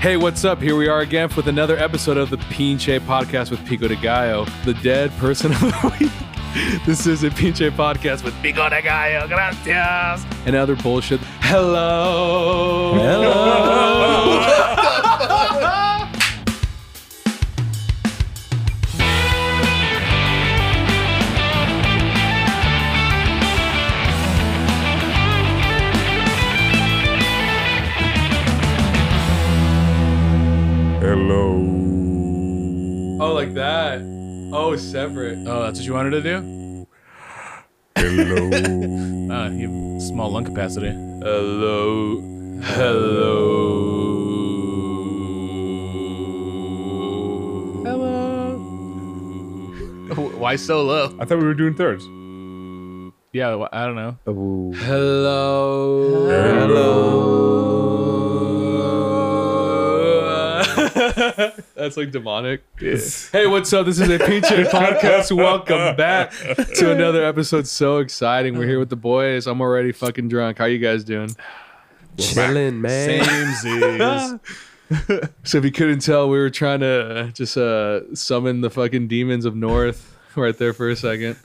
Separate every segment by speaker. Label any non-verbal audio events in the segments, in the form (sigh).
Speaker 1: Hey, what's up? Here we are again with another episode of the Pinche Podcast with Pico de Gallo, the dead person of the (laughs) week. This is a Pinche Podcast with Pico de Gallo, gracias, and other bullshit. Hello. Hello.
Speaker 2: Hello.
Speaker 1: oh, like that. Oh, separate. Oh, that's what you wanted to do?
Speaker 2: Hello.
Speaker 3: Uh, you have small lung capacity.
Speaker 1: Hello. Hello.
Speaker 3: Hello. Why so low?
Speaker 2: I thought we were doing thirds.
Speaker 3: Yeah, wh- I don't know.
Speaker 1: Hello. Hello. (laughs) That's like demonic. Hey, what's up? This is a PJ podcast. Welcome back to another episode. So exciting. We're here with the boys. I'm already fucking drunk. How you guys doing?
Speaker 4: Chilling, man.
Speaker 3: Samesies.
Speaker 1: So if you couldn't tell, we were trying to just uh summon the fucking demons of North (laughs) right there for a
Speaker 4: (laughs)
Speaker 1: second.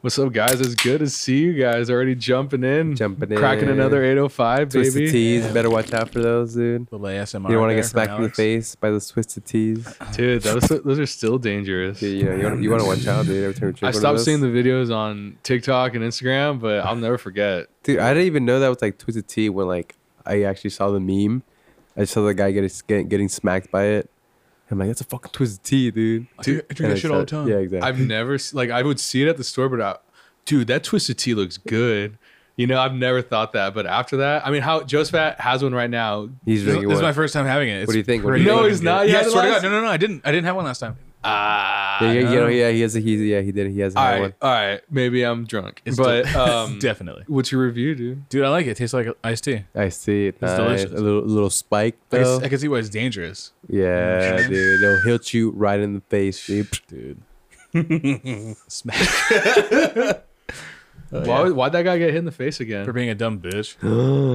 Speaker 1: What's up, guys? It's good to see you guys already jumping in.
Speaker 4: Jumping in.
Speaker 1: Cracking another 805,
Speaker 4: (laughs) Twisted
Speaker 1: baby.
Speaker 4: tees. Better watch out for those, dude.
Speaker 3: Little ASMR.
Speaker 4: You don't want to
Speaker 3: there
Speaker 4: get
Speaker 3: from
Speaker 4: smacked in the
Speaker 3: Alex.
Speaker 4: face by those twisted
Speaker 3: (laughs)
Speaker 4: tees.
Speaker 1: Dude, those, those are still dangerous.
Speaker 4: Dude, you know, you want, you want to watch out, dude. Every time you
Speaker 1: I
Speaker 4: drink one of
Speaker 1: stopped
Speaker 4: those.
Speaker 1: seeing the videos on TikTok and Instagram, but I'll never forget.
Speaker 4: Dude, I didn't even know that was like twisted tea when like I actually saw the meme. I saw the guy getting get, getting smacked by it. I'm like, that's a fucking twisted tea, dude.
Speaker 1: Dude,
Speaker 4: And I started- Yeah, exactly.
Speaker 1: I've never s- like I would see it at the store, but I, dude, that twisted tea looks good. You know, I've never thought that, but after that, I mean, how Joe Spat has one right now.
Speaker 4: He's
Speaker 3: This,
Speaker 4: drinking
Speaker 3: this is my
Speaker 4: one.
Speaker 3: first time having it. It's
Speaker 4: do you think? What do
Speaker 3: pretty
Speaker 4: you
Speaker 1: No,
Speaker 3: fucking
Speaker 4: think?
Speaker 1: he's not.
Speaker 3: good.
Speaker 1: You
Speaker 3: Yeah,
Speaker 1: had it
Speaker 3: swear to
Speaker 1: last-
Speaker 3: God. No, no, no. I didn't. I didn't have one last time.
Speaker 1: Ah,
Speaker 4: yeah, yeah,
Speaker 3: I
Speaker 4: you know,
Speaker 3: know.
Speaker 4: yeah, he has a he's yeah, he did he has a
Speaker 1: all
Speaker 4: high
Speaker 1: right,
Speaker 4: one.
Speaker 1: all right. Maybe I'm drunk,
Speaker 3: It's
Speaker 4: (laughs)
Speaker 1: but
Speaker 3: del-
Speaker 1: um,
Speaker 3: (laughs) definitely,
Speaker 1: what's your review, dude?
Speaker 3: dude. I like it. it tastes like iced tea.
Speaker 4: I see it. Nice.
Speaker 3: delicious.
Speaker 4: A little little spike
Speaker 3: I
Speaker 4: though.
Speaker 3: can, I can see why it's dangerous,
Speaker 4: yeah,
Speaker 3: Sure.
Speaker 4: dude. It'll hit you right in the face, dude.
Speaker 3: (laughs) dude. Smack
Speaker 4: Oh,
Speaker 1: Why would why'd that guy get hit in the face again?
Speaker 3: for being a dumb (laughs) bitch.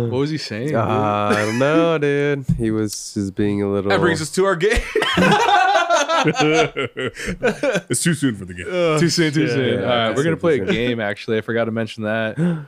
Speaker 1: What was he saying? dude?
Speaker 4: Uh, I don't know,
Speaker 3: (laughs)
Speaker 4: dude. He was just being a little.
Speaker 3: That brings us to our
Speaker 2: (laughs)
Speaker 3: game.
Speaker 2: It's too soon for the game.
Speaker 1: too soon, too soon.
Speaker 4: yeah,
Speaker 1: All right,
Speaker 4: too
Speaker 1: we're gonna
Speaker 4: soon,
Speaker 1: play
Speaker 4: too
Speaker 1: a
Speaker 4: soon.
Speaker 1: game. Actually, I forgot to mention
Speaker 4: (gasps)
Speaker 1: that.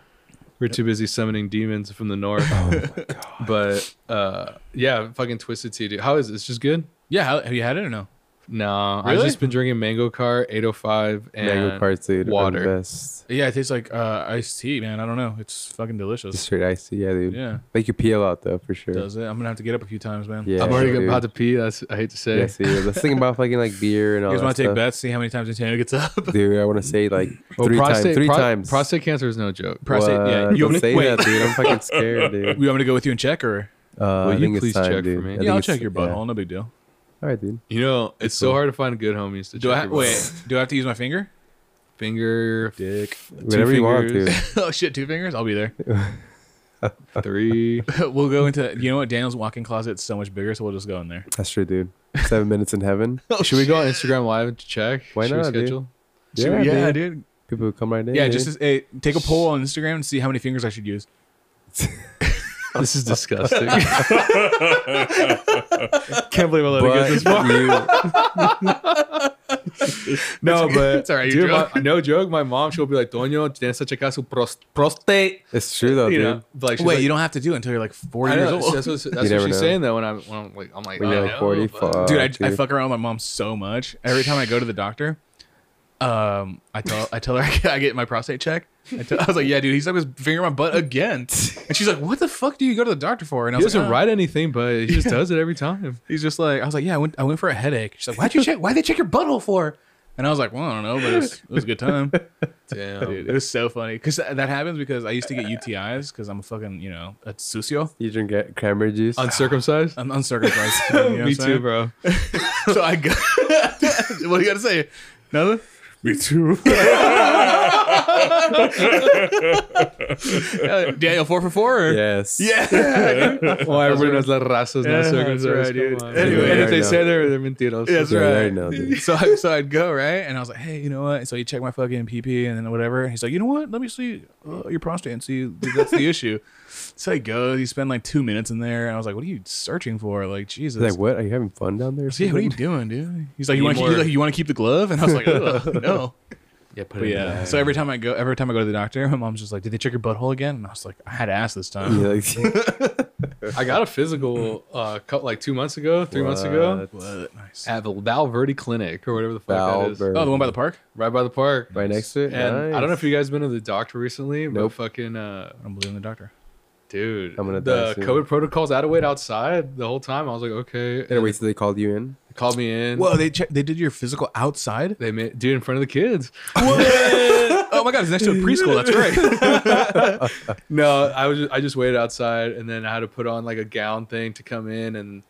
Speaker 1: We're too busy summoning demons from the north.
Speaker 4: Oh
Speaker 1: (laughs) But uh, yeah, fucking twisted tea, dude. How is it? It's just good.
Speaker 3: Yeah, how- have you had it or no?
Speaker 1: No, I've
Speaker 3: Really?
Speaker 1: just been drinking Mango Car 805 and
Speaker 4: mango parts, dude. Water.
Speaker 1: water.
Speaker 4: best.
Speaker 3: Yeah, it tastes like uh, iced tea, man. I don't know. It's fucking
Speaker 4: Just
Speaker 3: delicious.
Speaker 4: straight icy, yeah, dude.
Speaker 3: Yeah,
Speaker 4: Make you peel out though, for sure.
Speaker 3: does it? I'm gonna have to get up a few times, man.
Speaker 4: Yeah,
Speaker 1: I'm already
Speaker 4: dude.
Speaker 1: about to pee. That's I hate to say.
Speaker 4: Yeah, see, let's think about fucking like beer and
Speaker 3: (laughs)
Speaker 4: all
Speaker 3: You guys
Speaker 4: that
Speaker 3: want to take Oh,
Speaker 4: stuff.
Speaker 3: bets? See how many times Antonio gets up. (laughs)
Speaker 4: Dude, I want to say like
Speaker 1: Well,
Speaker 4: three times. Three
Speaker 1: Oh, pro-
Speaker 4: times.
Speaker 1: Prostate cancer is no joke.
Speaker 3: Pro- prostate, yeah.
Speaker 4: What?
Speaker 3: You want
Speaker 4: Don't
Speaker 3: me-
Speaker 4: say
Speaker 3: wait.
Speaker 4: that, dude. I'm
Speaker 3: (laughs)
Speaker 4: fucking scared, dude.
Speaker 3: You want me to go with you and check, or
Speaker 4: Uh, I
Speaker 1: you
Speaker 4: think
Speaker 1: please
Speaker 4: it's time,
Speaker 1: check for
Speaker 4: dude.
Speaker 1: me?
Speaker 4: I
Speaker 1: Yeah,
Speaker 4: think
Speaker 3: yeah, I'll
Speaker 4: it's-
Speaker 3: check your butthole.
Speaker 4: yeah.
Speaker 3: No big deal.
Speaker 4: All right, dude.
Speaker 1: You know, it's so
Speaker 4: cool.
Speaker 1: hard to find good homies to
Speaker 3: Do
Speaker 1: check
Speaker 3: I
Speaker 1: your
Speaker 3: wait?
Speaker 1: balls.
Speaker 3: Do I have to use
Speaker 1: (laughs)
Speaker 3: my finger?
Speaker 1: Finger
Speaker 3: Dick.
Speaker 4: Whatever you want,
Speaker 1: fingers.
Speaker 4: dude.
Speaker 3: oh shit, two fingers. I'll be there.
Speaker 1: (laughs) three.
Speaker 3: (laughs) we'll go into. You know what? Daniel's walk-in closet's so much bigger, so we'll just go in there.
Speaker 4: That's true, dude. Seven minutes in heaven.
Speaker 3: (laughs)
Speaker 1: Should we go on Instagram Live and check?
Speaker 4: Why
Speaker 1: Should we
Speaker 4: not, dude?
Speaker 1: schedule?
Speaker 4: Yeah, dude.
Speaker 3: dude.
Speaker 4: People would come right in.
Speaker 3: Yeah,
Speaker 4: dude.
Speaker 3: just as, hey, take a poll on Instagram and see how many fingers I should use.
Speaker 1: This is disgusting. Can't believe I let
Speaker 4: But you-
Speaker 1: No, but
Speaker 3: it's all right,
Speaker 1: dude,
Speaker 3: you're drunk.
Speaker 1: my- no joke. My mom, she'll be like, "Doño, tienes que checar su pros- prostate."
Speaker 4: It's true though,
Speaker 1: you
Speaker 4: Oh, dude.
Speaker 1: know, like she's
Speaker 3: Wait,
Speaker 1: like,
Speaker 3: you don't have to do it until you're like 40
Speaker 1: I
Speaker 3: years
Speaker 1: know,
Speaker 3: old.
Speaker 1: that's what, that's what she's
Speaker 4: never know.
Speaker 1: saying though. When I'm, when I'm like, I'm like, "Oh,
Speaker 4: When
Speaker 1: I
Speaker 4: you're like
Speaker 1: know,
Speaker 4: 40,
Speaker 1: but-
Speaker 3: (laughs)
Speaker 4: fuck,
Speaker 3: dude, I, I
Speaker 4: dude.
Speaker 3: fuck around with my mom so much. Every time I go to the doctor, um, I tell I tell her (laughs) I get my prostate check. I, tell, I was like, yeah, dude, he's up his finger in my butt
Speaker 1: (laughs)
Speaker 3: again, and she's like, what the fuck do you go to the doctor for? And I
Speaker 1: He
Speaker 3: was like,
Speaker 1: doesn't
Speaker 3: "Uh."
Speaker 1: write anything, but he just does it every time.
Speaker 3: He's just like, I was like, yeah, I went, I went for a headache. She's like, why'd you check? Why'd they check your butthole for? And I was like, well, I don't know, but it was, it was a good (laughs) time.
Speaker 1: Damn.
Speaker 3: Dude, it was so funny because that that happens because I used to get UTIs because I'm a fucking, you know, a sucio.
Speaker 4: You drink ca- cranberry juice. (laughs)
Speaker 1: Uncircumcised.
Speaker 3: I'm uncircumcised. you know what
Speaker 1: (laughs)
Speaker 3: I'm
Speaker 1: Me
Speaker 3: saying?
Speaker 1: too,
Speaker 3: (laughs)
Speaker 1: bro.
Speaker 3: So I (laughs) go. what do you got to say? Nothing.
Speaker 2: Me too.
Speaker 3: Uh, Daniel, four for four?
Speaker 1: (laughs)
Speaker 3: Or?
Speaker 4: Yes.
Speaker 3: (laughs) Yeah.
Speaker 1: Why everybody knows that razas
Speaker 3: Yeah,
Speaker 1: not
Speaker 3: that's
Speaker 1: circumcised.
Speaker 3: right, dude.
Speaker 1: Come on.
Speaker 3: Anyway.
Speaker 1: and if they
Speaker 4: Yeah, I
Speaker 1: say they're they're mentiros.
Speaker 3: Yeah, that's
Speaker 4: Yeah,
Speaker 3: right.
Speaker 4: I know, dude.
Speaker 3: so I, so I'd go right, and I was like, hey, you know what? So he checked my fucking PP and then whatever. He's like, you know what? Let me see uh, your prostate and see if that's the issue. So I go. You spend like two minutes in there, and I was like, what are you searching for? Like Jesus.
Speaker 4: Like, what? Are you having fun down there? or
Speaker 3: yeah, what are you
Speaker 4: something?
Speaker 3: doing, dude? He's like,
Speaker 1: Need
Speaker 3: you want
Speaker 1: more-
Speaker 3: to you want to keep the glove? And I was like, Ugh, no.
Speaker 5: Yeah, put
Speaker 3: But
Speaker 5: it in
Speaker 3: yeah.
Speaker 5: there.
Speaker 3: So every time I go, every time I go to the doctor, my mom's just like, did they check your butthole again? And I was like, I had to ask this time.
Speaker 4: Yeah, (laughs) like,
Speaker 1: I got a physical uh couple, like two months ago, three months ago.
Speaker 4: what?
Speaker 3: What? Nice.
Speaker 1: At the Val Verde Clinic or whatever the fuck that is.
Speaker 4: Valverde.
Speaker 3: Oh, the one by the park.
Speaker 1: Right by the park.
Speaker 4: Right next to it.
Speaker 1: And I don't know if you guys been to the doctor recently, but
Speaker 4: Nope.
Speaker 1: fucking uh
Speaker 3: I don't believe in the doctor.
Speaker 1: dude.
Speaker 4: I'm gonna
Speaker 1: the
Speaker 4: die soon.
Speaker 1: COVID protocols I had to wait outside the whole time. I was like, okay.
Speaker 4: Gotta wait till they called you in.
Speaker 1: They called me in.
Speaker 3: Whoa, they check. They did your physical outside.
Speaker 1: They made dude in front of the kids.
Speaker 3: oh my god, it's next to a preschool. That's right.
Speaker 1: No, I was just, I just waited outside, and then I had to put on like a gown thing to come in, and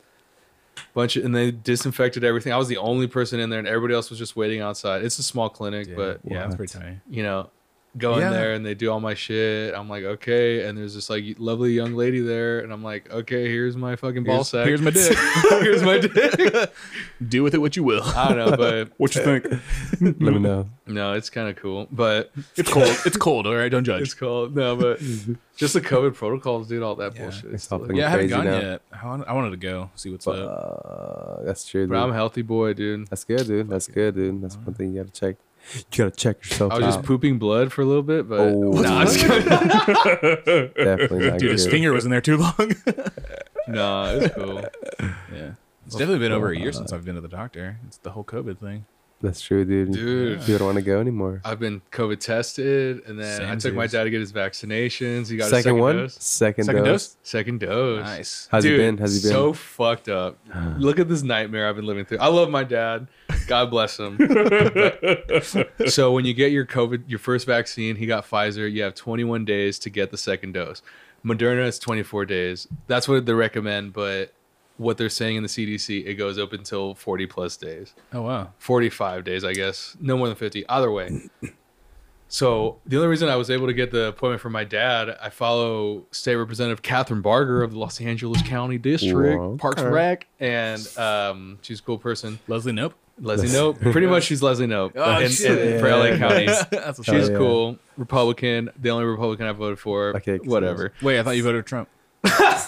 Speaker 1: bunch of, and they disinfected everything. I was the only person in there, and everybody else was just waiting outside. It's a small clinic, but
Speaker 3: yeah, it's
Speaker 4: What?
Speaker 3: pretty tiny.
Speaker 1: you know, go
Speaker 3: Yeah.
Speaker 1: in there and they do all my shit. I'm like, okay, and there's this like lovely young lady there, and I'm like, okay, here's my fucking ball
Speaker 3: Here's,
Speaker 1: sack.
Speaker 3: here's my dick.
Speaker 1: here's my dick.
Speaker 3: (laughs) Do with it what you will.
Speaker 1: (laughs) I don't know, but
Speaker 2: What you think?
Speaker 4: Let me know.
Speaker 1: (laughs) no, it's kind of cool, but
Speaker 3: It's cold. It's cold. All right, don't judge.
Speaker 1: it's cool. No, but
Speaker 3: (laughs)
Speaker 1: just the COVID protocols, dude, all that
Speaker 3: Yeah,
Speaker 1: bullshit.
Speaker 4: it's
Speaker 1: It's like-
Speaker 4: helping.
Speaker 3: yeah, I haven't
Speaker 4: crazy
Speaker 3: gone
Speaker 4: now.
Speaker 3: yet. I, want, I wanted to go see what's up.
Speaker 4: Uh, that's true.
Speaker 1: But
Speaker 4: dude.
Speaker 1: I'm a healthy boy, dude.
Speaker 4: That's good, dude. That's good, dude. That's one thing you gotta check. You gotta check yourself
Speaker 1: I was just
Speaker 4: out.
Speaker 1: pooping blood for a little bit, but
Speaker 4: Oh.
Speaker 1: (laughs) Nah,
Speaker 4: (laughs)
Speaker 1: I'm just kidding.
Speaker 4: Definitely not
Speaker 3: Dude, his
Speaker 4: good.
Speaker 3: finger was in there too long. (laughs)
Speaker 1: nah, it's cool.
Speaker 3: yeah, it's definitely been over a year since I've been to the doctor. It's the whole COVID thing.
Speaker 4: That's true, dude.
Speaker 1: Dude.
Speaker 4: you don't want to go anymore.
Speaker 1: I've been COVID tested, and then I
Speaker 3: Same
Speaker 1: took my
Speaker 3: dudes.
Speaker 1: dad to get his vaccinations. He got
Speaker 4: Second,
Speaker 1: a second
Speaker 4: one,
Speaker 1: dose.
Speaker 4: second
Speaker 3: Second
Speaker 4: dose.
Speaker 3: dose.
Speaker 1: Second dose.
Speaker 3: Nice.
Speaker 4: How's
Speaker 1: Dude,
Speaker 4: he been? How's he been?
Speaker 1: So fucked
Speaker 4: (sighs)
Speaker 1: up. Look at this nightmare I've been living through. I love my dad. God bless
Speaker 3: (laughs)
Speaker 1: him. But- so when you get your COVID, your first vaccine, he got Pfizer. You have 21 days to get the second dose. Moderna is 24 days. That's what they recommend, but what they're saying in the CDC, it goes up until 40 plus days.
Speaker 3: Oh wow.
Speaker 1: 45 days, I guess. No more than 50. Either way. So the only reason I was able to get the appointment from my dad, I follow State Representative Catherine Barger of the Los Angeles County District,
Speaker 4: Whoa,
Speaker 1: Parks and Rec, and um, she's a cool person.
Speaker 3: Leslie, nope.
Speaker 1: Leslie Nope.
Speaker 4: (laughs)
Speaker 1: Pretty much she's Leslie Nope
Speaker 3: Oh,
Speaker 1: in,
Speaker 3: shit.
Speaker 1: in- for LA County.
Speaker 3: That's what's
Speaker 1: She's
Speaker 4: yeah.
Speaker 1: cool. Republican. The only Republican I voted for.
Speaker 4: Okay,
Speaker 1: whatever.
Speaker 3: Wait, I thought you voted for Trump.
Speaker 1: (laughs) yeah,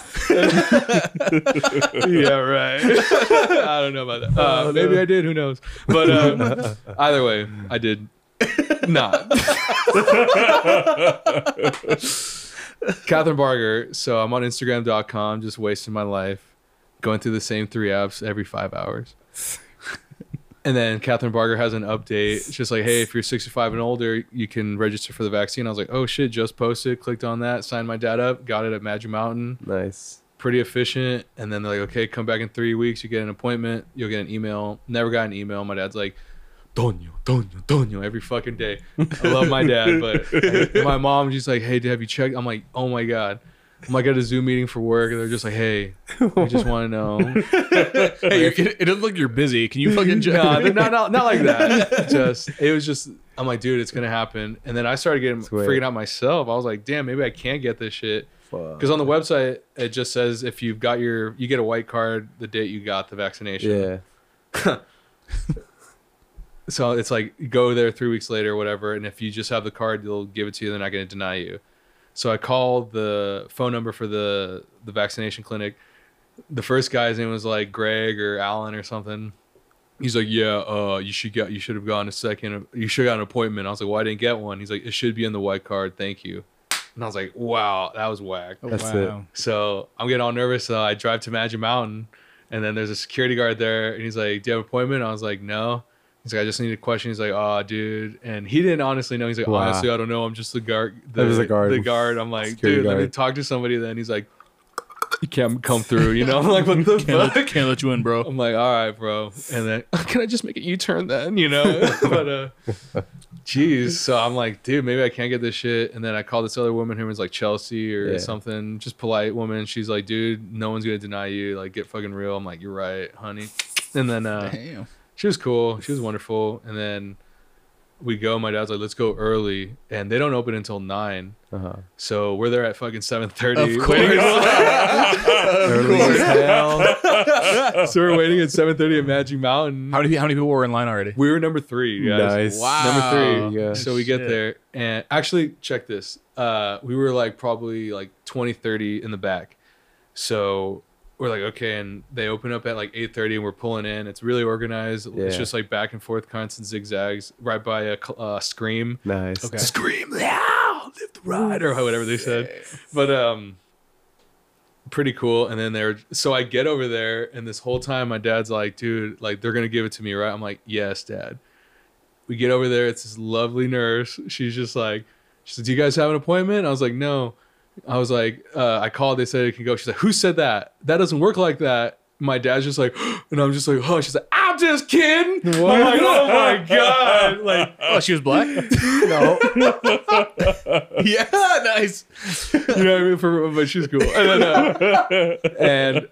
Speaker 1: right. I don't know about that. Uh, maybe I did. Who knows? But (laughs) um, either way, I did not. Catherine Barger. So I'm on Instagram.com, just wasting my life, going through the same three apps every five (laughs) hours. And then Catherine Barger has an update. It's just like, hey, if you're 65 and older, you can register for the vaccine. I was like, oh shit, just posted, clicked on that, signed my dad up, got it at Magic Mountain
Speaker 4: nice.
Speaker 1: pretty efficient. And then they're like, okay, come back in three weeks. You get an appointment. You'll get an email. Never got an email. My dad's like, Doño, Doño, Doño, every fucking day. I love my dad, but my mom just like, hey, have you checked? I'm like, oh my god. I'm like at a Zoom meeting for work, and they're just like, hey, we just want to know.
Speaker 3: Hey, it, it doesn't look like you're busy. Can you fucking?
Speaker 1: no, they're not, not not like
Speaker 3: (laughs)
Speaker 1: that. Just it was just I'm like, dude, it's gonna happen. And then I started getting
Speaker 4: Swear.
Speaker 1: freaking out myself. I was like, damn, maybe I can't get this shit.
Speaker 4: Fuck.
Speaker 1: Because on the website, it just says if you've got your, you get a white card the date you got the vaccination.
Speaker 4: Yeah.
Speaker 1: So it's like you go there three weeks later or whatever, and if you just have the card, they'll give it to you. They're not going to deny you. So I called the phone number for the the vaccination clinic. The first guy's name was like Greg or Alan or something. He's like, yeah, uh, you should get, you should have gotten a second, you should have got an appointment. I was like, well, I didn't get one. He's like, it should be in the white card. Thank you. And I was like, wow, that was whack.
Speaker 3: Oh,
Speaker 4: That's
Speaker 3: wow.
Speaker 1: So I'm getting all nervous. So I drive to Magic Mountain, and then there's a security guard there, and he's like, "Do you have an appointment?" I was like, "No." He's like, "I just need a question." He's like, "Oh, dude," and he didn't honestly know. He's like,
Speaker 4: Wow.
Speaker 1: "Honestly, I don't know. I'm just the guard."
Speaker 4: That was a guard.
Speaker 1: The guard. I'm like,
Speaker 4: Security
Speaker 1: "Dude, let me
Speaker 4: guard.
Speaker 1: talk to somebody." Then he's like, "You can't come through." You know, (laughs) I'm like, "What the
Speaker 3: Can't
Speaker 1: fuck?"
Speaker 3: let, can't let you in,
Speaker 1: (laughs)
Speaker 3: bro.
Speaker 1: I'm like, "All right, bro." And then, (laughs) can I just make a U-turn then? You know, (laughs) but uh, jeez. So I'm like, dude, maybe I can't get this shit. And then I called this other woman who was like Chelsea or
Speaker 4: Yeah.
Speaker 1: something, just polite woman. She's like, dude, no one's gonna deny you. Like, get fucking real. I'm like, you're right, honey. And then uh,
Speaker 3: Damn.
Speaker 1: she was cool. She was wonderful. And then we go. My dad's like, "Let's go early," and they don't open until nine.
Speaker 4: Uh-huh.
Speaker 1: So we're there at fucking seven thirty. (laughs)
Speaker 3: Of
Speaker 4: Early as
Speaker 1: (laughs)
Speaker 4: hell.
Speaker 1: so we're waiting at seven thirty at Magic Mountain.
Speaker 3: How many how many people were in line already?
Speaker 1: we were number three. Guys.
Speaker 4: Nice.
Speaker 3: Wow.
Speaker 1: Number three.
Speaker 4: Yeah.
Speaker 1: So we get
Speaker 3: Shit.
Speaker 1: there and actually check this. Uh, we were like probably like 20, 30 in the back. So we're like, okay. And they open up at like 830 and we're pulling in. It's really organized.
Speaker 4: Yeah.
Speaker 1: It's just like back and forth, constant zigzags right by a cl- uh, scream.
Speaker 4: Nice. (laughs) Okay.
Speaker 1: Scream loud, lift right, or whatever they said. But um, pretty cool. And then they're so I get over there, and this whole time my dad's like, "Dude, like they're gonna give it to me, right?" I'm like, "Yes, dad." We get over there. It's this lovely nurse. She's just like, she said, "Do you guys have an appointment?" I was like, "No." I was like, uh, I called. They said it can go. She's like, "Who said that? That doesn't work like that." My dad's just like, (gasps) and I'm just like, oh, she's like, I'm just kidding. I'm like, oh (laughs) my god, like
Speaker 3: Oh, she was (laughs) black?
Speaker 4: No.
Speaker 3: (laughs) yeah, nice.
Speaker 1: you know what I mean? For, but she's cool. And, then, uh, and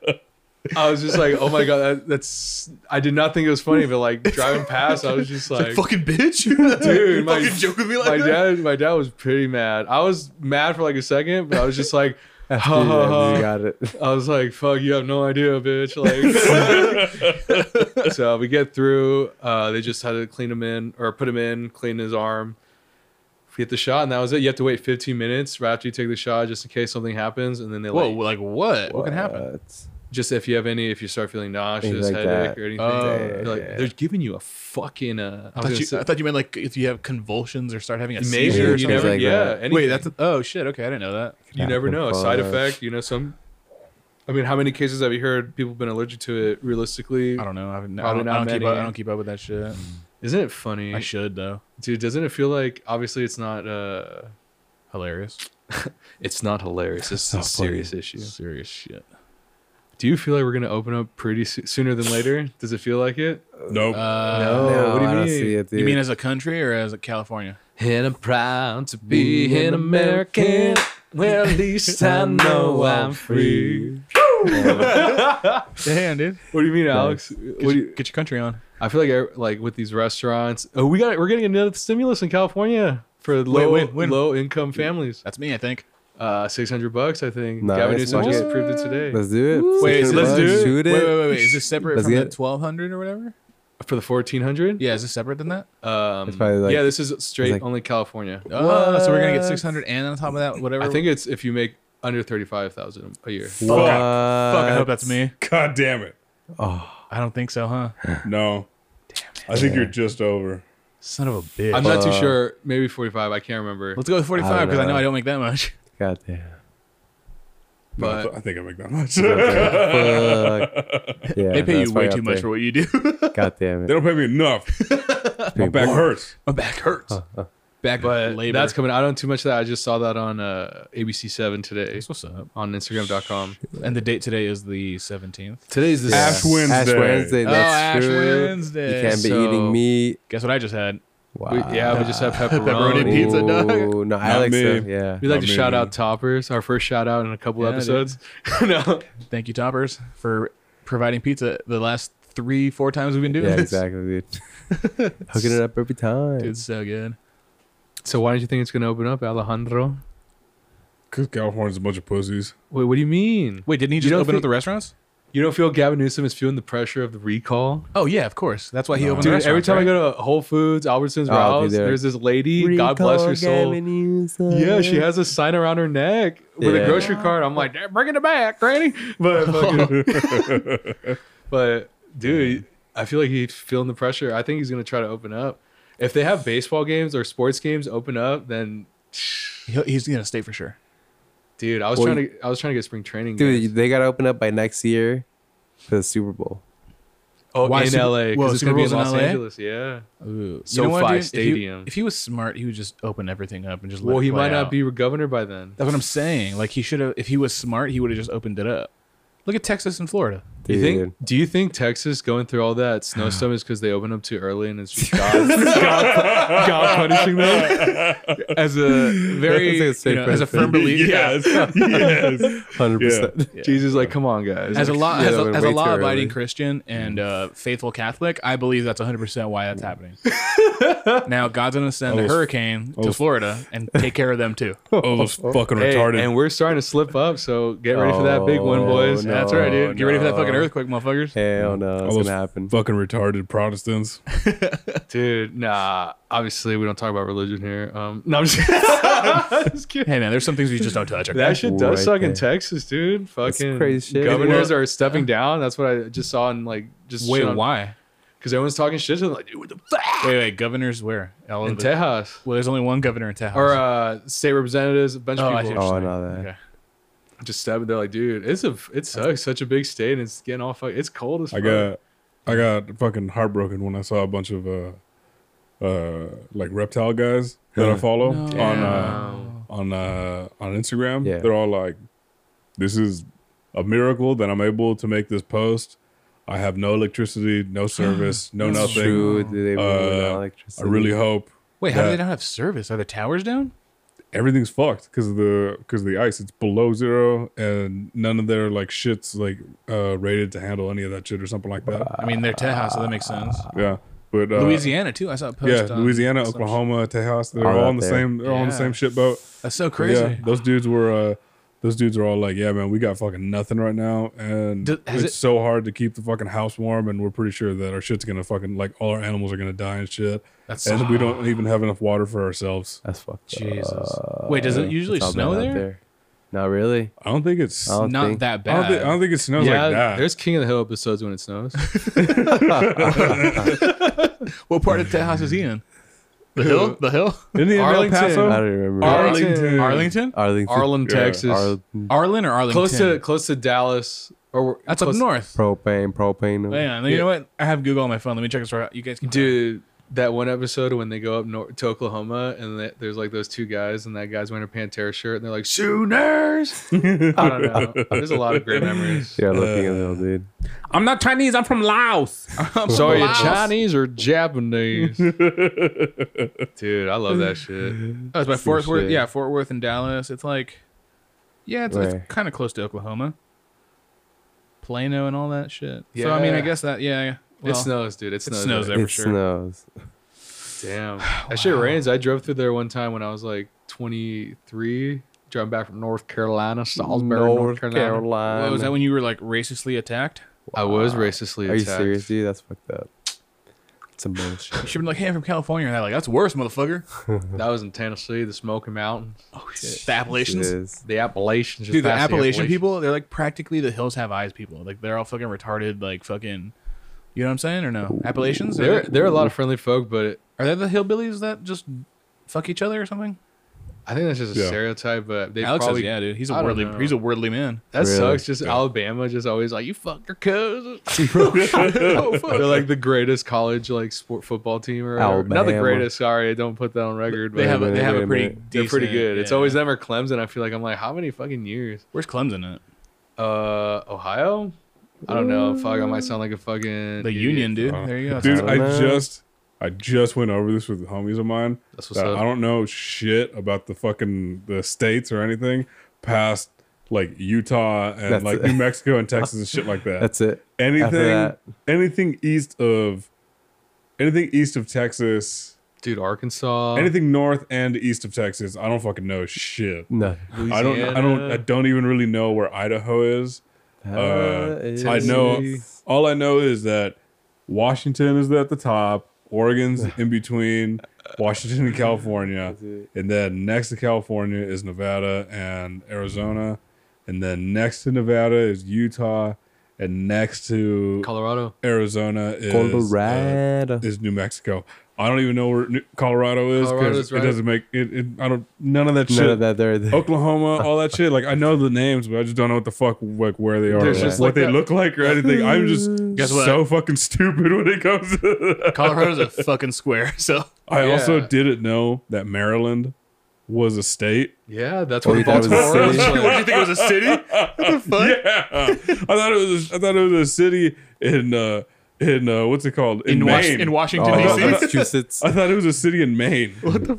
Speaker 1: I was just like, oh my god, that, that's. I did not think it was funny, but like driving past, I was just like,
Speaker 3: fucking bitch. Dude,
Speaker 1: (laughs) dude, my,
Speaker 3: fucking joke with me (laughs) like
Speaker 1: my
Speaker 3: that.
Speaker 1: dad, my dad was pretty mad. I was mad for like a second, but I was just like. ha,
Speaker 4: Dude,
Speaker 1: ha, ha.
Speaker 4: you got it.
Speaker 1: I was like, "Fuck, you have no idea, bitch!" Like, (laughs) so we get through. Uh, they just had to clean him in or put him in, clean his arm. We get the shot, and that was it. You have to wait 15 minutes right after you take the shot, just in case something happens, and then they
Speaker 3: Whoa,
Speaker 1: like
Speaker 3: like what? What, can happen?
Speaker 4: What?
Speaker 1: just if you have any, if you start feeling nauseous,
Speaker 4: Things like
Speaker 1: headache,
Speaker 4: that.
Speaker 1: or anything,
Speaker 3: Oh,
Speaker 1: they're like
Speaker 4: okay.
Speaker 1: they're giving you a fucking. Uh, I was
Speaker 3: I thought,
Speaker 1: gonna
Speaker 3: you,
Speaker 1: say-
Speaker 3: I thought you meant like if you have convulsions or start having a
Speaker 1: major,
Speaker 3: seizure or
Speaker 1: you
Speaker 4: things
Speaker 1: never,
Speaker 4: like
Speaker 1: yeah,
Speaker 4: that.
Speaker 1: anything.
Speaker 3: Wait, that's a, oh shit. Okay, I didn't know that.
Speaker 1: you never know a side
Speaker 4: Fuck.
Speaker 1: effect. You know some. I mean, how many cases have you heard people been allergic to it? Realistically,
Speaker 3: I don't know. I, haven't, I,
Speaker 1: Probably
Speaker 3: don't, I,
Speaker 1: not
Speaker 3: don't keep
Speaker 1: many.
Speaker 3: up, I don't keep up with that shit.
Speaker 1: isn't it funny?
Speaker 3: I should though.
Speaker 1: dude doesn't it feel like obviously it's not uh
Speaker 3: Hilarious.
Speaker 1: it's not hilarious
Speaker 4: (laughs)
Speaker 1: it's a serious issue
Speaker 3: Serious shit.
Speaker 1: do you feel like we're gonna open up pretty so- sooner than later does it feel like it
Speaker 2: Nope.
Speaker 1: No, what do you
Speaker 4: Uh, I don't
Speaker 1: mean?
Speaker 4: see it,
Speaker 3: Uh, You
Speaker 4: dude.
Speaker 3: mean as a country or as a California?
Speaker 1: and i'm proud to
Speaker 4: be Mm, an American,
Speaker 1: where at least
Speaker 4: (laughs) I know I'm free.
Speaker 3: Damn, (laughs) dude.
Speaker 1: what do you mean alex
Speaker 3: Get,
Speaker 1: what do
Speaker 3: your,
Speaker 1: you,
Speaker 3: get your country on.
Speaker 1: i feel like I, like with these restaurants oh we got we're getting another stimulus in california for low
Speaker 3: when- when?
Speaker 1: low income families
Speaker 3: That's me, I think.
Speaker 1: uh 600 bucks i think
Speaker 4: Nice,
Speaker 1: gavin newsom
Speaker 4: fuck
Speaker 1: just
Speaker 4: it.
Speaker 1: approved it today
Speaker 4: Let's do it.
Speaker 1: Wait,
Speaker 4: Six
Speaker 1: so let's
Speaker 4: bucks,
Speaker 1: do it.
Speaker 4: Shoot it.
Speaker 3: Wait, wait, wait, wait. Is this separate
Speaker 4: Let's
Speaker 3: from
Speaker 4: get
Speaker 3: the
Speaker 4: it.
Speaker 3: 1200 or whatever?
Speaker 1: for the 1400
Speaker 3: Yeah, is this separate than that?
Speaker 1: Um,
Speaker 4: It's probably like-
Speaker 1: yeah, this is straight
Speaker 4: like-
Speaker 1: only California.
Speaker 3: Oh, so we're going to get
Speaker 4: What?
Speaker 3: 600 and on top of that, whatever.
Speaker 1: I think it's if you make under thirty five thousand a year.
Speaker 2: Fuck.
Speaker 3: Fuck,
Speaker 1: Uh,
Speaker 3: I hope that's me.
Speaker 2: God damn it.
Speaker 3: I don't think so, huh?
Speaker 2: No. I think you're just over.
Speaker 3: Son of a bitch.
Speaker 1: I'm not too sure. Maybe forty five. I can't remember.
Speaker 3: Let's go with 45 because I know
Speaker 4: know.
Speaker 3: I don't make that much.
Speaker 4: God damn.
Speaker 2: No, I
Speaker 1: But-
Speaker 2: th- I think I make that much. (laughs)
Speaker 4: Fuck. Yeah,
Speaker 3: they pay
Speaker 4: that's
Speaker 3: you way
Speaker 4: probably
Speaker 3: too
Speaker 4: up
Speaker 3: much
Speaker 4: there.
Speaker 3: for what you
Speaker 4: (laughs)
Speaker 3: do.
Speaker 4: God damn
Speaker 2: they
Speaker 4: it.
Speaker 2: don't pay me enough. My back hurts.
Speaker 3: My back hurts.
Speaker 1: Back, but
Speaker 3: labor.
Speaker 1: that's coming. I don't too much of that. I just saw that on uh, ABC seven today
Speaker 3: That's what's up.
Speaker 1: on Instagram.com.
Speaker 3: And the date today is the 17th.
Speaker 1: Today's the
Speaker 4: Yeah.
Speaker 2: Ash Wednesday.
Speaker 4: Ash Wednesday.
Speaker 3: Oh,
Speaker 4: That's
Speaker 3: Ash
Speaker 4: true.
Speaker 3: Wednesday.
Speaker 4: You can't be
Speaker 1: So-
Speaker 4: eating meat.
Speaker 3: Guess what I just had?
Speaker 4: Wow.
Speaker 1: We, yeah, we just have pepperoni.
Speaker 3: Pepperoni
Speaker 1: pizza.
Speaker 3: pizza. dog.
Speaker 4: Ooh, No, I like
Speaker 2: me.
Speaker 4: stuff. Yeah.
Speaker 1: We like
Speaker 2: I
Speaker 1: to
Speaker 2: mean-
Speaker 1: shout out Toppers. Our first shout out in a couple
Speaker 3: Yeah, dude.
Speaker 1: episodes. (laughs) no,
Speaker 3: Thank you, Toppers, for providing pizza the last three, four times we've been doing
Speaker 4: Yeah,
Speaker 3: this.
Speaker 4: exactly, dude. Hooking it up every time.
Speaker 3: Dude, It's so good.
Speaker 1: so why don't you think it's gonna open up, Alejandro?
Speaker 2: Because California's a bunch
Speaker 1: (laughs)
Speaker 2: of pussies.
Speaker 1: Wait, what do you mean?
Speaker 3: Wait, didn't he
Speaker 1: just
Speaker 3: just
Speaker 1: don't
Speaker 3: open
Speaker 1: open up think-
Speaker 3: up
Speaker 1: the
Speaker 3: the restaurants?
Speaker 1: You don't feel Gavin Newsom is feeling the pressure of the recall?
Speaker 3: Oh yeah, of course. That's why he opened.
Speaker 1: Dude,
Speaker 3: the
Speaker 1: every time I
Speaker 3: restaurant,
Speaker 1: go to Whole Foods, Albertsons,
Speaker 4: Oh,
Speaker 1: Rouse,
Speaker 4: dude, they're-
Speaker 1: there's this lady. God bless her soul. Yeah, she has a sign around her neck with a
Speaker 4: Yeah.
Speaker 1: grocery cart. I'm like, "Damn, bringing it back, Granny. (laughs) But, fucking- (laughs) but dude, I feel like he's feeling the pressure. I think he's gonna try to open up. If they have baseball games or sports games open up, then
Speaker 3: right? He- he's gonna stay for sure.
Speaker 1: dude, I was
Speaker 4: Well,
Speaker 1: trying to, I was trying to get spring training.
Speaker 4: Dude,
Speaker 1: games.
Speaker 4: they gotta open up by next year for the Super Bowl.
Speaker 1: oh,
Speaker 3: why
Speaker 1: in
Speaker 3: Super-
Speaker 1: LA
Speaker 3: whoa,
Speaker 1: because it's
Speaker 3: Super
Speaker 1: gonna be in
Speaker 3: Bowl's in
Speaker 1: Los
Speaker 3: LA?
Speaker 1: Angeles. Yeah.
Speaker 3: Ooh,
Speaker 1: SoFi Stadium.
Speaker 3: If he, was smart, he would just open everything up and just. Let
Speaker 1: Well,
Speaker 3: it
Speaker 1: he
Speaker 3: play
Speaker 1: might
Speaker 3: out.
Speaker 1: not be governor by then.
Speaker 3: That's what I'm saying. Like he should have. If he was smart, he would have just opened it up. Look at Texas and Florida.
Speaker 1: You
Speaker 4: Dude.
Speaker 1: think? Do you think Texas going through all that
Speaker 4: (sighs)
Speaker 1: snow stuff is because they opened up too early and it's just
Speaker 4: (laughs)
Speaker 1: God, God, God punishing them
Speaker 4: (laughs)
Speaker 1: as a very
Speaker 4: That's a safe
Speaker 1: you know, as a firm
Speaker 4: preference.
Speaker 1: belief?
Speaker 2: yes. yes.
Speaker 4: 100%.
Speaker 1: Jesus, like, come on, guys.
Speaker 3: As a law,
Speaker 4: Yeah,
Speaker 3: as
Speaker 4: that
Speaker 3: a,
Speaker 4: went
Speaker 3: as a
Speaker 4: way too
Speaker 3: law-abiding
Speaker 4: early.
Speaker 3: Christian and uh, faithful Catholic, I believe that's 100 percent why
Speaker 1: (laughs)
Speaker 3: that's happening. now God's going to send a
Speaker 1: Oh,
Speaker 2: those-
Speaker 3: hurricane to
Speaker 2: those-
Speaker 3: Florida and take care of
Speaker 1: (laughs)
Speaker 3: them too.
Speaker 2: Oh, those fucking
Speaker 1: Hey,
Speaker 2: retarded.
Speaker 1: and we're starting to slip up, so get ready for that big one,
Speaker 4: Oh,
Speaker 1: boys.
Speaker 4: no.
Speaker 1: That's right, dude.
Speaker 3: Get ready for that
Speaker 4: no.
Speaker 3: fucking earthquake, motherfuckers.
Speaker 4: (laughs) Hell no, it's
Speaker 2: those
Speaker 4: gonna happen.
Speaker 2: Fucking retarded Protestants.
Speaker 1: Dude, nah. Obviously, we don't talk about religion here. Um, (laughs) no, I'm just, Just kidding.
Speaker 3: (laughs) Hey man, there's some things we just don't touch. okay?
Speaker 1: That shit does
Speaker 4: Right
Speaker 1: suck in
Speaker 4: there.
Speaker 1: Texas, dude. Fucking
Speaker 4: crazy shit.
Speaker 1: Governors are stepping down. That's what I just saw in like just
Speaker 3: wait,
Speaker 1: shit on-
Speaker 3: why?
Speaker 1: Because everyone's talking shit to them, like, dude, what the fuck?
Speaker 3: Wait, wait. Governors where? All
Speaker 1: In
Speaker 3: of the-
Speaker 1: Tejas.
Speaker 3: Well, there's only one governor in Texas.
Speaker 1: Or uh, state representatives, a bunch
Speaker 3: Oh,
Speaker 1: of
Speaker 3: I see
Speaker 1: people
Speaker 4: Oh,
Speaker 3: what
Speaker 4: I
Speaker 3: you're
Speaker 4: know
Speaker 3: saying.
Speaker 4: that.
Speaker 3: Okay.
Speaker 1: just stabbing. They're like, dude, it's a it sucks. Such a big state, and it's getting all fuck. It's cold as fuck.
Speaker 2: I got I got fucking heartbroken when I saw a bunch of uh uh like reptile guys that I follow
Speaker 3: No.
Speaker 2: on uh
Speaker 1: Damn.
Speaker 2: on uh on Instagram.
Speaker 4: Yeah.
Speaker 2: They're all like this is a miracle that I'm able to make this post. I have no electricity,
Speaker 4: (gasps)
Speaker 2: no service, no
Speaker 4: It's
Speaker 2: nothing.
Speaker 4: True, do they really want
Speaker 2: Uh, I
Speaker 4: electricity?
Speaker 2: really hope
Speaker 3: Wait, how do
Speaker 2: that
Speaker 3: they not have service? Are the towers down?
Speaker 2: everything's fucked because of the because of the ice. It's below zero, and none of their like shits like uh rated to handle any of that shit or something like that.
Speaker 3: I mean, they're Tejas, so that makes sense.
Speaker 2: Yeah, but uh,
Speaker 3: Louisiana too. I saw a
Speaker 2: Yeah,
Speaker 3: post. on
Speaker 2: Louisiana,
Speaker 3: some shit.
Speaker 2: Oklahoma, Tejas, they're
Speaker 4: All
Speaker 2: all,
Speaker 4: out
Speaker 2: on the
Speaker 4: there.
Speaker 2: same they're all on the
Speaker 3: Yeah.
Speaker 2: same ship boat.
Speaker 3: That's so crazy.
Speaker 2: Yeah, those dudes were uh those dudes are all like, yeah, man, we got fucking nothing right now, and
Speaker 3: Do- has
Speaker 2: it's
Speaker 3: it-
Speaker 2: so hard to keep the fucking house warm, and we're pretty sure that our shit's gonna fucking like all our animals are gonna die and shit,
Speaker 3: That's
Speaker 2: and we don't even have enough water for ourselves.
Speaker 4: That's fucked.
Speaker 3: Jesus. Wait, does it usually
Speaker 4: It's all bad
Speaker 3: snow
Speaker 4: out
Speaker 3: there?
Speaker 4: Not really.
Speaker 2: I don't think it's.
Speaker 4: I
Speaker 2: I
Speaker 4: don't
Speaker 2: don't,
Speaker 3: Not
Speaker 4: think-
Speaker 3: that
Speaker 2: I,
Speaker 3: bad.
Speaker 2: don't think, I don't think it snows
Speaker 1: yeah,
Speaker 2: like that.
Speaker 1: there's King of the Hill episodes when it
Speaker 3: (laughs)
Speaker 1: snows.
Speaker 3: what part of Tejas is he in? The hill? The hill?
Speaker 2: Isn't it in El
Speaker 1: Arlington.
Speaker 2: Paso?
Speaker 4: I don't remember.
Speaker 1: Arlington.
Speaker 3: Arlington?
Speaker 4: Arlington.
Speaker 1: Harlem,
Speaker 2: Yeah.
Speaker 1: Texas.
Speaker 4: Arlington.
Speaker 3: Arlen or Arlington?
Speaker 1: Close to close to Dallas. Or
Speaker 3: That's
Speaker 1: close-
Speaker 3: up north.
Speaker 4: Propane. Propane.
Speaker 1: Oh,
Speaker 3: Hang on, You know what? I have Google on my phone. Let me check this out. You guys can
Speaker 1: Dude, that one episode when they go up north to Oklahoma and they, there's like those two guys and that guy's wearing a Pantera shirt and they're like Sooners.
Speaker 2: (laughs)
Speaker 1: I don't know. There's a lot of great memories.
Speaker 4: Yeah, looking at them, dude.
Speaker 2: I'm not Chinese. I'm from Laos.
Speaker 1: So are you
Speaker 3: Laos.
Speaker 1: Chinese or
Speaker 2: (laughs)
Speaker 1: Japanese? Dude, I love that shit.
Speaker 3: Oh, it's by Fort Worth.
Speaker 4: shit.
Speaker 3: Yeah, Fort Worth and Dallas. It's like, yeah, it's,
Speaker 4: Where?
Speaker 3: it's kind of close to Oklahoma, Plano and all that shit. So I mean, I
Speaker 1: Yeah.
Speaker 3: guess that yeah. Well,
Speaker 1: it snows, dude. It snows.
Speaker 3: snows
Speaker 1: there.
Speaker 3: there.
Speaker 4: it
Speaker 3: sure.
Speaker 4: snows.
Speaker 3: (sighs)
Speaker 1: Damn. That shit rains. I drove through there one time when I was like 23, driving back from North Carolina, Salisbury, North, Carolina.
Speaker 3: Well, was that when you were like racistly attacked?
Speaker 1: I was racistly
Speaker 4: Are you
Speaker 1: attacked.
Speaker 4: serious, dude? That's fucked up. It's a bullshit.
Speaker 3: You should be like, hey, I'm from California. And they're like, that's
Speaker 1: (laughs)
Speaker 3: worse, motherfucker.
Speaker 1: That was in Tennessee, the Smoky Mountains.
Speaker 3: Oh shit. The Appalachians.
Speaker 4: It is.
Speaker 1: The Appalachians. just
Speaker 3: Dude, the
Speaker 1: past
Speaker 3: Appalachian
Speaker 1: Appalachians.
Speaker 3: people, they're like practically the hills have eyes people. Like they're all fucking retarded, like fucking you know what I'm saying or no? Appalachians? Are
Speaker 1: They're,
Speaker 3: they,
Speaker 1: they're a lot of friendly folk, but it,
Speaker 3: are they the hillbillies that just fuck each other or something?
Speaker 1: I think that's just a
Speaker 2: Yeah.
Speaker 1: stereotype. But they
Speaker 3: Alex
Speaker 1: probably
Speaker 3: says, yeah, dude. He's
Speaker 1: I
Speaker 3: a
Speaker 1: don't
Speaker 3: worldly
Speaker 1: know.
Speaker 3: he's a worldly man.
Speaker 1: that
Speaker 4: Really?
Speaker 1: sucks. Just
Speaker 2: Yeah.
Speaker 1: Alabama, just always like you fuck your cousin. Oh, fuck. (laughs) They're like the greatest college like sport football team or whatever. not the
Speaker 4: Alabama.
Speaker 1: greatest. Sorry, don't put that on record.
Speaker 3: They
Speaker 1: but
Speaker 3: have a,
Speaker 4: minute,
Speaker 3: they have
Speaker 4: wait
Speaker 3: a
Speaker 4: a
Speaker 3: pretty
Speaker 4: minute.
Speaker 1: they're pretty
Speaker 3: decent-
Speaker 1: good. It's
Speaker 3: yeah.
Speaker 1: always them or Clemson. I feel like I'm like how many fucking years?
Speaker 3: Where's Clemson at?
Speaker 1: Uh, Ohio. I don't know. Fuck, I might sound like a fucking
Speaker 3: The
Speaker 1: idiot.
Speaker 3: Union, dude.
Speaker 2: Uh,
Speaker 3: there you go.
Speaker 2: Dude,
Speaker 4: Tyler.
Speaker 2: I just I just went over this with homies of mine.
Speaker 1: That's what's
Speaker 2: that
Speaker 1: up.
Speaker 2: I don't know shit about the fucking the states or anything past like Utah and
Speaker 4: That's
Speaker 2: like
Speaker 4: (laughs) it.
Speaker 2: New Mexico and Texas and shit like that.
Speaker 4: That's it.
Speaker 2: anything
Speaker 4: After that,
Speaker 2: anything east of anything east of Texas,
Speaker 1: Dude,
Speaker 4: Oh.
Speaker 1: Arkansas.
Speaker 2: anything north and east of Texas, I don't fucking know shit.
Speaker 4: no.
Speaker 2: I don't I don't I don't even really know where Idaho is. Uh,
Speaker 4: That
Speaker 2: I know.
Speaker 4: is-
Speaker 2: All I know is that Washington is at the top.
Speaker 4: (laughs)
Speaker 2: Oregon's in between Washington and California,
Speaker 4: it.
Speaker 2: and then next to California is Nevada and Arizona, and then next to Nevada is Utah, and next to
Speaker 1: Colorado.
Speaker 2: Arizona is uh,
Speaker 4: Colorado.
Speaker 2: is New Mexico. I don't even know where New- Colorado is
Speaker 1: Colorado's
Speaker 2: because it
Speaker 1: right-
Speaker 2: doesn't make it, it. I don't none of that shit.
Speaker 4: None of that there. there.
Speaker 2: Oklahoma, all that shit. Like I know the names, but I just don't know what the fuck like where they are,
Speaker 1: There's
Speaker 2: or
Speaker 1: just
Speaker 2: what
Speaker 1: like
Speaker 2: they
Speaker 1: that-
Speaker 2: look like, or anything.
Speaker 1: (laughs)
Speaker 2: I'm just
Speaker 3: Guess what?
Speaker 2: so fucking stupid when it comes. to
Speaker 3: Colorado's a fucking square, (laughs) so
Speaker 2: I also
Speaker 1: Yeah.
Speaker 2: didn't know that Maryland was a state.
Speaker 1: Yeah, that's
Speaker 4: Oh,
Speaker 1: what
Speaker 4: you thought it was a
Speaker 1: Baltimore is.
Speaker 4: city?
Speaker 3: (laughs)
Speaker 1: like.
Speaker 3: you think it was a city?
Speaker 2: (laughs) Yeah, I thought it was. A, I thought it was a city in uh, in uh, what's it called
Speaker 3: In, Was-
Speaker 2: Maine.
Speaker 3: in Washington,
Speaker 4: Oh,
Speaker 3: D.C.? (laughs)
Speaker 4: Massachusetts.
Speaker 2: (laughs) I thought it was a city in Maine.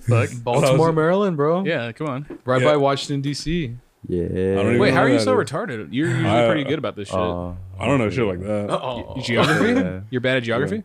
Speaker 1: Baltimore, Maryland, bro.
Speaker 3: Yeah, come on.
Speaker 1: Right
Speaker 2: Yeah.
Speaker 1: by Washington, D.C.
Speaker 4: Yeah.
Speaker 2: even
Speaker 3: Wait, how
Speaker 2: know
Speaker 3: are you
Speaker 2: that
Speaker 3: so
Speaker 2: is.
Speaker 3: retarded? You're usually
Speaker 2: I-
Speaker 3: pretty good about this shit.
Speaker 4: Oh,
Speaker 2: I don't know shit like that.
Speaker 1: Oh,
Speaker 3: geography?
Speaker 4: Yeah.
Speaker 3: (laughs) You're bad at geography?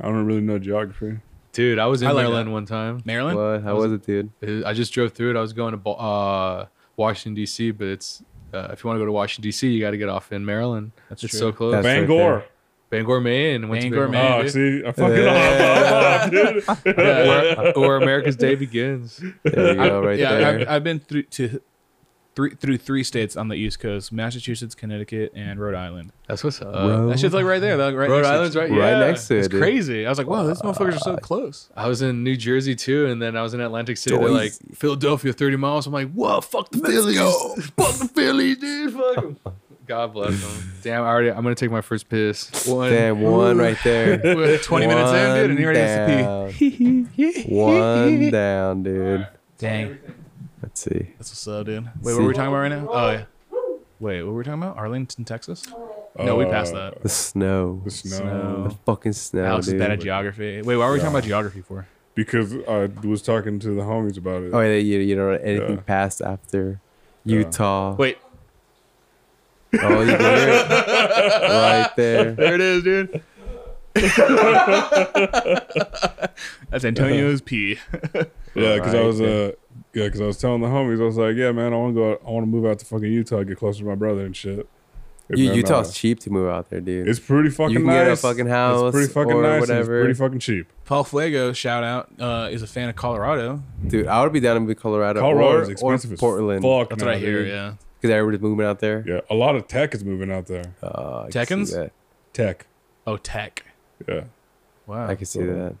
Speaker 2: I don't really know geography.
Speaker 1: dude, I was in
Speaker 3: I like
Speaker 1: Maryland one time.
Speaker 3: Maryland?
Speaker 4: what? How was
Speaker 3: (laughs)
Speaker 4: it, dude?
Speaker 1: It- I just drove through it. I was going to Bo- uh, Washington D.C., but it's uh, if you want to go to Washington D.C., you got to get off in Maryland. That's it's
Speaker 3: true.
Speaker 1: so close.
Speaker 4: That's right
Speaker 2: Bangor.
Speaker 1: Bangor, Maine. Went to Bangor,
Speaker 3: Bangor, Maine.
Speaker 2: oh,
Speaker 3: dude.
Speaker 2: see, I fucking
Speaker 4: Yeah.
Speaker 2: (laughs) dude.
Speaker 1: Yeah, where, where America's day begins.
Speaker 4: There you go, right
Speaker 3: yeah,
Speaker 4: there.
Speaker 3: I've, I've been through to three through three states on the East Coast: Massachusetts, Connecticut, and Rhode Island.
Speaker 1: That's what's up.
Speaker 4: Rhode-
Speaker 3: That shit's like right there. Though, right
Speaker 1: Rhode
Speaker 3: next to-
Speaker 1: Island's right,
Speaker 4: right
Speaker 1: yeah.
Speaker 4: next to
Speaker 3: It's
Speaker 4: it. dude.
Speaker 3: crazy. I was like, wow, these motherfuckers are so close.
Speaker 1: I was in New Jersey too, and then I was in Atlantic City. They're
Speaker 4: Oh,
Speaker 1: like
Speaker 4: he's-
Speaker 1: Philadelphia, thirty miles. I'm like, whoa, fuck the Phillies, (laughs) fuck the Phillies, dude, fuck 'em." (laughs) God bless them. Damn, I already. I'm gonna take my first piss. One.
Speaker 4: Damn, one right
Speaker 3: (laughs)
Speaker 4: there.
Speaker 3: We're Twenty minutes in, dude, and he already has to
Speaker 4: has to pee. one down, dude.
Speaker 3: pee. Dang,
Speaker 4: Let's see.
Speaker 3: that's what's up, dude. Wait, what were we talking about right now? Oh yeah. Wait, what were we talking about? Arlington, Texas? No, we passed
Speaker 2: Uh,
Speaker 3: that.
Speaker 4: The snow.
Speaker 2: The snow.
Speaker 4: The fucking snow,
Speaker 3: Alex
Speaker 4: dude.
Speaker 3: is bad at geography. Wait, why were we talking about geography for?
Speaker 2: Because I was talking to the homies about it.
Speaker 4: oh, yeah, you, you don't know anything
Speaker 2: Yeah.
Speaker 4: past after
Speaker 2: Yeah.
Speaker 4: Utah.
Speaker 3: Wait,
Speaker 4: Oh, you can hear
Speaker 2: (laughs)
Speaker 4: it. right there.
Speaker 3: there it is, dude. That's Antonio's pee.
Speaker 2: yeah, because I
Speaker 4: Right
Speaker 2: was
Speaker 4: there.
Speaker 2: uh, yeah, because I was telling the homies, I was like, yeah, man, I want to go, out, I want to move out to fucking Utah, get closer to my brother and shit. And
Speaker 4: You,
Speaker 2: then,
Speaker 4: Utah's
Speaker 2: uh,
Speaker 4: cheap to move out there, dude.
Speaker 2: it's pretty fucking
Speaker 4: you can
Speaker 2: nice.
Speaker 4: get a fucking house
Speaker 2: it's pretty fucking
Speaker 4: or
Speaker 2: nice. and
Speaker 4: whatever.
Speaker 2: It's pretty fucking cheap.
Speaker 3: Paul Fuego, shout out, uh, is a fan of Colorado.
Speaker 4: dude, I would be down in Colorado,
Speaker 2: Colorado
Speaker 4: uh, or,
Speaker 2: is
Speaker 4: or
Speaker 2: expensive as
Speaker 4: Portland
Speaker 2: fuck.
Speaker 3: That's
Speaker 2: now,
Speaker 3: what I hear.
Speaker 2: dude.
Speaker 3: Yeah,
Speaker 4: because everybody's moving out there.
Speaker 2: Yeah, a lot of tech is moving out there.
Speaker 4: Uh, I can see
Speaker 3: Tekkens?
Speaker 4: that.
Speaker 2: Tech.
Speaker 3: Oh, tech.
Speaker 2: Yeah,
Speaker 3: Wow.
Speaker 4: I can see that.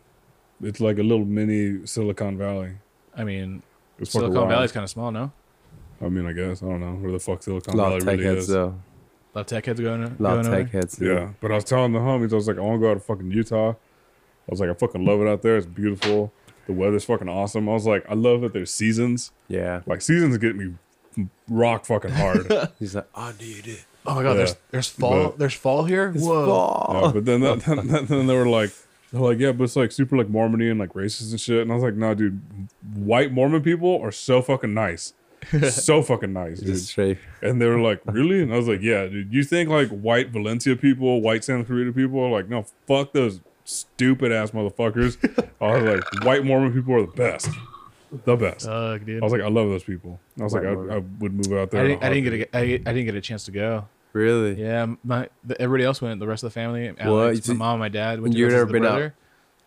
Speaker 2: it's like a little mini Silicon Valley.
Speaker 3: I mean,
Speaker 2: It's fucking
Speaker 3: Silicon
Speaker 2: wild.
Speaker 3: Valley's kind of small, no?
Speaker 2: I mean, I guess I don't know where the fuck Silicon
Speaker 4: A lot
Speaker 2: Valley
Speaker 4: of tech
Speaker 2: really
Speaker 4: heads, uh,
Speaker 2: is.
Speaker 4: though.
Speaker 3: A lot of tech heads going.
Speaker 4: A lot
Speaker 3: going
Speaker 4: of
Speaker 3: over.
Speaker 4: tech heads. dude.
Speaker 2: Yeah, but I was telling the homies, I was like, I want to go out to fucking Utah. I was like, I fucking love it out there. It's beautiful. The weather's fucking awesome. I was like, I love that there's seasons.
Speaker 4: Yeah.
Speaker 2: Like seasons get me rock fucking hard.
Speaker 4: (laughs)
Speaker 2: yeah,
Speaker 4: He's like, I need it.
Speaker 3: Oh my god,
Speaker 2: Yeah.
Speaker 3: there's there's fall
Speaker 2: But-
Speaker 3: there's fall here. Whoa.
Speaker 4: Oh.
Speaker 2: but then, that, then, then- then they were like, they're like, yeah, but it's like super like Mormony and like racist and shit. And I was like, nah, dude, white Mormon people are so fucking
Speaker 4: (laughs)
Speaker 2: nice. so fucking nice, dude.
Speaker 4: Just straight.
Speaker 2: And they were like, really? And I was like, yeah, dude. You think like white Valencia people, white Santa Clarita people are like, no, fuck those stupid ass motherfuckers. I was like, white Mormon people are the best. The best. I
Speaker 3: Fuck, dude. I,
Speaker 2: was like, uh, I love those people. I was
Speaker 4: White
Speaker 2: like,
Speaker 4: Mormon.
Speaker 2: I, I would move out there. in
Speaker 3: didn't,
Speaker 2: a
Speaker 3: Uh, I didn't get
Speaker 2: heartbeat.
Speaker 3: a, I, I didn't get a chance to go.
Speaker 4: Really?
Speaker 3: Yeah, my the, everybody else went. The rest of the family,
Speaker 4: What?
Speaker 3: Alex,
Speaker 4: You-
Speaker 3: my mom, my dad. Went to
Speaker 4: You've
Speaker 3: go visit
Speaker 4: never
Speaker 3: the
Speaker 4: been out?
Speaker 3: brother.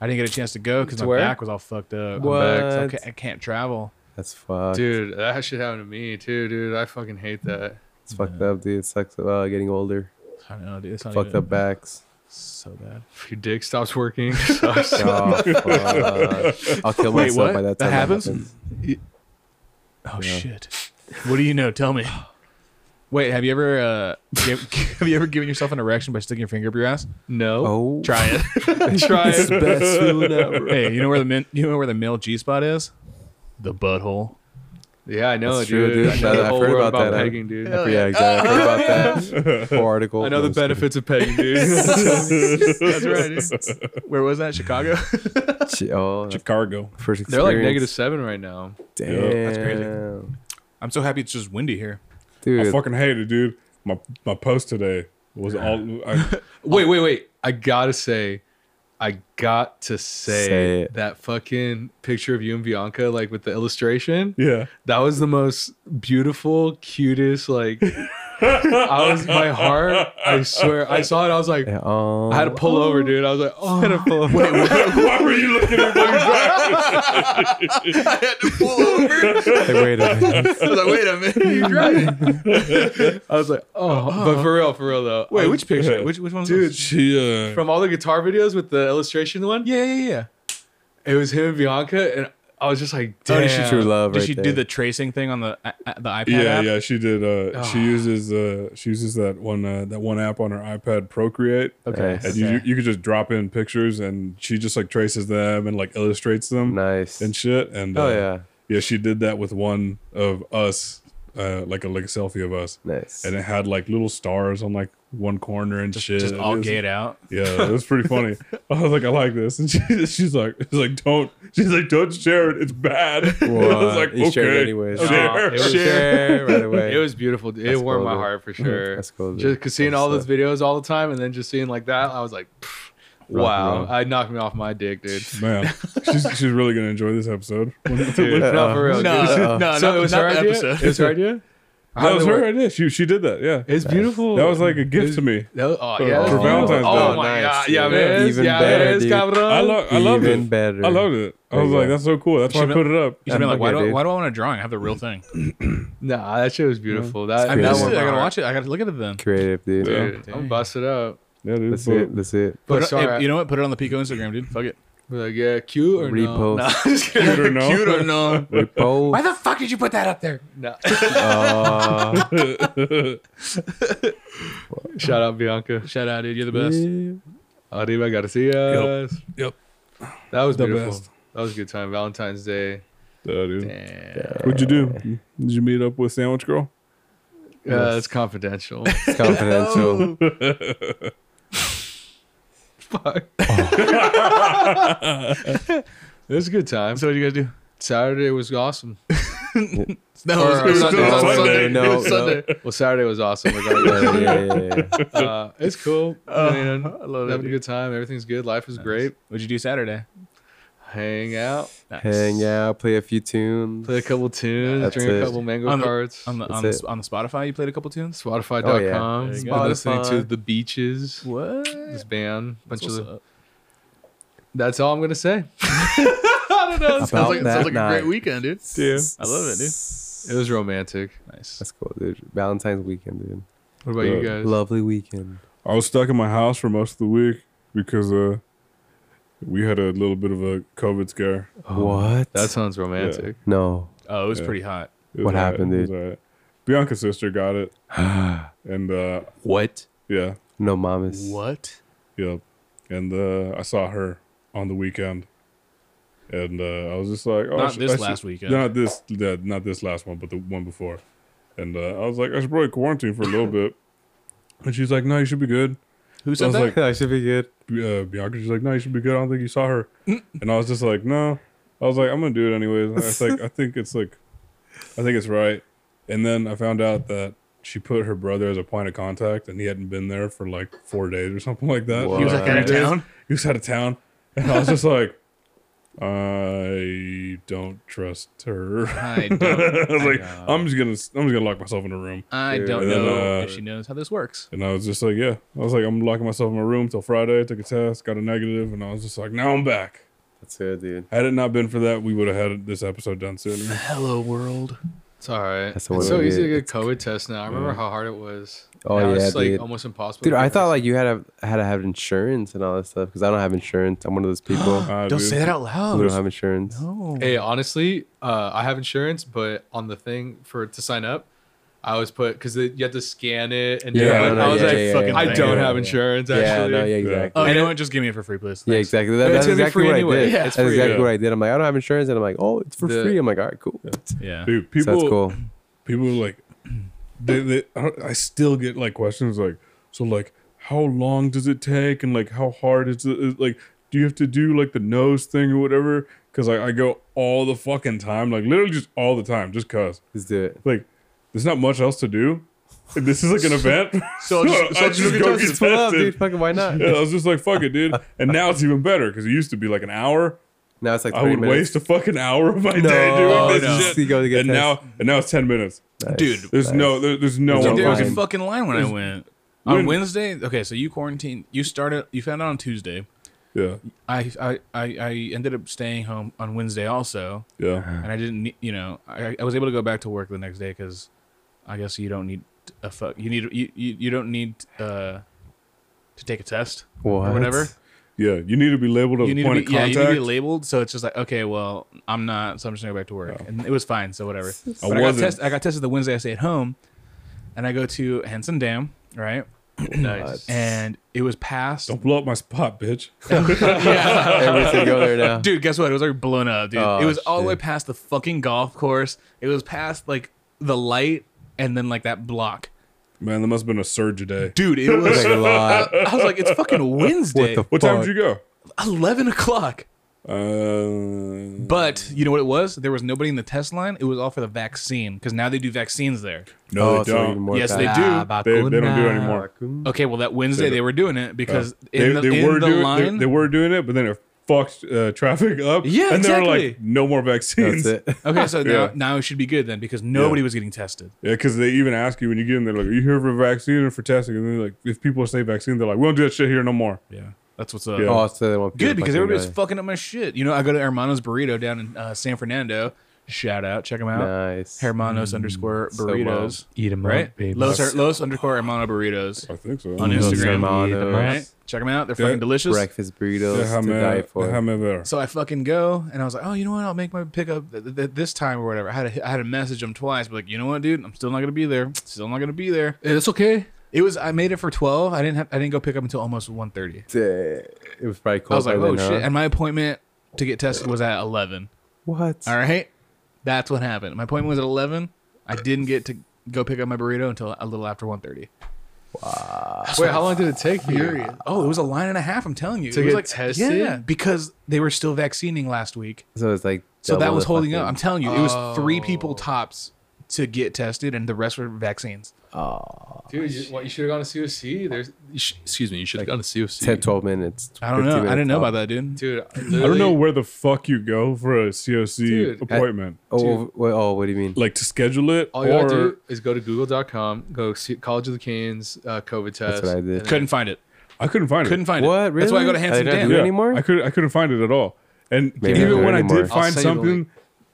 Speaker 3: I didn't get a chance to go because
Speaker 1: To
Speaker 3: my
Speaker 1: where?
Speaker 3: back was all fucked up. I'm back, so I
Speaker 4: What?
Speaker 3: can't- I can't travel.
Speaker 4: That's fucked.
Speaker 1: Dude, that shit happened to me too, dude. I fucking hate that.
Speaker 4: It's fucked up, dude. It sucks about getting older.
Speaker 3: I don't know, dude. It's not
Speaker 4: Fucked
Speaker 3: even-
Speaker 4: up backs.
Speaker 3: So bad.
Speaker 1: Your dick stops working. (laughs) Sucks.
Speaker 4: Oh, fuck. I'll kill
Speaker 3: Wait,
Speaker 4: myself
Speaker 3: what?
Speaker 4: by
Speaker 3: That
Speaker 4: that time.
Speaker 3: happens? Oh shit. What do you know? Tell me. Wait, have you ever uh, (laughs) give, have you ever given yourself an erection by sticking your finger up your ass?
Speaker 1: No.
Speaker 4: Oh,
Speaker 3: (laughs) Try it.
Speaker 1: (laughs) Try
Speaker 4: it's
Speaker 1: it.
Speaker 4: best feeling ever.
Speaker 3: hey, you know where the min- you know where the male G spot is? The butthole.
Speaker 1: Yeah, I know,
Speaker 4: That's true,
Speaker 1: dude.
Speaker 4: dude.
Speaker 1: I know the
Speaker 4: I've
Speaker 1: whole
Speaker 4: heard
Speaker 1: world
Speaker 4: about
Speaker 1: about
Speaker 4: that. I-
Speaker 1: pegging, dude.
Speaker 4: Yeah, exactly. I heard about that. Whole article.
Speaker 1: I know the
Speaker 4: No, I'm
Speaker 1: benefits of pegging,
Speaker 3: (laughs)
Speaker 1: dude. (laughs)
Speaker 3: That's right. dude. Where was that? Chicago.
Speaker 4: just kidding. Shit, Oh, that's
Speaker 2: Chicago.
Speaker 4: first experience.
Speaker 1: They're like negative seven right now.
Speaker 4: Damn.
Speaker 2: Yeah,
Speaker 3: that's crazy. I'm so happy it's just windy
Speaker 4: (laughs)
Speaker 3: here.
Speaker 4: Dude,
Speaker 2: I fucking hate it, dude. My my post today was all.
Speaker 3: (laughs)
Speaker 2: I,
Speaker 1: Wait, wait, wait. I gotta say, I got to say,
Speaker 4: Say it.
Speaker 1: that fucking picture of you and Bianca, like with the illustration.
Speaker 2: yeah.
Speaker 1: That was the most beautiful, cutest, like I was my heart, I swear. I saw it, I was like,
Speaker 4: Yeah, um,
Speaker 1: I had to pull over, dude. (laughs) I was like, oh,
Speaker 2: Why were you looking at
Speaker 4: like,
Speaker 2: my
Speaker 4: (laughs) wait a minute.
Speaker 3: I was like, wait a (laughs) minute, you're driving.
Speaker 1: I was like, oh, but for real, for real though. I
Speaker 3: Wait,
Speaker 1: was-
Speaker 3: which picture? Which which one?
Speaker 2: dude? She uh,
Speaker 1: from all the guitar videos with the illustration one,
Speaker 3: Yeah, yeah, yeah.
Speaker 1: it was him and Bianca, and I was just like,
Speaker 3: Oh,
Speaker 1: damn.
Speaker 3: did she
Speaker 4: True
Speaker 3: (laughs)
Speaker 4: love
Speaker 3: Did
Speaker 4: right
Speaker 3: she
Speaker 4: there.
Speaker 3: do the tracing thing on the uh, the iPad
Speaker 2: yeah
Speaker 3: app?
Speaker 2: yeah she did uh she
Speaker 1: Ah.
Speaker 2: uses uh she uses that one uh that one app on her ipad procreate
Speaker 4: Okay.
Speaker 2: and
Speaker 4: Nice.
Speaker 2: you,
Speaker 3: Okay.
Speaker 2: you could just drop in pictures and she just like traces them and like illustrates them and shit and uh,
Speaker 4: Oh, yeah.
Speaker 2: Yeah, she did that with one of us, uh, like a like a selfie of us,
Speaker 4: Nice. (laughs)
Speaker 2: and it had like little stars on like one corner and shit.
Speaker 3: Just all
Speaker 2: It was-
Speaker 3: gate out.
Speaker 2: Yeah, it was pretty funny. I was like, I like this, and she, (laughs) she's like, she's like, don't, she's like, don't share it. It's bad. (laughs) And
Speaker 1: uh,
Speaker 2: I was
Speaker 4: Well,
Speaker 2: like,
Speaker 4: he shared
Speaker 2: okay,
Speaker 4: anyways.
Speaker 1: Aw, it
Speaker 2: share.
Speaker 1: was-
Speaker 4: Share right away.
Speaker 1: It was beautiful. dude. It
Speaker 4: That's
Speaker 1: warmed
Speaker 4: cool,
Speaker 1: my
Speaker 4: dude.
Speaker 1: heart for sure.
Speaker 4: That's cool, dude.
Speaker 1: Just cause seeing
Speaker 4: That's
Speaker 1: all those videos all the time and then just seeing like that, I was like, pfft, wow,
Speaker 4: roll.
Speaker 1: I knocked me off my dick, dude.
Speaker 2: (laughs) Man, she's she's really gonna enjoy this episode.
Speaker 1: (laughs) (laughs) Dude,
Speaker 2: that
Speaker 1: no, for real.
Speaker 3: No,
Speaker 1: dude.
Speaker 3: no, no,
Speaker 1: so it was
Speaker 3: not
Speaker 1: her
Speaker 3: the
Speaker 1: idea.
Speaker 3: episode.
Speaker 1: It was her idea. How
Speaker 2: was
Speaker 1: did it
Speaker 2: her
Speaker 1: work?
Speaker 2: idea. She she did that. Yeah,
Speaker 1: It's beautiful.
Speaker 2: that was like a gift
Speaker 1: It's-
Speaker 2: to me.
Speaker 1: That was, oh,
Speaker 2: For-
Speaker 1: yeah, that
Speaker 2: for
Speaker 1: was beautiful.
Speaker 2: Valentine's
Speaker 1: Oh,
Speaker 4: Day.
Speaker 1: my
Speaker 4: Nice,
Speaker 1: god,
Speaker 4: dude.
Speaker 1: yeah, man,
Speaker 4: Even
Speaker 1: yeah,
Speaker 4: better,
Speaker 1: man,
Speaker 4: dude.
Speaker 1: cabrón.
Speaker 2: I love I loved
Speaker 4: Even
Speaker 2: it.
Speaker 4: better.
Speaker 2: I loved it. I
Speaker 4: There
Speaker 2: was
Speaker 4: you
Speaker 2: like,
Speaker 4: go.
Speaker 2: that's so cool. That's why I
Speaker 3: should've-
Speaker 2: put it up.
Speaker 3: You should be like, why
Speaker 4: Okay,
Speaker 3: do, I,
Speaker 4: dude.
Speaker 3: why do I want a drawing? I have the real thing.
Speaker 1: Nah, that shit was beautiful. That
Speaker 3: I
Speaker 1: that
Speaker 3: missed
Speaker 4: one
Speaker 1: warmed
Speaker 3: it.
Speaker 1: my
Speaker 3: I gotta
Speaker 1: heart.
Speaker 3: watch it. I gotta look at it then.
Speaker 4: creative, dude.
Speaker 2: Yeah.
Speaker 1: Dude, I'm busted up.
Speaker 2: Yeah, dude.
Speaker 4: That's
Speaker 2: but-
Speaker 3: (laughs)
Speaker 4: it. That's it.
Speaker 1: But
Speaker 3: Put it,
Speaker 1: sorry,
Speaker 3: hey, you know what? Put it on the Pico Instagram, dude. Fuck it.
Speaker 1: like yeah, cute or
Speaker 4: Repost.
Speaker 1: no? Repost.
Speaker 2: Cute or no?
Speaker 3: Cute or no?
Speaker 4: Repo.
Speaker 1: the fuck did you put that up there?
Speaker 3: (laughs)
Speaker 1: No.
Speaker 4: Uh,
Speaker 1: Shout out Bianca.
Speaker 3: (laughs) Shout out, dude. You're the best.
Speaker 1: Arriba Garcia.
Speaker 2: Yep.
Speaker 1: That was
Speaker 2: The
Speaker 1: beautiful.
Speaker 2: best.
Speaker 1: That was a good time. Valentine's Day.
Speaker 2: Yeah, dude.
Speaker 1: Damn.
Speaker 2: What'd you do? Did you meet up with Sandwich Girl?
Speaker 1: Uh, it's confidential.
Speaker 4: It's confidential.
Speaker 1: fuck. it was a good time.
Speaker 3: So what you guys do?
Speaker 1: Saturday was awesome. Or-
Speaker 3: No, it's-
Speaker 1: or Sunday.
Speaker 2: Sunday.
Speaker 1: Sunday.
Speaker 4: No,
Speaker 3: Oh,
Speaker 1: It was
Speaker 4: no.
Speaker 1: Sunday. Well, Saturday was awesome.
Speaker 3: (laughs)
Speaker 1: regardless.
Speaker 4: yeah, yeah, yeah, yeah.
Speaker 1: Uh, it's cool. You know,
Speaker 3: Oh, I love that,
Speaker 1: having a
Speaker 3: dude.
Speaker 1: good time. Everything's good. Life is great.
Speaker 3: What'd you do Saturday?
Speaker 1: Hang out,
Speaker 3: Nice.
Speaker 4: Hang out, play a few tunes.
Speaker 1: play a couple tunes,
Speaker 4: That's
Speaker 1: drink a
Speaker 4: it.
Speaker 1: couple mango
Speaker 3: On the-
Speaker 1: cards.
Speaker 3: on the on
Speaker 4: That's
Speaker 3: the, on the Spotify. You played a couple tunes.
Speaker 1: Spotify.com.
Speaker 4: Oh, yeah.
Speaker 3: There you
Speaker 1: Been
Speaker 3: go.
Speaker 1: listening to
Speaker 4: Spotify.
Speaker 1: the beaches.
Speaker 3: What?
Speaker 1: This band, bunch
Speaker 3: What's
Speaker 1: of.
Speaker 3: up?
Speaker 1: That's all I'm gonna say. I don't know. It
Speaker 4: About
Speaker 1: sounds like, it
Speaker 4: that
Speaker 1: sounds like
Speaker 4: night.
Speaker 1: a great week.
Speaker 3: weekend, dude.
Speaker 1: Yeah.
Speaker 3: I love it, dude.
Speaker 1: It was romantic.
Speaker 3: Nice.
Speaker 4: That's cool, dude. Valentine's weekend, dude.
Speaker 1: What about you
Speaker 2: Good.
Speaker 1: guys?
Speaker 4: Lovely weekend.
Speaker 2: I was stuck in my house for most of the week because uh, we had a little bit of a COVID scare.
Speaker 1: Oh,
Speaker 4: what?
Speaker 1: That sounds romantic.
Speaker 4: no.
Speaker 3: Oh, it was
Speaker 2: Yeah.
Speaker 3: pretty hot.
Speaker 2: It was
Speaker 4: What
Speaker 2: all right.
Speaker 4: happened,
Speaker 2: It was
Speaker 4: dude?
Speaker 2: all right. Bianca's sister
Speaker 4: (gasps)
Speaker 2: got it, and uh,
Speaker 1: What?
Speaker 2: yeah,
Speaker 4: No, mamas.
Speaker 3: What?
Speaker 2: yeah, and uh, I saw her on the weekend, and uh, I was just like, oh, I
Speaker 3: Not
Speaker 2: should-
Speaker 3: this
Speaker 2: I should-
Speaker 3: last weekend.
Speaker 2: not this, yeah, not this last one, but the one before, and uh, I was like, I should probably quarantine for a little bit, and she's like, no, you should be good.
Speaker 3: Who
Speaker 2: I
Speaker 3: said
Speaker 2: was
Speaker 3: that?
Speaker 2: like,
Speaker 4: I should be good.
Speaker 2: uh, Bianca. She's like, no, you should be good. I don't think you
Speaker 3: (laughs)
Speaker 2: saw her. and I was just like, no. I was like, I'm gonna do it anyways. And I was like, I think it's like, I think it's right. And then I found out that she put her brother as a point of contact, and he hadn't been there for like four days or something like that.
Speaker 4: He was, like,
Speaker 3: out of
Speaker 2: Three days.
Speaker 3: town?
Speaker 2: He was out of town, and I was just like, I don't trust her. (laughs)
Speaker 3: I
Speaker 2: I
Speaker 3: don't.
Speaker 2: was
Speaker 3: I
Speaker 2: like,
Speaker 3: know.
Speaker 2: I'm just gonna, I'm just gonna lock myself in a room.
Speaker 3: I
Speaker 4: Dude.
Speaker 3: don't
Speaker 2: And then,
Speaker 3: know
Speaker 2: uh,
Speaker 3: if she knows how this works.
Speaker 2: And I was just like, yeah. I was like, I'm locking myself in my room till Friday. Took a test, got a negative, and I was just like, now I'm back.
Speaker 4: That's it, dude.
Speaker 2: Had it not been for that, we would have had this episode done sooner.
Speaker 3: Hello, world.
Speaker 1: It's all right. That's
Speaker 4: That's the
Speaker 1: it's
Speaker 4: way
Speaker 1: so
Speaker 4: it
Speaker 1: easy to
Speaker 4: is.
Speaker 1: get COVID tests now. I remember how hard it was.
Speaker 4: Oh,
Speaker 1: now
Speaker 4: yeah,
Speaker 1: it's like
Speaker 4: dude.
Speaker 1: almost impossible.
Speaker 4: Dude,
Speaker 1: to
Speaker 4: I
Speaker 1: get
Speaker 4: thought
Speaker 1: it.
Speaker 4: like you had to had to have insurance and all that stuff because I don't have insurance. I'm one of
Speaker 1: (gasps)
Speaker 4: those
Speaker 1: Oh,
Speaker 4: people who
Speaker 2: Uh,
Speaker 3: don't
Speaker 2: dude.
Speaker 3: say that out loud. Oh.
Speaker 4: don't have insurance.
Speaker 3: No.
Speaker 1: Hey, honestly, uh, I have insurance, but on the thing for to sign up, I was put because you had to scan it, and
Speaker 4: Yeah,
Speaker 1: yeah,
Speaker 4: no, no,
Speaker 1: I was
Speaker 4: yeah,
Speaker 1: like,
Speaker 4: yeah, yeah,
Speaker 1: "Fuck,
Speaker 4: yeah,
Speaker 1: I
Speaker 4: yeah,
Speaker 1: don't
Speaker 2: yeah,
Speaker 1: have
Speaker 2: yeah.
Speaker 1: insurance.
Speaker 4: Yeah,
Speaker 1: Actually,
Speaker 3: (laughs)
Speaker 4: no, yeah,
Speaker 2: Yeah.
Speaker 4: exactly.
Speaker 3: Oh, you know what? Just give me it for free, please.
Speaker 4: Yeah,
Speaker 3: Thanks.
Speaker 4: exactly. That,
Speaker 1: It's
Speaker 4: that's
Speaker 1: gonna be
Speaker 4: exactly
Speaker 1: free
Speaker 4: what I
Speaker 1: anyway.
Speaker 4: did.
Speaker 1: Yeah, it's
Speaker 4: that's
Speaker 1: free.
Speaker 4: exactly
Speaker 2: Yeah.
Speaker 4: what I did. I'm like, I don't have insurance, and I'm like, oh, it's for
Speaker 1: The-
Speaker 4: free. I'm like, all right, cool.
Speaker 3: Yeah.
Speaker 2: dude. People,
Speaker 4: so that's cool.
Speaker 2: people like, they, they, I, don't- I still get like questions like, so like, how long does it take, and like, how hard is it? Is, like, do you have to do like the nose thing or whatever? Because I, I go all the fucking time, like literally just all the time, just cause.
Speaker 4: Let's do it.
Speaker 2: Like, there's not much else to do. And This is like
Speaker 3: (laughs)
Speaker 2: an event,
Speaker 3: so I'll just- so
Speaker 2: (laughs) I
Speaker 3: I'll just
Speaker 2: go
Speaker 4: Just
Speaker 2: get
Speaker 4: pull up,
Speaker 2: tested.
Speaker 4: dude. Fucking why not?
Speaker 2: Yeah, I was just like, fuck it, dude. And now it's even better because it used to be like an hour.
Speaker 4: Now it's like
Speaker 2: I
Speaker 4: 30
Speaker 2: would
Speaker 4: minutes.
Speaker 2: waste a fucking hour of my day
Speaker 4: No,
Speaker 2: doing this
Speaker 3: no.
Speaker 2: shit.
Speaker 4: You go to get
Speaker 2: and now, and now it's ten minutes.
Speaker 4: Nice.
Speaker 3: Dude.
Speaker 2: There's no, there, there's no
Speaker 4: There's
Speaker 2: one.
Speaker 4: no
Speaker 3: There was a
Speaker 4: line.
Speaker 3: fucking line when I went
Speaker 2: when-
Speaker 3: on Wednesday. Okay, so you quarantined. You started. You found out on Tuesday.
Speaker 2: yeah,
Speaker 3: I I I, I ended up staying home on Wednesday also,
Speaker 2: yeah.
Speaker 3: and I didn't. need- You know, I, I was able to go back to work the next day because I guess you don't need a fuck. You need you you, you don't need uh to take a test
Speaker 4: What?
Speaker 3: or whatever.
Speaker 2: Yeah, you need to be labeled as
Speaker 3: You
Speaker 2: a
Speaker 3: need
Speaker 2: point
Speaker 3: to
Speaker 2: of
Speaker 3: be yeah,
Speaker 2: contact.
Speaker 3: you need to be labeled. So it's just like okay, well, I'm not, so I'm just gonna go back to work, and it was fine. So whatever. But I, got
Speaker 2: Oh. wasn't.
Speaker 3: tested. I got tested the Wednesday I stayed home, and I go to Henson Dam, right?
Speaker 1: nice.
Speaker 3: and it was passed.
Speaker 2: Don't blow up my spot, bitch.
Speaker 3: (laughs) Yeah.
Speaker 2: (laughs)
Speaker 4: Every single there now.
Speaker 3: dude, guess what? It was already blown up, dude.
Speaker 4: Oh,
Speaker 3: it was all the way
Speaker 4: shit.
Speaker 3: past the fucking golf course. It was past like the light and then like that block.
Speaker 2: Man, there must have been a surge today.
Speaker 3: Dude, it was.
Speaker 4: Like a lot.
Speaker 3: (laughs) I was like, it's fucking Wednesday,
Speaker 4: the
Speaker 2: What time did you go?
Speaker 3: eleven o'clock.
Speaker 2: Uh,
Speaker 3: But you know what it was? There was nobody in the test line. It was all for the vaccine because now they do vaccines there.
Speaker 2: no,
Speaker 4: Oh,
Speaker 2: they
Speaker 4: so even
Speaker 2: don't.
Speaker 4: more
Speaker 3: yes,
Speaker 4: fat.
Speaker 3: they do.
Speaker 2: They, they don't do it anymore.
Speaker 3: Okay, well that Wednesday they were doing it because
Speaker 2: They,
Speaker 3: in the,
Speaker 2: they
Speaker 3: in
Speaker 2: were
Speaker 3: the
Speaker 2: doing
Speaker 3: line.
Speaker 2: They, they were doing it, but then it fucked uh, traffic up.
Speaker 3: Yeah,
Speaker 2: and they were like,
Speaker 3: exactly.
Speaker 2: no more vaccines.
Speaker 4: That's it.
Speaker 3: (laughs) Okay, so now,
Speaker 2: Yeah.
Speaker 3: now it should be good then because nobody was getting tested.
Speaker 2: Yeah, because they even ask you when you get in, they're like, "Are you here for vaccine or for testing?" And they're like, if people say vaccine, they're like, "We don't do that shit here no more."
Speaker 3: Yeah, that's what's up.
Speaker 2: Yeah.
Speaker 4: Oh, so they won't
Speaker 3: Good because everybody's fucking up my shit. You know, I go to Hermanos Burrito down in uh, San Fernando. Shout out, check them out.
Speaker 4: Nice.
Speaker 3: Hermanos
Speaker 2: Mm.
Speaker 3: underscore
Speaker 4: so well.
Speaker 3: burritos,
Speaker 5: Eat them
Speaker 3: right?
Speaker 5: up, baby.
Speaker 3: Los, Los underscore Hermano burritos.
Speaker 2: I think so.
Speaker 3: On
Speaker 2: yeah,
Speaker 3: Instagram.
Speaker 5: Eat 'em
Speaker 4: Hermanos.
Speaker 5: up.
Speaker 3: Right? Check them out. They're
Speaker 2: Yeah.
Speaker 3: fucking delicious.
Speaker 4: breakfast burritos to
Speaker 2: Déjame-
Speaker 4: die for.
Speaker 2: déjame ver.
Speaker 3: So I fucking go and I was like, oh, you know what? I'll make my pickup th- th- this time or whatever. I had to, I had to message them twice, but like, you know what, dude? I'm still not gonna be there. Still not gonna be there.
Speaker 1: it's okay.
Speaker 3: It was I made it for twelve. I didn't have, I didn't go pick up until almost 1.30.
Speaker 4: Damn. It was probably cold.
Speaker 3: I was like,
Speaker 4: by
Speaker 3: oh
Speaker 4: then,
Speaker 3: shit!
Speaker 4: huh?
Speaker 3: And my appointment to get tested was at eleven.
Speaker 4: What?
Speaker 3: All right, that's what happened. My appointment was at eleven. I didn't get to go pick up my burrito until a little after 1.30.
Speaker 1: Wait, how long did it take you?
Speaker 3: Oh, it was a line and a half. I'm telling you,
Speaker 1: To
Speaker 3: it was
Speaker 1: get
Speaker 3: like,
Speaker 1: tested?
Speaker 3: Yeah, because they were still vaccinating last week,
Speaker 4: So it's like.
Speaker 3: so that
Speaker 4: double
Speaker 3: was
Speaker 4: the
Speaker 3: holding
Speaker 4: fucking- Oh.
Speaker 3: up. I'm telling you, it was three people tops to get tested, and the rest were vaccines.
Speaker 1: Dude, you, what, you should have gone to COC. There's, you sh- excuse me, you should have gone to COC.
Speaker 4: 10, 12 minutes.
Speaker 3: I don't know.
Speaker 4: 15
Speaker 3: I didn't know
Speaker 4: minutes.
Speaker 3: about that, dude.
Speaker 1: Dude,
Speaker 2: I don't know where the fuck you go for a COC
Speaker 1: Dude.
Speaker 2: appointment,
Speaker 4: Oh, wait, oh, what do you mean?
Speaker 2: like to schedule it,
Speaker 1: All you
Speaker 2: or
Speaker 1: gotta do is go to google.com, go see College of the Canes uh, COVID test.
Speaker 4: That's what I did.
Speaker 1: and then-
Speaker 3: Couldn't find it.
Speaker 2: I couldn't find
Speaker 3: Couldn't
Speaker 2: it.
Speaker 3: find it.
Speaker 4: What? Really?
Speaker 3: That's why I go to Hanson
Speaker 4: They don't
Speaker 3: Dan.
Speaker 4: do it
Speaker 2: Yeah,
Speaker 4: anymore?
Speaker 2: I could I couldn't find it at all. And
Speaker 4: Maybe
Speaker 2: even
Speaker 4: not
Speaker 2: when I
Speaker 4: anymore.
Speaker 2: did
Speaker 4: I'll
Speaker 2: find
Speaker 1: send you the
Speaker 2: something,
Speaker 1: link.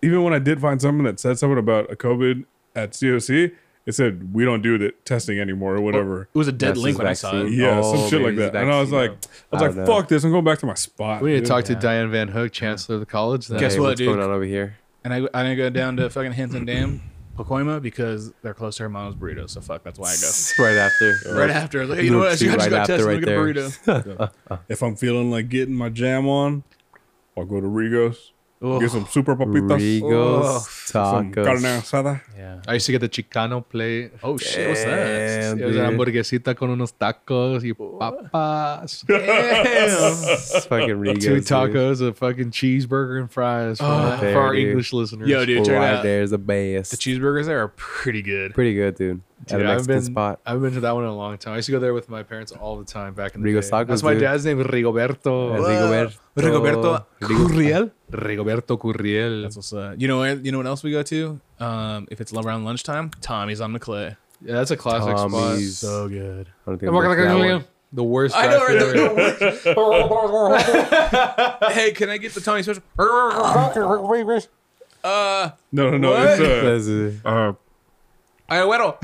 Speaker 2: even when I did find something that said something about a COVID at COC, it said we don't do the testing anymore or whatever.
Speaker 3: It was a dead
Speaker 4: That's
Speaker 3: link
Speaker 4: his
Speaker 3: when I saw it.
Speaker 4: vaccine.
Speaker 2: Yeah,
Speaker 4: Oh,
Speaker 2: some shit
Speaker 4: maybe
Speaker 2: like
Speaker 4: it's
Speaker 2: that. And I was
Speaker 4: vaccine.
Speaker 2: like, I was
Speaker 4: I
Speaker 2: like,
Speaker 4: don't know.
Speaker 2: fuck this. I'm going back to my spot.
Speaker 1: we need
Speaker 2: dude.
Speaker 1: to talk to Diane Van Hook, Chancellor of the college. Then.
Speaker 3: Guess
Speaker 4: Hey,
Speaker 3: what,
Speaker 4: what's
Speaker 3: dude?
Speaker 4: going on over here?
Speaker 3: And I, I didn't go down to fucking Hanson Dam, Pacoima, because they're close to Hermanos Burritos. So fuck, that's why I go.
Speaker 4: (laughs) It's right after.
Speaker 3: (laughs) Right after, I was like, you know what? I just
Speaker 4: Right
Speaker 3: got
Speaker 4: after,
Speaker 3: tested.
Speaker 4: right
Speaker 3: I'm gonna get a
Speaker 4: there. (laughs)
Speaker 3: burrito.
Speaker 2: If I'm feeling like getting my jam on, I'll go to Rigo's,
Speaker 3: Oh.
Speaker 2: get some super papitas,
Speaker 4: Regals, (laughs)
Speaker 2: some
Speaker 3: (laughs)
Speaker 2: carne
Speaker 4: tacos.
Speaker 2: asada.
Speaker 3: Yeah.
Speaker 1: I used to get the Chicano plate.
Speaker 3: Oh shit! What's that?
Speaker 1: It
Speaker 4: Damn,
Speaker 1: was an
Speaker 4: dude.
Speaker 1: hamburguesita con unos tacos y papas.
Speaker 4: Fucking Regals.
Speaker 1: Two
Speaker 4: dude.
Speaker 1: tacos, a fucking cheeseburger and fries for,
Speaker 3: Oh,
Speaker 1: for
Speaker 4: there,
Speaker 1: our
Speaker 4: dude.
Speaker 1: English listeners.
Speaker 3: Yo, dude, check it
Speaker 4: Right
Speaker 3: out.
Speaker 4: there's a
Speaker 3: The
Speaker 4: bass.
Speaker 3: cheeseburgers there are pretty good.
Speaker 4: Pretty good, dude. At
Speaker 1: Dude,
Speaker 4: a
Speaker 1: I haven't
Speaker 4: Mexican
Speaker 1: been,
Speaker 4: spot.
Speaker 1: I haven't been to that one in a long time. I used to go there with my parents all the time back in the
Speaker 4: Rigo
Speaker 1: day.
Speaker 4: tacos,
Speaker 1: That's my
Speaker 4: dude.
Speaker 1: dad's name, Rigoberto.
Speaker 4: Rigoberto.
Speaker 3: Rigoberto
Speaker 4: Curiel.
Speaker 1: Rigoberto Curriel.
Speaker 3: That's what's uh, you know what you know what else we go to? Um, if it's around lunchtime, Tommy's on McClay.
Speaker 1: yeah, that's a classic
Speaker 4: Tommy's.
Speaker 1: spot.
Speaker 3: So good.
Speaker 4: I don't think
Speaker 1: I'm
Speaker 4: I'm
Speaker 1: not
Speaker 4: going
Speaker 1: gonna-
Speaker 4: to
Speaker 1: The worst.
Speaker 3: I know,
Speaker 1: drive-thru
Speaker 3: right? The-
Speaker 1: ever.
Speaker 3: (laughs) hey, can I get the Tommy special? (laughs) uh,
Speaker 2: No, no, no.
Speaker 3: What?
Speaker 2: It's uh, uh,
Speaker 3: abuelo.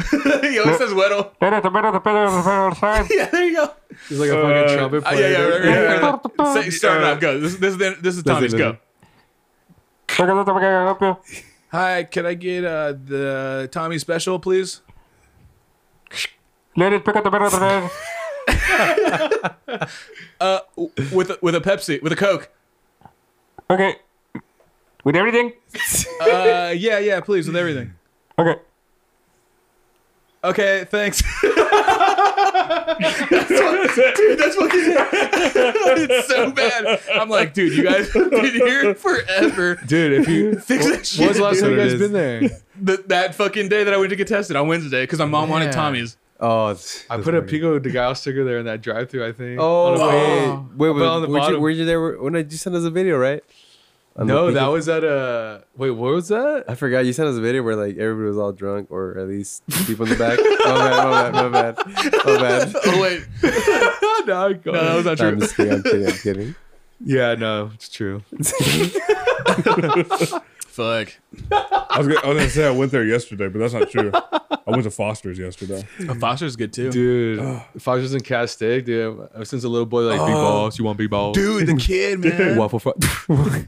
Speaker 3: he always says güero. (laughs) yeah, there you go.
Speaker 1: He's like a fucking
Speaker 2: Uh,
Speaker 1: trumpet
Speaker 3: Uh,
Speaker 1: player.
Speaker 3: yeah, yeah, right,
Speaker 1: dude.
Speaker 3: right, right, right. Say- Start it off. Go. This, this, this, this is Tommy's.
Speaker 4: listen.
Speaker 3: Go. Hi, can I get uh, the Tommy special, please?
Speaker 6: Ladies, pick up the better of the day.
Speaker 3: Uh, w- with a, with a Pepsi, with a Coke. (laughs)
Speaker 6: Okay. With everything?
Speaker 3: (laughs) Uh, yeah, yeah, please, with everything.
Speaker 6: Okay.
Speaker 3: Okay,
Speaker 1: (laughs)
Speaker 3: thanks. that's what, dude, that's what (laughs) it's so bad. I'm like, dude, you guys have been here forever.
Speaker 1: Dude, if (laughs) you
Speaker 3: Fix that shit.
Speaker 1: When was the last
Speaker 3: dude.
Speaker 1: time you
Speaker 4: It
Speaker 1: guys
Speaker 4: is.
Speaker 1: been there?
Speaker 3: Th- that fucking day that I went to get tested on Wednesday because my mom wanted
Speaker 1: Yeah.
Speaker 3: Tommy's.
Speaker 4: (laughs) Oh,
Speaker 1: I put a Pico de Gallo sticker there in that drive thru I think. On a-
Speaker 4: Oh, wait. Wait, wait.
Speaker 1: But on the
Speaker 4: were, you,
Speaker 1: bottom.
Speaker 4: were you there when I, you sent us a video, right? On the
Speaker 1: No, that
Speaker 4: Pico-
Speaker 1: was at a. Wait, what was that?
Speaker 4: (laughs) I forgot. You sent us a video where like everybody was all drunk, or at least people in
Speaker 1: (laughs)
Speaker 4: the back. oh, man, my bad. My bad. My bad.
Speaker 3: Oh wait,
Speaker 1: no, I'm going.
Speaker 3: no, that was not
Speaker 4: I'm
Speaker 3: true.
Speaker 4: just kidding. I'm kidding. I'm kidding.
Speaker 1: yeah, no, it's true.
Speaker 3: Fuck.
Speaker 2: I was gonna, I was gonna say I went there yesterday, but that's not true. I went to Foster's yesterday.
Speaker 3: A Foster's good too,
Speaker 1: Dude,
Speaker 4: (gasps)
Speaker 1: if I was just in Cat Steak, dude, ever since a little boy, like, big balls, you want big balls?
Speaker 3: (laughs) Dude, the
Speaker 1: (laughs)
Speaker 3: kid, man.
Speaker 4: Waffle (laughs) fry.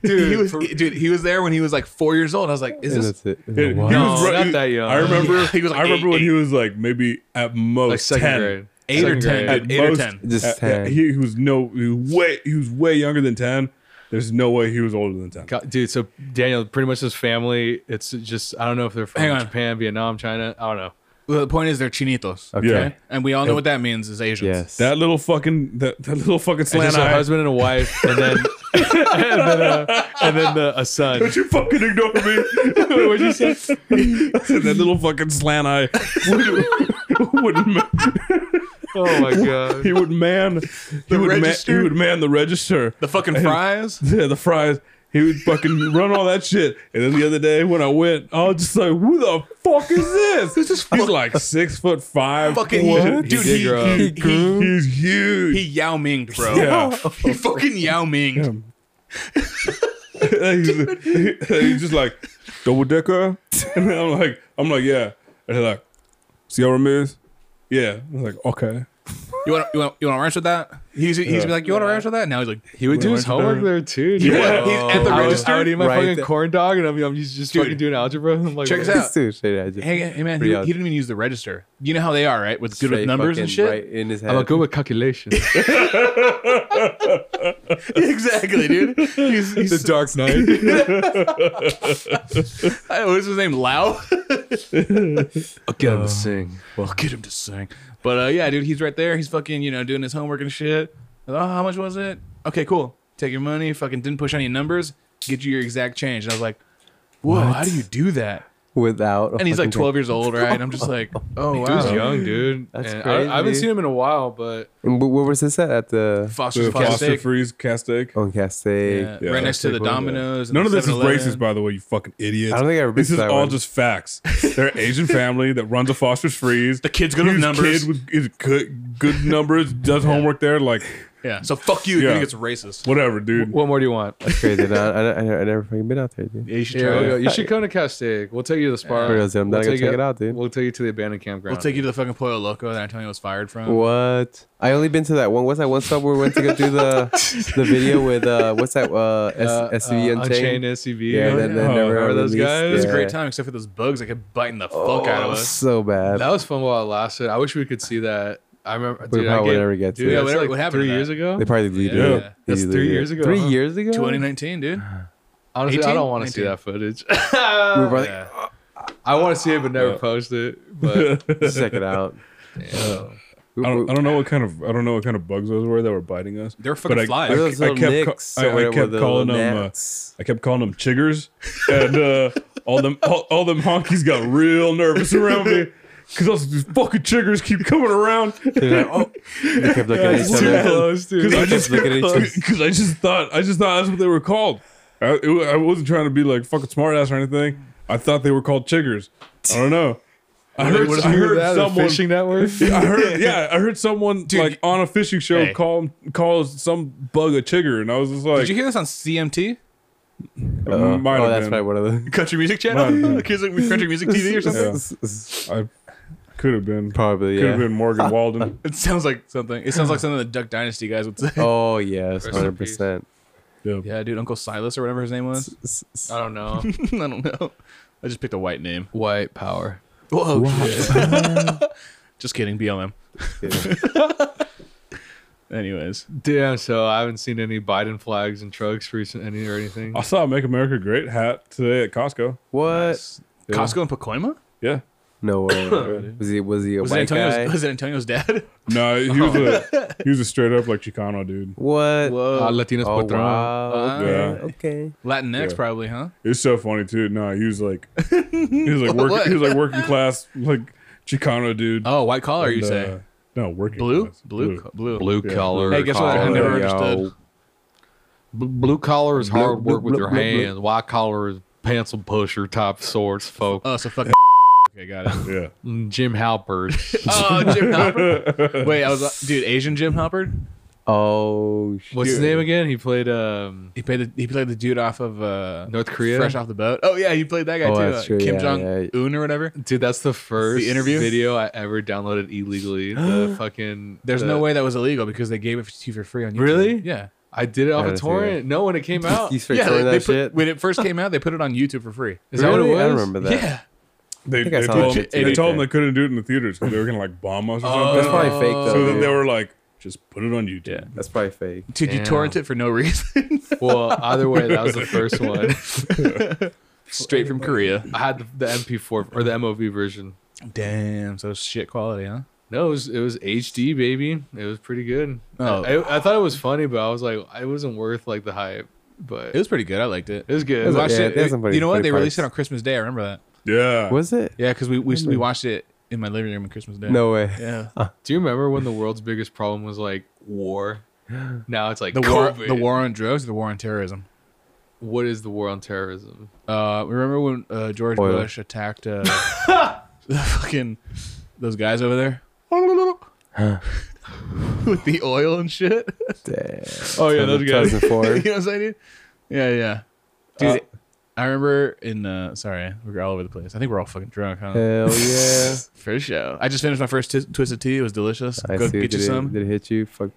Speaker 3: Dude, he was, dude, he was there when he was like four years old. I was like, is
Speaker 4: and
Speaker 3: this?
Speaker 4: that's it.
Speaker 2: Dude,
Speaker 4: Wow.
Speaker 2: (laughs) he
Speaker 3: No,
Speaker 2: was ru-
Speaker 1: not
Speaker 2: he-
Speaker 1: that young.
Speaker 2: I remember.
Speaker 3: He was like
Speaker 2: I remember
Speaker 3: eight,
Speaker 2: when he
Speaker 3: eight.
Speaker 2: was like maybe at most
Speaker 1: Like second
Speaker 2: 10.
Speaker 1: grade.
Speaker 3: Eight
Speaker 1: Second
Speaker 3: or ten,
Speaker 1: grade.
Speaker 3: dude.
Speaker 2: At
Speaker 3: Eight or
Speaker 2: most-
Speaker 3: ten.
Speaker 4: Just
Speaker 2: At- at-
Speaker 4: 10.
Speaker 2: he, he was no he was way he was way younger than ten. There's no way he was older than ten.
Speaker 1: God, dude, so Daniel, pretty much his family, it's just, I don't know if they're from
Speaker 3: Hang on.
Speaker 1: Japan, Vietnam, China. I don't know.
Speaker 3: Well, the point is they're chinitos,
Speaker 4: Okay.
Speaker 2: Yeah.
Speaker 3: and we all know what that means is Asians.
Speaker 4: Yes.
Speaker 2: That little fucking that, that little fucking
Speaker 1: It's
Speaker 2: slant
Speaker 1: just a
Speaker 2: eye.
Speaker 1: husband and a wife, and then, (laughs) and then, uh, and then uh, a son.
Speaker 2: Don't you fucking ignore me. (laughs) What'd you say? that little fucking slant eye (laughs) would, would ma-
Speaker 1: Oh my God.
Speaker 2: he would man he
Speaker 3: The
Speaker 2: would man, he
Speaker 3: register?
Speaker 2: would man the register.
Speaker 3: The fucking fries.
Speaker 2: Yeah, the fries. He would fucking run all that shit. And then the other day when I went, I was just like, who the fuck is this? He's like six foot five.
Speaker 3: Fucking
Speaker 2: What?
Speaker 1: He
Speaker 3: dude,
Speaker 1: did
Speaker 3: he,
Speaker 1: grow up.
Speaker 3: he, he,
Speaker 2: He's
Speaker 3: he
Speaker 2: huge.
Speaker 3: Yao Minged, bro. (laughs)
Speaker 2: yeah. (laughs)
Speaker 3: He fucking Yao Minged.
Speaker 2: he's, he's just like double decker, (laughs) and I'm like, I'm like, yeah, and they're like, Sierra Ramirez, yeah, I'm like, okay,
Speaker 3: You want you want you want a ranch with that? He used to, he used to be like, you want a ranch with that? Now he's like,
Speaker 1: He would do his homework Oh. there too. Dude.
Speaker 2: Yeah, he's
Speaker 3: at the
Speaker 1: I would-
Speaker 3: register.
Speaker 1: I would eat my
Speaker 4: Right
Speaker 1: fucking
Speaker 4: there.
Speaker 1: corn dog, and I'm, I'm just just
Speaker 3: Dude.
Speaker 1: fucking doing algebra. (laughs) I'm like,
Speaker 3: Check this
Speaker 1: what?
Speaker 3: out.
Speaker 4: It's too straight edge.
Speaker 3: hey, hey man, he,
Speaker 4: Pretty
Speaker 3: he
Speaker 4: odd.
Speaker 3: didn't even use the register. You know how they are, right? With good with
Speaker 4: Straight
Speaker 3: numbers and
Speaker 4: fucking
Speaker 3: shit.
Speaker 4: Right in his head.
Speaker 1: I'm good with calculation.
Speaker 3: exactly, dude. He's, he's
Speaker 1: Dark Knight.
Speaker 3: (laughs) I- what was his name? Lau.
Speaker 1: Get him to sing.
Speaker 3: (laughs) well, get him to sing. But uh, yeah, dude, he's right there. He's fucking you know doing his homework and shit. Oh, how much was it? Okay, cool. Take your money. Fucking didn't push any numbers. Get you your exact change. And I was like, whoa, how do you do that?
Speaker 4: without. a
Speaker 3: And he's like
Speaker 4: fucking thing.
Speaker 3: 12 years old, right? And I'm just like, oh
Speaker 1: He was
Speaker 3: wow.
Speaker 1: young, dude.
Speaker 4: That's
Speaker 1: And
Speaker 4: crazy.
Speaker 1: I, I haven't seen him in a while, but
Speaker 4: And wh- where was this at? At the Oh,
Speaker 3: Foster's
Speaker 2: the Foster
Speaker 3: Foster
Speaker 2: Freeze cast egg.
Speaker 4: on Castell.
Speaker 3: Yeah, right next to the Domino's. and
Speaker 2: None
Speaker 3: the
Speaker 2: of this is
Speaker 3: 7-Eleven.
Speaker 2: racist, by the way, you fucking idiots.
Speaker 4: I don't think I ever
Speaker 2: This
Speaker 4: been to
Speaker 2: is
Speaker 4: that
Speaker 2: all
Speaker 4: one.
Speaker 2: just facts. They're an Asian family that runs a Foster's Freeze.
Speaker 3: The kid's good with
Speaker 2: His
Speaker 3: numbers.
Speaker 2: Kid with is good, good numbers, does homework there. Like,
Speaker 3: Yeah. So fuck you.
Speaker 2: Yeah.
Speaker 3: You think it's racist?
Speaker 2: whatever, dude. (laughs)
Speaker 1: what more do you want?
Speaker 4: That's crazy. no, I, I, I never fucking been out there, dude.
Speaker 3: Yeah, you should
Speaker 1: Here,
Speaker 3: try
Speaker 1: we'll go.
Speaker 3: it.
Speaker 1: You should come to Castaic. We'll take you to the spot.
Speaker 4: For real, dude, I'm
Speaker 1: we'll
Speaker 4: down to go check it out, dude.
Speaker 1: We'll take you to the abandoned campground.
Speaker 3: We'll take you to the fucking Pollo Loco that Antonio was fired from.
Speaker 4: What? I only been to that one. What's that one stop where we went to go do the the video with uh what's
Speaker 3: (laughs)
Speaker 4: that uh, S-
Speaker 1: uh,
Speaker 4: SUV
Speaker 1: uh,
Speaker 4: Unchained?
Speaker 1: Unchained SUV.
Speaker 4: Yeah, uh, that, that
Speaker 2: Oh,
Speaker 4: never
Speaker 1: remember those
Speaker 4: released.
Speaker 1: guys?
Speaker 3: It was a
Speaker 4: Yeah.
Speaker 3: great time, except for those bugs that kept biting the fuck out of
Speaker 4: Oh,
Speaker 3: us.
Speaker 4: so bad.
Speaker 1: That was fun while it lasted. I wish we could see that. I remember.
Speaker 4: We
Speaker 1: dude, I
Speaker 4: probably
Speaker 1: gave-
Speaker 4: never get to
Speaker 1: dude,
Speaker 4: it.
Speaker 1: that's
Speaker 3: Whatever-
Speaker 1: like
Speaker 3: what happened
Speaker 1: three
Speaker 3: to that?
Speaker 1: years ago?
Speaker 4: they probably deleted
Speaker 2: Yeah.
Speaker 4: it.
Speaker 3: That's
Speaker 1: three
Speaker 4: They deleted
Speaker 1: years
Speaker 4: it.
Speaker 1: ago,
Speaker 4: Three
Speaker 1: huh?
Speaker 4: years ago.
Speaker 3: 2019, dude.
Speaker 1: Honestly, I
Speaker 3: 18?
Speaker 1: don't want to see
Speaker 3: 19.
Speaker 1: that footage. (laughs)
Speaker 4: We were like,
Speaker 1: I want to see it, but never post it.
Speaker 4: (laughs)
Speaker 1: But
Speaker 4: check
Speaker 3: (laughs)
Speaker 4: it out. We-
Speaker 2: I don't,
Speaker 4: we-
Speaker 2: I don't know what kind of I don't know what kind of bugs those were that were biting us.
Speaker 3: They're
Speaker 2: But
Speaker 3: fucking
Speaker 2: I,
Speaker 3: flies.
Speaker 2: I,
Speaker 4: They're
Speaker 2: I
Speaker 4: those little
Speaker 2: kept, ca-
Speaker 4: nicks or
Speaker 2: I, I
Speaker 4: whatever,
Speaker 2: kept
Speaker 4: the
Speaker 2: calling
Speaker 4: little
Speaker 2: them uh,
Speaker 4: gnats.
Speaker 2: (laughs) I kept calling them chiggers, and uh, all them all, all them honkies got real nervous around me because those these fucking chiggers keep coming around.
Speaker 4: They're like, oh, they kept looking at each
Speaker 2: Too (laughs)
Speaker 4: other.
Speaker 1: close, dude.
Speaker 2: Because I
Speaker 4: They
Speaker 2: just
Speaker 4: kept
Speaker 2: (laughs)
Speaker 4: looking at each other.
Speaker 2: because I just thought I just thought that's what they were called. I, it, wa- I wasn't trying to be like fucking smartass or anything. I thought they were called chiggers. I don't know. I heard,
Speaker 1: What
Speaker 2: I
Speaker 1: is
Speaker 2: heard
Speaker 1: that? The
Speaker 2: someone
Speaker 1: fishing network.
Speaker 2: I
Speaker 1: (laughs)
Speaker 2: heard, (laughs) yeah, I heard someone like on a fishing show
Speaker 3: Hey.
Speaker 2: call call some bug a chigger, and I was just like, "Mm,
Speaker 3: Did you hear this on CMT?
Speaker 4: Oh,
Speaker 2: might
Speaker 4: oh,
Speaker 2: have
Speaker 4: that's
Speaker 2: been.
Speaker 4: right. One
Speaker 3: (laughs)
Speaker 4: of the
Speaker 3: Country Music Channel? (laughs)
Speaker 2: Right.
Speaker 3: Kids like Country Music
Speaker 4: (laughs)
Speaker 3: TV or something?
Speaker 2: I could have been, could
Speaker 4: probably
Speaker 2: have
Speaker 4: yeah.
Speaker 2: been Morgan Walden.
Speaker 3: It sounds like something. It sounds like something the Duck Dynasty guys would say.
Speaker 4: Oh yes,
Speaker 1: in
Speaker 4: hundred percent.
Speaker 2: Yeah.
Speaker 3: (laughs) Yeah, dude, Uncle Silas or whatever his name was. Oh.
Speaker 1: I don't know.
Speaker 3: (laughs) I don't know. I just picked a white name.
Speaker 1: White power.
Speaker 3: Whoa. (laughs) just kidding, BLM. Anyways,
Speaker 1: Damn. So I haven't seen any Biden flags and trucks recent any or anything.
Speaker 2: I saw a Make America Great hat today at Costco.
Speaker 4: What?
Speaker 3: Costco and Pacoima?
Speaker 2: Yeah,
Speaker 4: No
Speaker 3: (laughs)
Speaker 4: way. was he? Was he a
Speaker 3: Was it,
Speaker 4: white
Speaker 3: (laughs)
Speaker 4: guy?
Speaker 3: Antonio's, was it Antonio's dad?
Speaker 2: no, he was a he was a straight up like Chicano dude.
Speaker 4: What?
Speaker 1: Uh, Latinos
Speaker 4: Oh
Speaker 1: Patron.
Speaker 4: wow. Okay.
Speaker 2: Yeah.
Speaker 4: okay.
Speaker 3: Latinx,
Speaker 2: Yeah.
Speaker 3: probably, huh?
Speaker 2: It's so funny too. No, he
Speaker 4: (laughs)
Speaker 2: was like he was like
Speaker 3: What?
Speaker 2: working he was like working class like Chicano dude.
Speaker 3: Oh, white collar, you
Speaker 2: And,
Speaker 3: say?
Speaker 2: uh, no working
Speaker 3: blue?
Speaker 2: class.
Speaker 3: Blue, co- blue,
Speaker 1: Blue
Speaker 2: Yeah.
Speaker 1: collar.
Speaker 3: Hey, guess what? I
Speaker 1: collar.
Speaker 3: never
Speaker 4: Yo.
Speaker 3: understood.
Speaker 1: B- Blue collar is hard
Speaker 4: blue,
Speaker 1: work with
Speaker 4: blue,
Speaker 1: your
Speaker 4: blue, blue.
Speaker 1: hands. White collar is pencil pusher type sorts, folk.
Speaker 3: Oh, so fucking. (laughs) okay, got it.
Speaker 2: Yeah.
Speaker 1: Mm, Jim
Speaker 3: (laughs)
Speaker 1: Uh, Halpert.
Speaker 4: (laughs)
Speaker 3: Oh, Jim Halpert. Wait, I was dude. Asian Jim Halpert.
Speaker 4: Oh shit.
Speaker 1: What's his name again? He played um,
Speaker 3: He played the he played the dude off of uh,
Speaker 1: North Korea.
Speaker 3: Fresh off the boat. Oh yeah, he played that guy
Speaker 4: Oh,
Speaker 3: too.
Speaker 4: that's
Speaker 3: uh,
Speaker 4: true,
Speaker 3: Kim
Speaker 4: yeah,
Speaker 3: Jong
Speaker 4: yeah.
Speaker 3: Un or whatever.
Speaker 1: Dude, that's the first
Speaker 3: The interview?
Speaker 1: video I ever downloaded illegally. The fucking.
Speaker 3: There's
Speaker 1: the-
Speaker 3: no way that was illegal because they gave it to you for free on YouTube.
Speaker 1: Really?
Speaker 3: Yeah.
Speaker 1: I did it off a
Speaker 4: I didn't see
Speaker 1: torrent. No, when it came out.
Speaker 4: You
Speaker 1: Is
Speaker 4: straight
Speaker 3: yeah.
Speaker 4: throwing
Speaker 3: they
Speaker 4: that
Speaker 3: put-
Speaker 4: shit.
Speaker 3: When it first came out, they put it on YouTube for free.
Speaker 1: that what it
Speaker 4: Really?
Speaker 1: was?
Speaker 4: I remember (laughs) that.
Speaker 3: Yeah.
Speaker 2: They,
Speaker 4: think I
Speaker 2: they
Speaker 4: saw
Speaker 2: told,
Speaker 4: that
Speaker 2: them,
Speaker 4: shit too.
Speaker 2: they told them they couldn't do it in the theaters because they were gonna like bomb us or
Speaker 4: That's
Speaker 3: Oh.
Speaker 2: something.
Speaker 4: probably fake though.
Speaker 2: Oh. so then
Speaker 4: dude.
Speaker 2: they were like, just put it on YouTube.
Speaker 1: Yeah.
Speaker 4: That's probably fake.
Speaker 3: Did you
Speaker 1: Damn.
Speaker 3: torrent it for no reason? (laughs)
Speaker 1: Well, either way, that was the first one.
Speaker 3: Straight from Korea.
Speaker 1: I had the, the MP4 or the MOV version.
Speaker 3: Damn, so shit quality, huh?
Speaker 1: No, it was, it was HD, baby. It was pretty good.
Speaker 3: Oh.
Speaker 1: I, I thought it was funny, but I was like, it wasn't worth like the hype. But
Speaker 3: It was pretty good. I liked it.
Speaker 1: it was good.
Speaker 4: was
Speaker 3: watched
Speaker 4: yeah,
Speaker 3: it.
Speaker 4: it has some pretty-
Speaker 3: you know what?
Speaker 4: pretty
Speaker 3: They released it
Speaker 4: parts.
Speaker 3: on Christmas Day. I remember that.
Speaker 2: Yeah.
Speaker 4: Was it?
Speaker 3: Yeah, because we, we we watched it in my living room on Christmas Day.
Speaker 4: No way.
Speaker 3: Yeah.
Speaker 1: Do you remember when the world's biggest problem was like (gasps) war? Now it's like
Speaker 3: The war
Speaker 1: COVID.
Speaker 3: the war on drugs, or the war on terrorism.
Speaker 1: What is the war on terrorism?
Speaker 3: Uh, remember when uh, George
Speaker 4: Oil.
Speaker 3: Bush attacked uh, (laughs) the fucking those guys over there (laughs) with the oil and shit? (laughs)
Speaker 4: Damn.
Speaker 1: Oh yeah, those guys.
Speaker 4: 2004.
Speaker 3: you know what I'm saying? dude? Yeah, yeah.
Speaker 4: Dude,
Speaker 3: I remember in uh, sorry, we're all over the place. I think we're all fucking drunk, huh?
Speaker 4: Hell yeah.
Speaker 3: For sure. I just finished my first t- twisted tea. It was delicious.
Speaker 4: (laughs) I
Speaker 3: Go
Speaker 4: see.
Speaker 3: get
Speaker 4: Did
Speaker 3: you
Speaker 4: it,
Speaker 3: some.
Speaker 4: did it hit you? Fuck.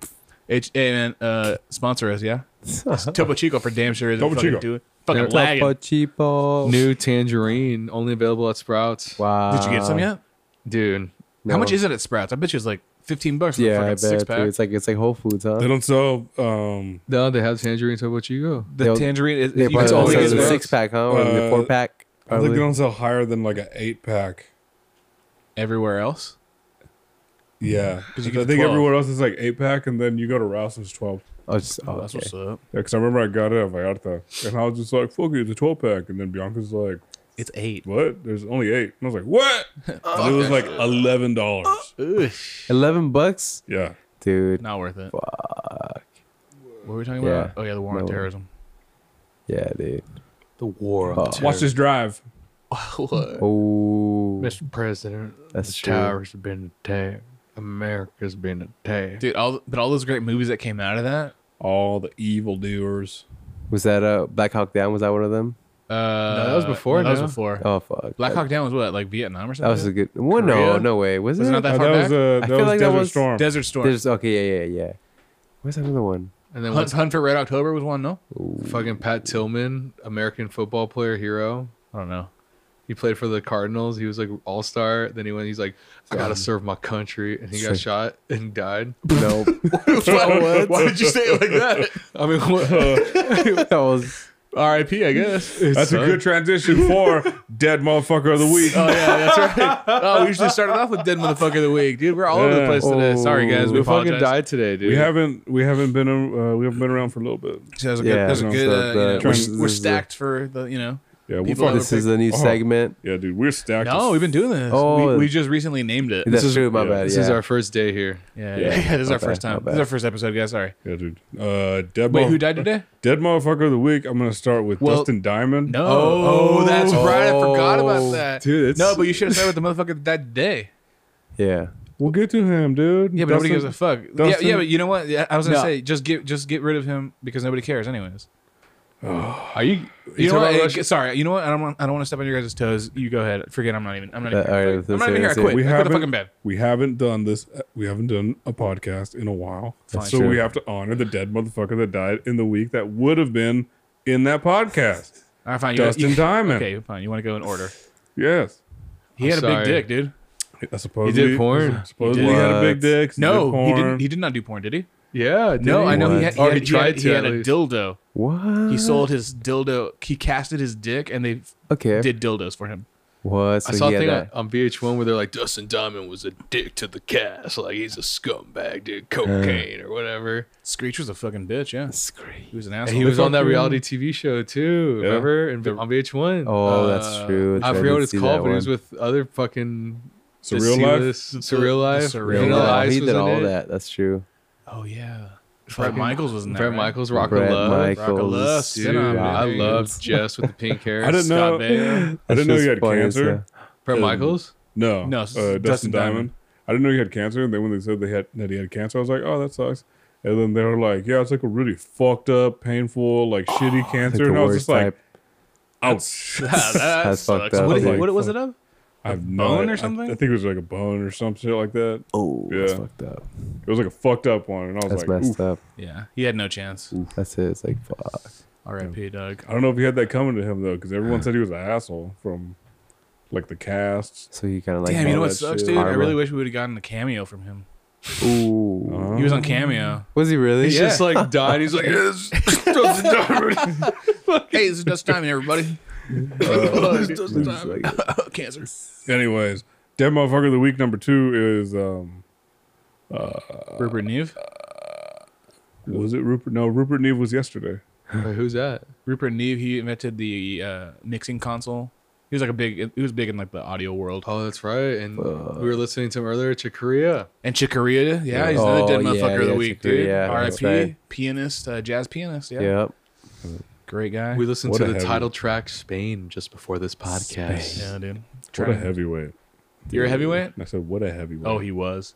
Speaker 3: H- hey man, uh, sponsor us, yeah.
Speaker 4: (laughs)
Speaker 3: Topo Chico for damn sure. Topo
Speaker 2: Topo
Speaker 3: fucking
Speaker 2: Chico.
Speaker 3: Do it. Fucking
Speaker 1: Topo
Speaker 3: lagging.
Speaker 4: Topo Chico.
Speaker 1: New tangerine, only available at Sprouts.
Speaker 4: Wow.
Speaker 3: Did you get some yet?
Speaker 1: Dude,
Speaker 4: No.
Speaker 3: How much is it at Sprouts? I bet you it's like fifteen bucks for the
Speaker 4: Yeah, I
Speaker 3: fucking six
Speaker 4: bet.
Speaker 3: pack.
Speaker 4: Dude. It's like it's like Whole Foods, huh?
Speaker 2: They don't sell um
Speaker 1: no, they have tangerine Topo Chico.
Speaker 3: The
Speaker 4: They'll-
Speaker 3: tangerine is
Speaker 4: They
Speaker 3: you
Speaker 4: probably
Speaker 3: can
Speaker 1: it's
Speaker 4: don't
Speaker 1: only
Speaker 4: sell
Speaker 1: as
Speaker 4: the
Speaker 1: well.
Speaker 4: six pack, huh? Or the
Speaker 2: Uh,
Speaker 4: four pack.
Speaker 2: I think they don't sell higher than like an eight pack.
Speaker 3: everywhere else.
Speaker 2: Yeah.
Speaker 4: Mm.
Speaker 2: Because
Speaker 3: you
Speaker 2: I
Speaker 3: get the
Speaker 2: think
Speaker 3: 12.
Speaker 2: everywhere else is like eight pack and then you go to Rouse's twelve.
Speaker 4: Oh, just, oh,
Speaker 3: That's
Speaker 4: okay.
Speaker 3: what's up.
Speaker 2: Yeah, because I remember I got it at Vallarta and I was just like, fuck it, it's a twelve pack. And then Bianca's like,
Speaker 3: It's eight.
Speaker 2: What? There's only eight. And I was
Speaker 3: (laughs)
Speaker 2: like, What? And it was like eleven dollars.
Speaker 3: Uh.
Speaker 4: Eleven bucks,
Speaker 2: Yeah.
Speaker 4: dude.
Speaker 3: Not worth it. Fuck. What were we talking
Speaker 4: Yeah.
Speaker 3: about? Oh yeah, the war on
Speaker 4: No.
Speaker 3: terrorism.
Speaker 4: Yeah, dude.
Speaker 1: The war
Speaker 4: Oh.
Speaker 1: on terrorism.
Speaker 2: Watch this drive.
Speaker 3: (laughs) What?
Speaker 4: Oh,
Speaker 1: Mr. President,
Speaker 4: That's
Speaker 1: the
Speaker 4: true.
Speaker 1: towers have been attacked. America's been attacked.
Speaker 3: Dude, all but all those great movies that came out of that.
Speaker 2: All the evil doers.
Speaker 4: was that a uh, Black Hawk Down? Was that one of them?
Speaker 3: Uh,
Speaker 1: that was before
Speaker 3: no, that
Speaker 1: now.
Speaker 3: was before.
Speaker 4: Oh fuck,
Speaker 3: Black
Speaker 4: that,
Speaker 3: Hawk Down was what, like Vietnam or
Speaker 4: That
Speaker 3: something?
Speaker 4: was a good. Well, no,
Speaker 3: Korea?
Speaker 4: no way. Was,
Speaker 3: Was
Speaker 4: it?
Speaker 3: it not that
Speaker 2: Oh,
Speaker 3: far
Speaker 2: that was
Speaker 3: back?
Speaker 2: uh,
Speaker 4: I
Speaker 2: that
Speaker 4: feel
Speaker 2: was
Speaker 4: like that
Speaker 2: Desert
Speaker 4: was-
Speaker 2: Storm.
Speaker 3: Desert Storm.
Speaker 4: There's okay, yeah, yeah, yeah. Where's that
Speaker 3: (laughs)
Speaker 4: other one?
Speaker 1: And then
Speaker 3: Hunt,
Speaker 1: what's
Speaker 3: Hunt for Red October was one. No,
Speaker 1: fucking Pat Tillman, American football player hero.
Speaker 3: I don't know.
Speaker 1: He played for the Cardinals. He was like all star. Then he went. He's like, I gotta serve my country, and he got shot and died.
Speaker 3: (laughs)
Speaker 4: No,
Speaker 3: why, why (laughs) did you say it like that?
Speaker 1: (laughs) I mean, (laughs) what?
Speaker 4: (laughs) that was
Speaker 3: R.I.P. I guess. oh
Speaker 2: That's a good transition (laughs) for dead motherfucker of the week.
Speaker 3: yeah, that's right. Oh, we usually started off with dead motherfucker of the week, dude. We're all over the
Speaker 2: Yeah.
Speaker 3: place today. Sorry guys, we
Speaker 1: we fucking
Speaker 3: apologize.
Speaker 1: died today, dude.
Speaker 2: We haven't we haven't been uh, we haven't been around for a little bit.
Speaker 3: So that was a
Speaker 4: Yeah,
Speaker 3: good. That was a
Speaker 4: no,
Speaker 3: good.
Speaker 4: so
Speaker 3: uh, you know,
Speaker 4: the-
Speaker 2: this
Speaker 3: we're, we're
Speaker 4: is the-
Speaker 3: stacked for the you know.
Speaker 2: Yeah, we
Speaker 3: People
Speaker 2: fucking,
Speaker 4: this is a new
Speaker 2: Oh.
Speaker 4: segment.
Speaker 2: yeah, dude, we're stacked.
Speaker 3: No, we've been doing this.
Speaker 4: Oh.
Speaker 3: we, we just recently named it.
Speaker 4: That's true. My
Speaker 2: yeah,
Speaker 4: bad.
Speaker 1: This
Speaker 4: yeah.
Speaker 1: is our first day here.
Speaker 3: yeah,
Speaker 2: Yeah.
Speaker 3: yeah, yeah, This is
Speaker 4: My
Speaker 3: our first
Speaker 4: bad,
Speaker 3: time.
Speaker 4: my
Speaker 3: This is
Speaker 4: bad.
Speaker 3: our first episode, guys. Sorry.
Speaker 2: yeah, dude. Uh, dead
Speaker 3: Wait,
Speaker 2: mo-
Speaker 3: who died today?
Speaker 2: Dead motherfucker of the week. I'm gonna start with
Speaker 3: Well,
Speaker 2: Dustin Diamond.
Speaker 3: No. Oh, that's right. I forgot about that.
Speaker 1: dude, it's-
Speaker 3: no, but you should have started with the motherfucker that died today.
Speaker 4: yeah.
Speaker 2: we'll get to him, dude.
Speaker 3: Yeah, but nobody gives
Speaker 2: Dustin-
Speaker 3: a fuck. Yeah,
Speaker 2: Dustin-
Speaker 3: yeah, but you know what? Yeah, I was gonna
Speaker 1: No.
Speaker 3: say just get just get rid of him because nobody cares, anyways.
Speaker 1: Are you?
Speaker 3: You know
Speaker 1: talking
Speaker 3: what?
Speaker 1: about
Speaker 3: Hey,
Speaker 1: Russia?
Speaker 3: g- sorry, you know what? I don't want I don't want to step on your guys' toes. You go ahead. Forget I'm not even. I'm not even.
Speaker 4: Uh, all
Speaker 3: here.
Speaker 4: right,
Speaker 3: I'm
Speaker 4: let's
Speaker 3: not
Speaker 4: hear
Speaker 3: even
Speaker 4: it,
Speaker 3: here. I
Speaker 4: let's hear it.
Speaker 3: quit.
Speaker 2: We
Speaker 3: I quit the
Speaker 2: haven't-
Speaker 3: fucking bed.
Speaker 2: We haven't done this. uh, We haven't done a podcast in a while, so
Speaker 4: true.
Speaker 2: we have to honor the dead motherfucker that died in the week that would have been in that podcast.
Speaker 3: All right, fine. You
Speaker 2: Dustin Diamond.
Speaker 3: Okay, fine. You want to go in order?
Speaker 2: Yes,
Speaker 3: He
Speaker 1: I'm
Speaker 3: had a
Speaker 1: sorry.
Speaker 3: big dick, dude.
Speaker 2: I suppose
Speaker 1: did porn.
Speaker 2: Supposedly he, had a big
Speaker 4: What?
Speaker 2: dick. so
Speaker 3: No,
Speaker 2: did porn.
Speaker 3: he didn't. He did not do porn, did he?
Speaker 1: Yeah.
Speaker 3: No, I know he
Speaker 4: What?
Speaker 3: had. He
Speaker 1: Oh,
Speaker 3: had,
Speaker 1: he
Speaker 3: he
Speaker 1: tried
Speaker 3: had- he
Speaker 1: to,
Speaker 3: had
Speaker 1: at
Speaker 3: a
Speaker 1: least.
Speaker 3: dildo.
Speaker 4: What?
Speaker 3: He sold his dildo. He casted his dick, and they
Speaker 4: Okay.
Speaker 3: did dildos for him.
Speaker 4: what? So
Speaker 1: I saw
Speaker 4: he
Speaker 1: a
Speaker 4: had
Speaker 1: thing on,
Speaker 4: that.
Speaker 1: on VH1 where they're like, Dustin Diamond was a dick to the cast. Like, he's a scumbag, dude. Cocaine or whatever.
Speaker 3: Screech was a fucking bitch. Yeah, he was an asshole.
Speaker 1: And he was on that reality TV show, too.
Speaker 2: Yeah.
Speaker 1: Remember? In, on VH1.
Speaker 4: Oh,
Speaker 3: Uh,
Speaker 4: that's true.
Speaker 1: I
Speaker 4: That's right,
Speaker 1: forget what
Speaker 4: did
Speaker 1: it's
Speaker 4: see
Speaker 1: called,
Speaker 4: that
Speaker 1: but he was
Speaker 4: one.
Speaker 1: with other fucking.
Speaker 2: Surreal life.
Speaker 1: C-list- Surreal Life.
Speaker 3: The Surreal
Speaker 1: Vanilla
Speaker 3: Life.
Speaker 1: Ice
Speaker 4: he
Speaker 1: was
Speaker 4: did
Speaker 1: in
Speaker 4: all
Speaker 1: it.
Speaker 4: that. That's true.
Speaker 3: Oh yeah, Brett
Speaker 1: Fucking-
Speaker 3: Michaels was in that.
Speaker 1: Brett
Speaker 3: right?
Speaker 1: Michaels, Rock of
Speaker 4: Bret
Speaker 1: Love.
Speaker 4: Michaels.
Speaker 3: Lust,
Speaker 1: Dude,
Speaker 3: Sit on me,
Speaker 1: I
Speaker 3: dude.
Speaker 1: love Jess with the pink hair.
Speaker 2: I didn't know.
Speaker 3: Scott Baio.
Speaker 2: (laughs) I didn't know
Speaker 4: That's
Speaker 2: you had
Speaker 4: just funny as
Speaker 2: cancer.
Speaker 4: hell.
Speaker 1: Brett
Speaker 4: (laughs)
Speaker 2: Um,
Speaker 1: Michaels?
Speaker 2: No,
Speaker 3: No,
Speaker 2: uh,
Speaker 3: s-
Speaker 2: Dustin,
Speaker 3: Dustin
Speaker 2: Diamond.
Speaker 3: Diamond.
Speaker 2: I didn't know he had cancer, and then when they said they had that he had cancer, I was like, oh, that sucks. And then they were like, yeah, it's like a really fucked up, painful, like shitty
Speaker 4: Like
Speaker 2: cancer,
Speaker 4: the
Speaker 2: and I was
Speaker 4: worst
Speaker 2: just like,
Speaker 4: type.
Speaker 2: ouch.
Speaker 3: Ah, (laughs) that
Speaker 4: That's fucked
Speaker 3: sucks.
Speaker 4: up.
Speaker 3: What,
Speaker 4: Like,
Speaker 3: what was it of?
Speaker 2: I have no
Speaker 3: bone
Speaker 2: idea.
Speaker 3: or
Speaker 2: I-
Speaker 3: something?
Speaker 2: I, think it was like a bone or some shit like that.
Speaker 4: Oh, that's
Speaker 2: Yeah.
Speaker 4: fucked up.
Speaker 2: It was like a fucked up one, and I was
Speaker 4: That's
Speaker 2: like,
Speaker 4: messed
Speaker 2: oof.
Speaker 4: up.
Speaker 3: Yeah, he had no chance.
Speaker 4: That's it. It's like fuck.
Speaker 3: R.I.P. Doug.
Speaker 4: (sighs)
Speaker 2: I don't know if he had that coming to him though, because everyone said he was an asshole from like the casts.
Speaker 4: So you kind of like.
Speaker 3: Damn, you know
Speaker 4: all
Speaker 3: what
Speaker 4: that
Speaker 3: sucks,
Speaker 4: shit.
Speaker 3: dude? I
Speaker 4: Karma.
Speaker 3: really wish we would have gotten a cameo from him.
Speaker 4: Ooh.
Speaker 2: Uh,
Speaker 3: He was on cameo.
Speaker 4: Was he really?
Speaker 1: He's just like dying. He's like, "Yes, Dustin Diamond."
Speaker 3: (laughs) hey, this is Dust Diamond, everybody.
Speaker 4: (laughs) He's like- (laughs)
Speaker 3: Cancer.
Speaker 2: anyways, dead motherfucker of the week number two is um
Speaker 3: Rupert Neve.
Speaker 2: was it Rupert? No, Rupert Neve was yesterday.
Speaker 1: Wait, who's that?
Speaker 3: Rupert Neve. He invented the uh, mixing console. He was like a big. He was big in like the audio world.
Speaker 1: Oh, that's right. And we were listening to him earlier. Chikoria.
Speaker 3: And Chikorita. Yeah, he's
Speaker 4: Oh,
Speaker 3: another dead
Speaker 4: yeah,
Speaker 3: motherfucker of the
Speaker 4: yeah,
Speaker 3: week, dude.
Speaker 4: Chikorita,
Speaker 3: R.I.P.
Speaker 4: that's right.
Speaker 3: Pianist, uh, jazz pianist. Yeah,
Speaker 4: Yep.
Speaker 3: great guy.
Speaker 1: We listened
Speaker 2: What
Speaker 1: to
Speaker 2: a
Speaker 1: the
Speaker 2: heavy-
Speaker 1: title track "Spain" just before this podcast.
Speaker 3: yeah, dude.
Speaker 2: What a heavyweight!
Speaker 3: You're a heavyweight.
Speaker 2: And I said, what a heavyweight.
Speaker 3: Oh, he was.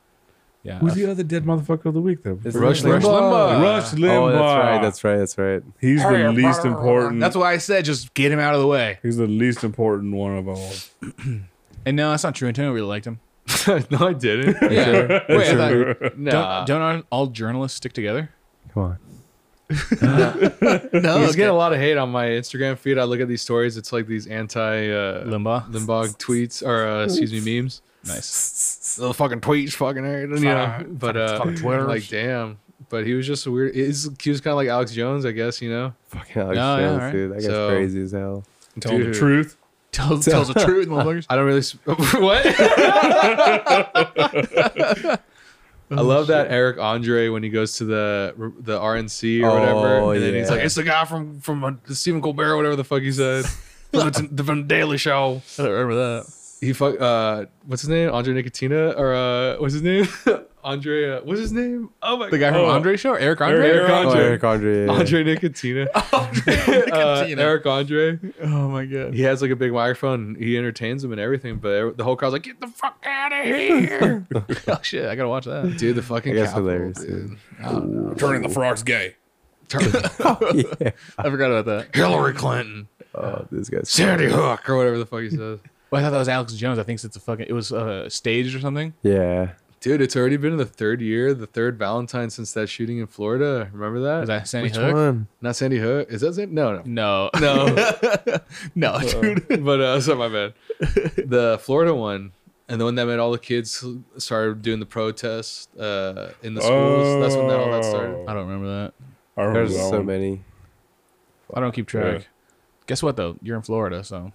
Speaker 3: Yeah.
Speaker 2: Who's the other dead motherfucker of the week though?
Speaker 4: It's
Speaker 3: Rush, Rush
Speaker 4: Rush
Speaker 3: Limbaugh.
Speaker 2: Rush
Speaker 4: Oh,
Speaker 2: Limbaugh.
Speaker 4: that's right. That's right. That's right.
Speaker 2: He's the least important.
Speaker 3: That's why I said just get him out of the way.
Speaker 2: He's the least important one of all.
Speaker 3: And no, that's not true. Antonio really liked him.
Speaker 1: no, I didn't.
Speaker 3: Yeah. Wait, I thought,
Speaker 1: Nah.
Speaker 3: don't, don't all- all journalists stick together?
Speaker 4: Come on.
Speaker 3: (laughs)
Speaker 1: I
Speaker 3: Oh,
Speaker 1: was getting a lot of hate on my Instagram feed. I look at these stories. It's like these anti uh,
Speaker 3: Limbaugh.
Speaker 1: Limbaugh tweets or uh, excuse me memes.
Speaker 3: Nice.
Speaker 1: The fucking tweets, fucking everything, you know. But uh,
Speaker 3: fucking Twitters.
Speaker 1: like, damn. But he was just a weird. He's, he was kind of like Alex Jones, I guess. You know.
Speaker 4: Fucking Alex
Speaker 3: No, yeah,
Speaker 4: Jones,
Speaker 3: alright.
Speaker 4: dude. That guy's
Speaker 1: So-
Speaker 4: crazy as hell.
Speaker 2: Tell the
Speaker 1: Dude.
Speaker 2: truth.
Speaker 3: Tells, tells the
Speaker 4: (laughs)
Speaker 3: truth, motherfuckers.
Speaker 1: I don't really. s- (laughs) what? I love that Eric Andre when he goes to the the RNC or whatever,
Speaker 4: Oh,
Speaker 1: and then he's
Speaker 4: yeah.
Speaker 1: like, "It's the guy from from uh, Stephen Colbert, or whatever the fuck he said, from the, the from Daily Show."
Speaker 3: I don't remember that.
Speaker 1: He fuck. Uh, what's his name? Andre Nicotina or uh, what's his name? (laughs) Andre. Uh, what's his name? Oh my
Speaker 3: The guy from
Speaker 2: Oh.
Speaker 3: Andre show, Eric Andre.
Speaker 2: Eric
Speaker 4: Oh,
Speaker 2: Andre.
Speaker 4: Eric
Speaker 1: (laughs)
Speaker 4: Andre.
Speaker 1: Andre
Speaker 3: (laughs)
Speaker 1: Nicotina. (laughs) Uh, Eric Andre.
Speaker 3: Oh my god.
Speaker 1: He has like a big microphone. He entertains them and everything, but every- the whole crowd's like, "Get the fuck out of here!" (laughs)
Speaker 3: Oh shit, I gotta watch that.
Speaker 1: Dude, the fucking.
Speaker 4: I guess
Speaker 1: Capitol,
Speaker 4: hilarious,
Speaker 1: dude.
Speaker 4: dude.
Speaker 2: Turning the frogs gay.
Speaker 1: (laughs) Turn-
Speaker 4: yeah.
Speaker 3: (laughs) I forgot about that.
Speaker 1: Hillary Clinton,
Speaker 4: Oh, this guy's
Speaker 1: Sandy Hook, or whatever the fuck he says.
Speaker 3: (laughs) Well, I thought that was Alex Jones. I think it's a fucking. It was uh, staged or something.
Speaker 4: Yeah.
Speaker 1: Dude, it's already been the third year, the third Valentine since that shooting in Florida. Remember that?
Speaker 3: Was that Sandy
Speaker 4: Which
Speaker 3: Hook?
Speaker 4: one?
Speaker 1: Not Sandy Hook. Is that Sandy? No, no.
Speaker 3: No,
Speaker 1: (laughs) No.
Speaker 3: no, dude.
Speaker 1: but uh, sorry, my bad. The Florida one. And the one that made all the kids started doing the protests uh, in the schools. That's when that, all that started.
Speaker 3: (laughs) I don't remember that.
Speaker 2: I remember
Speaker 4: There's
Speaker 2: that
Speaker 4: so
Speaker 2: one.
Speaker 4: many.
Speaker 3: I don't keep track.
Speaker 2: Yeah.
Speaker 3: Guess what though? You're in Florida, so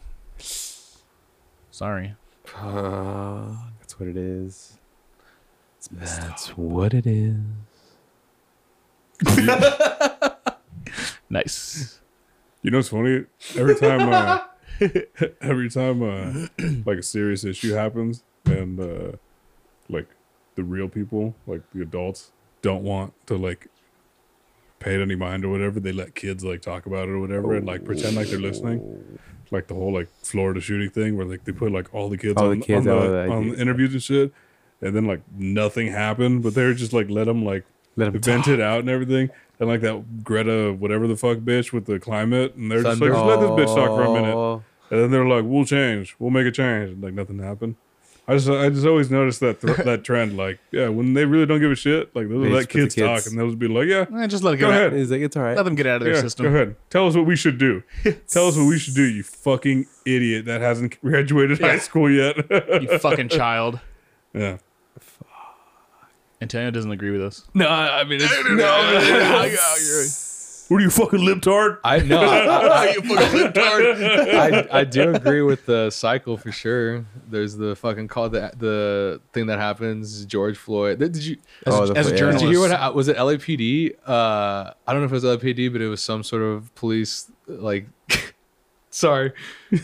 Speaker 3: sorry.
Speaker 4: That's what it is.
Speaker 1: That's what it is.
Speaker 2: (laughs)
Speaker 3: Nice.
Speaker 2: You know what's funny? Every time, uh, (laughs) every time, uh, (clears throat) like a serious issue happens, and uh, like the real people, like the adults, don't want to like pay it any mind or whatever. They let kids like talk about it or whatever, and like pretend like they're listening. Like the whole like Florida shooting thing, where like they put like all the kids
Speaker 4: All the
Speaker 2: on,
Speaker 4: kids
Speaker 2: on,
Speaker 4: out
Speaker 2: the,
Speaker 4: of that,
Speaker 2: on
Speaker 4: yeah.
Speaker 2: the interviews and shit, and then like nothing happened, but they were just like let them like
Speaker 4: Let him
Speaker 2: vent it out and everything. And like that Greta, whatever the fuck bitch with the climate, and they're just like, just let this bitch talk for a minute. And then they're like, we'll change, we'll make a change, and like nothing happened. I just, I just always noticed that thr that trend. Like, yeah, when they really don't give a shit, like they'll
Speaker 4: They just
Speaker 2: let
Speaker 4: put the
Speaker 2: kids, talk,
Speaker 4: kids-
Speaker 2: and they'll just be like, yeah,
Speaker 3: Eh, just let it
Speaker 2: Go
Speaker 3: get out-
Speaker 2: ahead.
Speaker 4: He's like, it's all right.
Speaker 3: Let them get out of their
Speaker 2: yeah,
Speaker 3: system.
Speaker 2: go ahead, tell us what we should do. tell us what we should do, you fucking idiot that hasn't (laughs) graduated high school yet. (laughs)
Speaker 3: You fucking child.
Speaker 2: yeah,
Speaker 3: Antonio doesn't agree with us.
Speaker 1: No, I mean, it's, no,
Speaker 2: what are you fucking libtard?
Speaker 1: I know. I, I do agree with the cycle for sure. There's the fucking call the the thing that happens. George Floyd. Did you
Speaker 3: As,
Speaker 4: Oh,
Speaker 3: a,
Speaker 4: the-
Speaker 3: as a
Speaker 4: yeah.
Speaker 1: did
Speaker 3: journalist,
Speaker 1: you hear what ha- was it? LAPD. Uh, I don't know if it was LAPD, but it was some sort of police like. (laughs) sorry,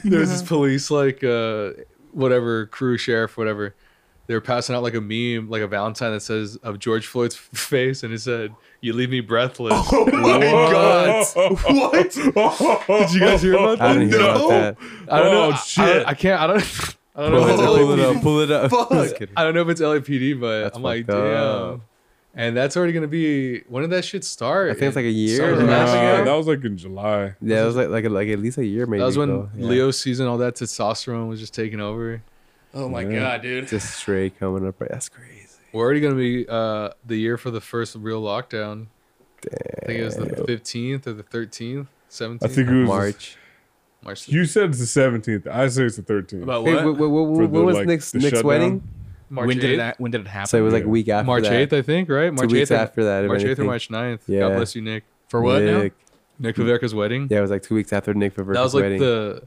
Speaker 1: there was this police like uh whatever crew sheriff whatever. They were passing out like a meme, like a Valentine that says of George Floyd's (laughs) face, and it said, "You leave me
Speaker 2: (laughs)
Speaker 1: breathless."
Speaker 2: Oh,
Speaker 4: Oh
Speaker 2: what? Did
Speaker 1: you guys hear about
Speaker 4: I didn't hear about that.
Speaker 1: I don't
Speaker 2: Oh,
Speaker 1: know. I- I,
Speaker 2: shit.
Speaker 1: don't- I can't. I don't. (laughs) I don't know.
Speaker 4: Pull
Speaker 1: If
Speaker 4: it,
Speaker 1: it's
Speaker 4: up, pull it
Speaker 1: LAPD.
Speaker 4: up. Pull it up. (laughs) Just kidding.
Speaker 1: I don't know if it's LAPD, but
Speaker 4: That's
Speaker 1: I'm like,
Speaker 4: fucked up.
Speaker 1: damn. And that's already gonna be. When did that shit start?
Speaker 4: I think it's like a year.
Speaker 1: Summer
Speaker 4: or
Speaker 1: of
Speaker 4: something.
Speaker 1: last year?
Speaker 2: Nah, that was like in July.
Speaker 4: Yeah, it was like like, like at least a year maybe.
Speaker 1: That was when
Speaker 4: ago. Yeah.
Speaker 1: Leo season, all that testosterone was just taking over.
Speaker 3: Oh my
Speaker 2: Yeah.
Speaker 3: god, dude.
Speaker 4: just stray coming up. right- That's crazy.
Speaker 1: We're already gonna be uh, the year for the first real lockdown. I think it was the 15th or the 13th, 17th.
Speaker 2: I think it was
Speaker 4: March.
Speaker 3: March.
Speaker 2: You said it's the seventeenth. I say it's the thirteenth.
Speaker 3: about
Speaker 4: Hey,
Speaker 3: what?
Speaker 4: what, what, what,
Speaker 2: For
Speaker 4: what
Speaker 2: the,
Speaker 4: was
Speaker 2: like,
Speaker 4: Nick's
Speaker 2: the
Speaker 4: Nick's
Speaker 2: shutdown?
Speaker 4: wedding?
Speaker 1: March
Speaker 3: when
Speaker 1: 8th?
Speaker 3: did it? ha- When did it happen?
Speaker 4: So it was like
Speaker 2: Yeah.
Speaker 4: a week after
Speaker 1: March
Speaker 4: that.
Speaker 1: 8th, I think, right? March
Speaker 4: weeks
Speaker 1: 8th, or-
Speaker 4: after that, if
Speaker 1: March 8th or
Speaker 4: anything.
Speaker 1: March 9th. God
Speaker 4: Yeah.
Speaker 1: bless you, Nick.
Speaker 3: for what now?
Speaker 4: Nick.
Speaker 1: Nick Viverka's wedding.
Speaker 4: Yeah, it was like two weeks after Nick Viverka's
Speaker 1: that was like
Speaker 4: wedding.
Speaker 1: the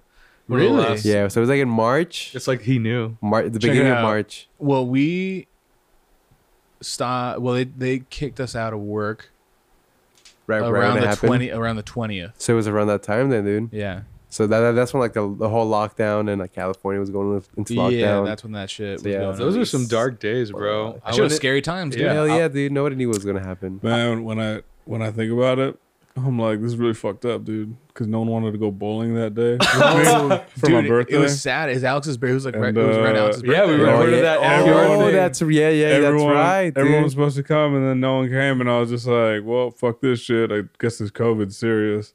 Speaker 1: one of the
Speaker 3: Really?
Speaker 1: last-
Speaker 4: yeah, so it was like in March,
Speaker 1: It's like he knew.
Speaker 4: Mar- the
Speaker 3: it
Speaker 4: beginning of
Speaker 3: out.
Speaker 4: March.
Speaker 3: Well, we stop. Well, they they kicked us out of work
Speaker 4: Right right when
Speaker 3: around
Speaker 4: it
Speaker 3: the
Speaker 4: happened.
Speaker 3: twenty around the twentieth.
Speaker 4: So it was around that time then, dude.
Speaker 3: Yeah.
Speaker 4: So that, that- that's when like the, the whole lockdown and like California was going into lockdown.
Speaker 3: Yeah, that's when that shit.
Speaker 4: So,
Speaker 3: was
Speaker 4: yeah,
Speaker 3: going
Speaker 1: Those
Speaker 3: on.
Speaker 1: are some dark days, bro.
Speaker 3: That shit was
Speaker 1: wouldn't-
Speaker 3: scary times, dude.
Speaker 1: Yeah.
Speaker 4: Hell yeah, dude. Nobody knew what was gonna happen.
Speaker 2: Man, when I when I think about it, I'm like, this is really fucked up, dude. Because no one wanted to go bowling that day for
Speaker 3: Dude,
Speaker 2: my
Speaker 3: it-
Speaker 2: birthday.
Speaker 3: It was sad. It was Alex's birthday. It was like right,
Speaker 2: And,
Speaker 3: it was right
Speaker 2: uh,
Speaker 3: Alex's birthday.
Speaker 1: yeah, we were-
Speaker 4: oh,
Speaker 1: heard of
Speaker 4: yeah.
Speaker 1: that
Speaker 4: oh,
Speaker 2: everyone-
Speaker 4: that's yeah, yeah, that's right, dude.
Speaker 2: Everyone was supposed to come, and then no one came, and I was just like, well, fuck this shit. I guess this COVID's serious.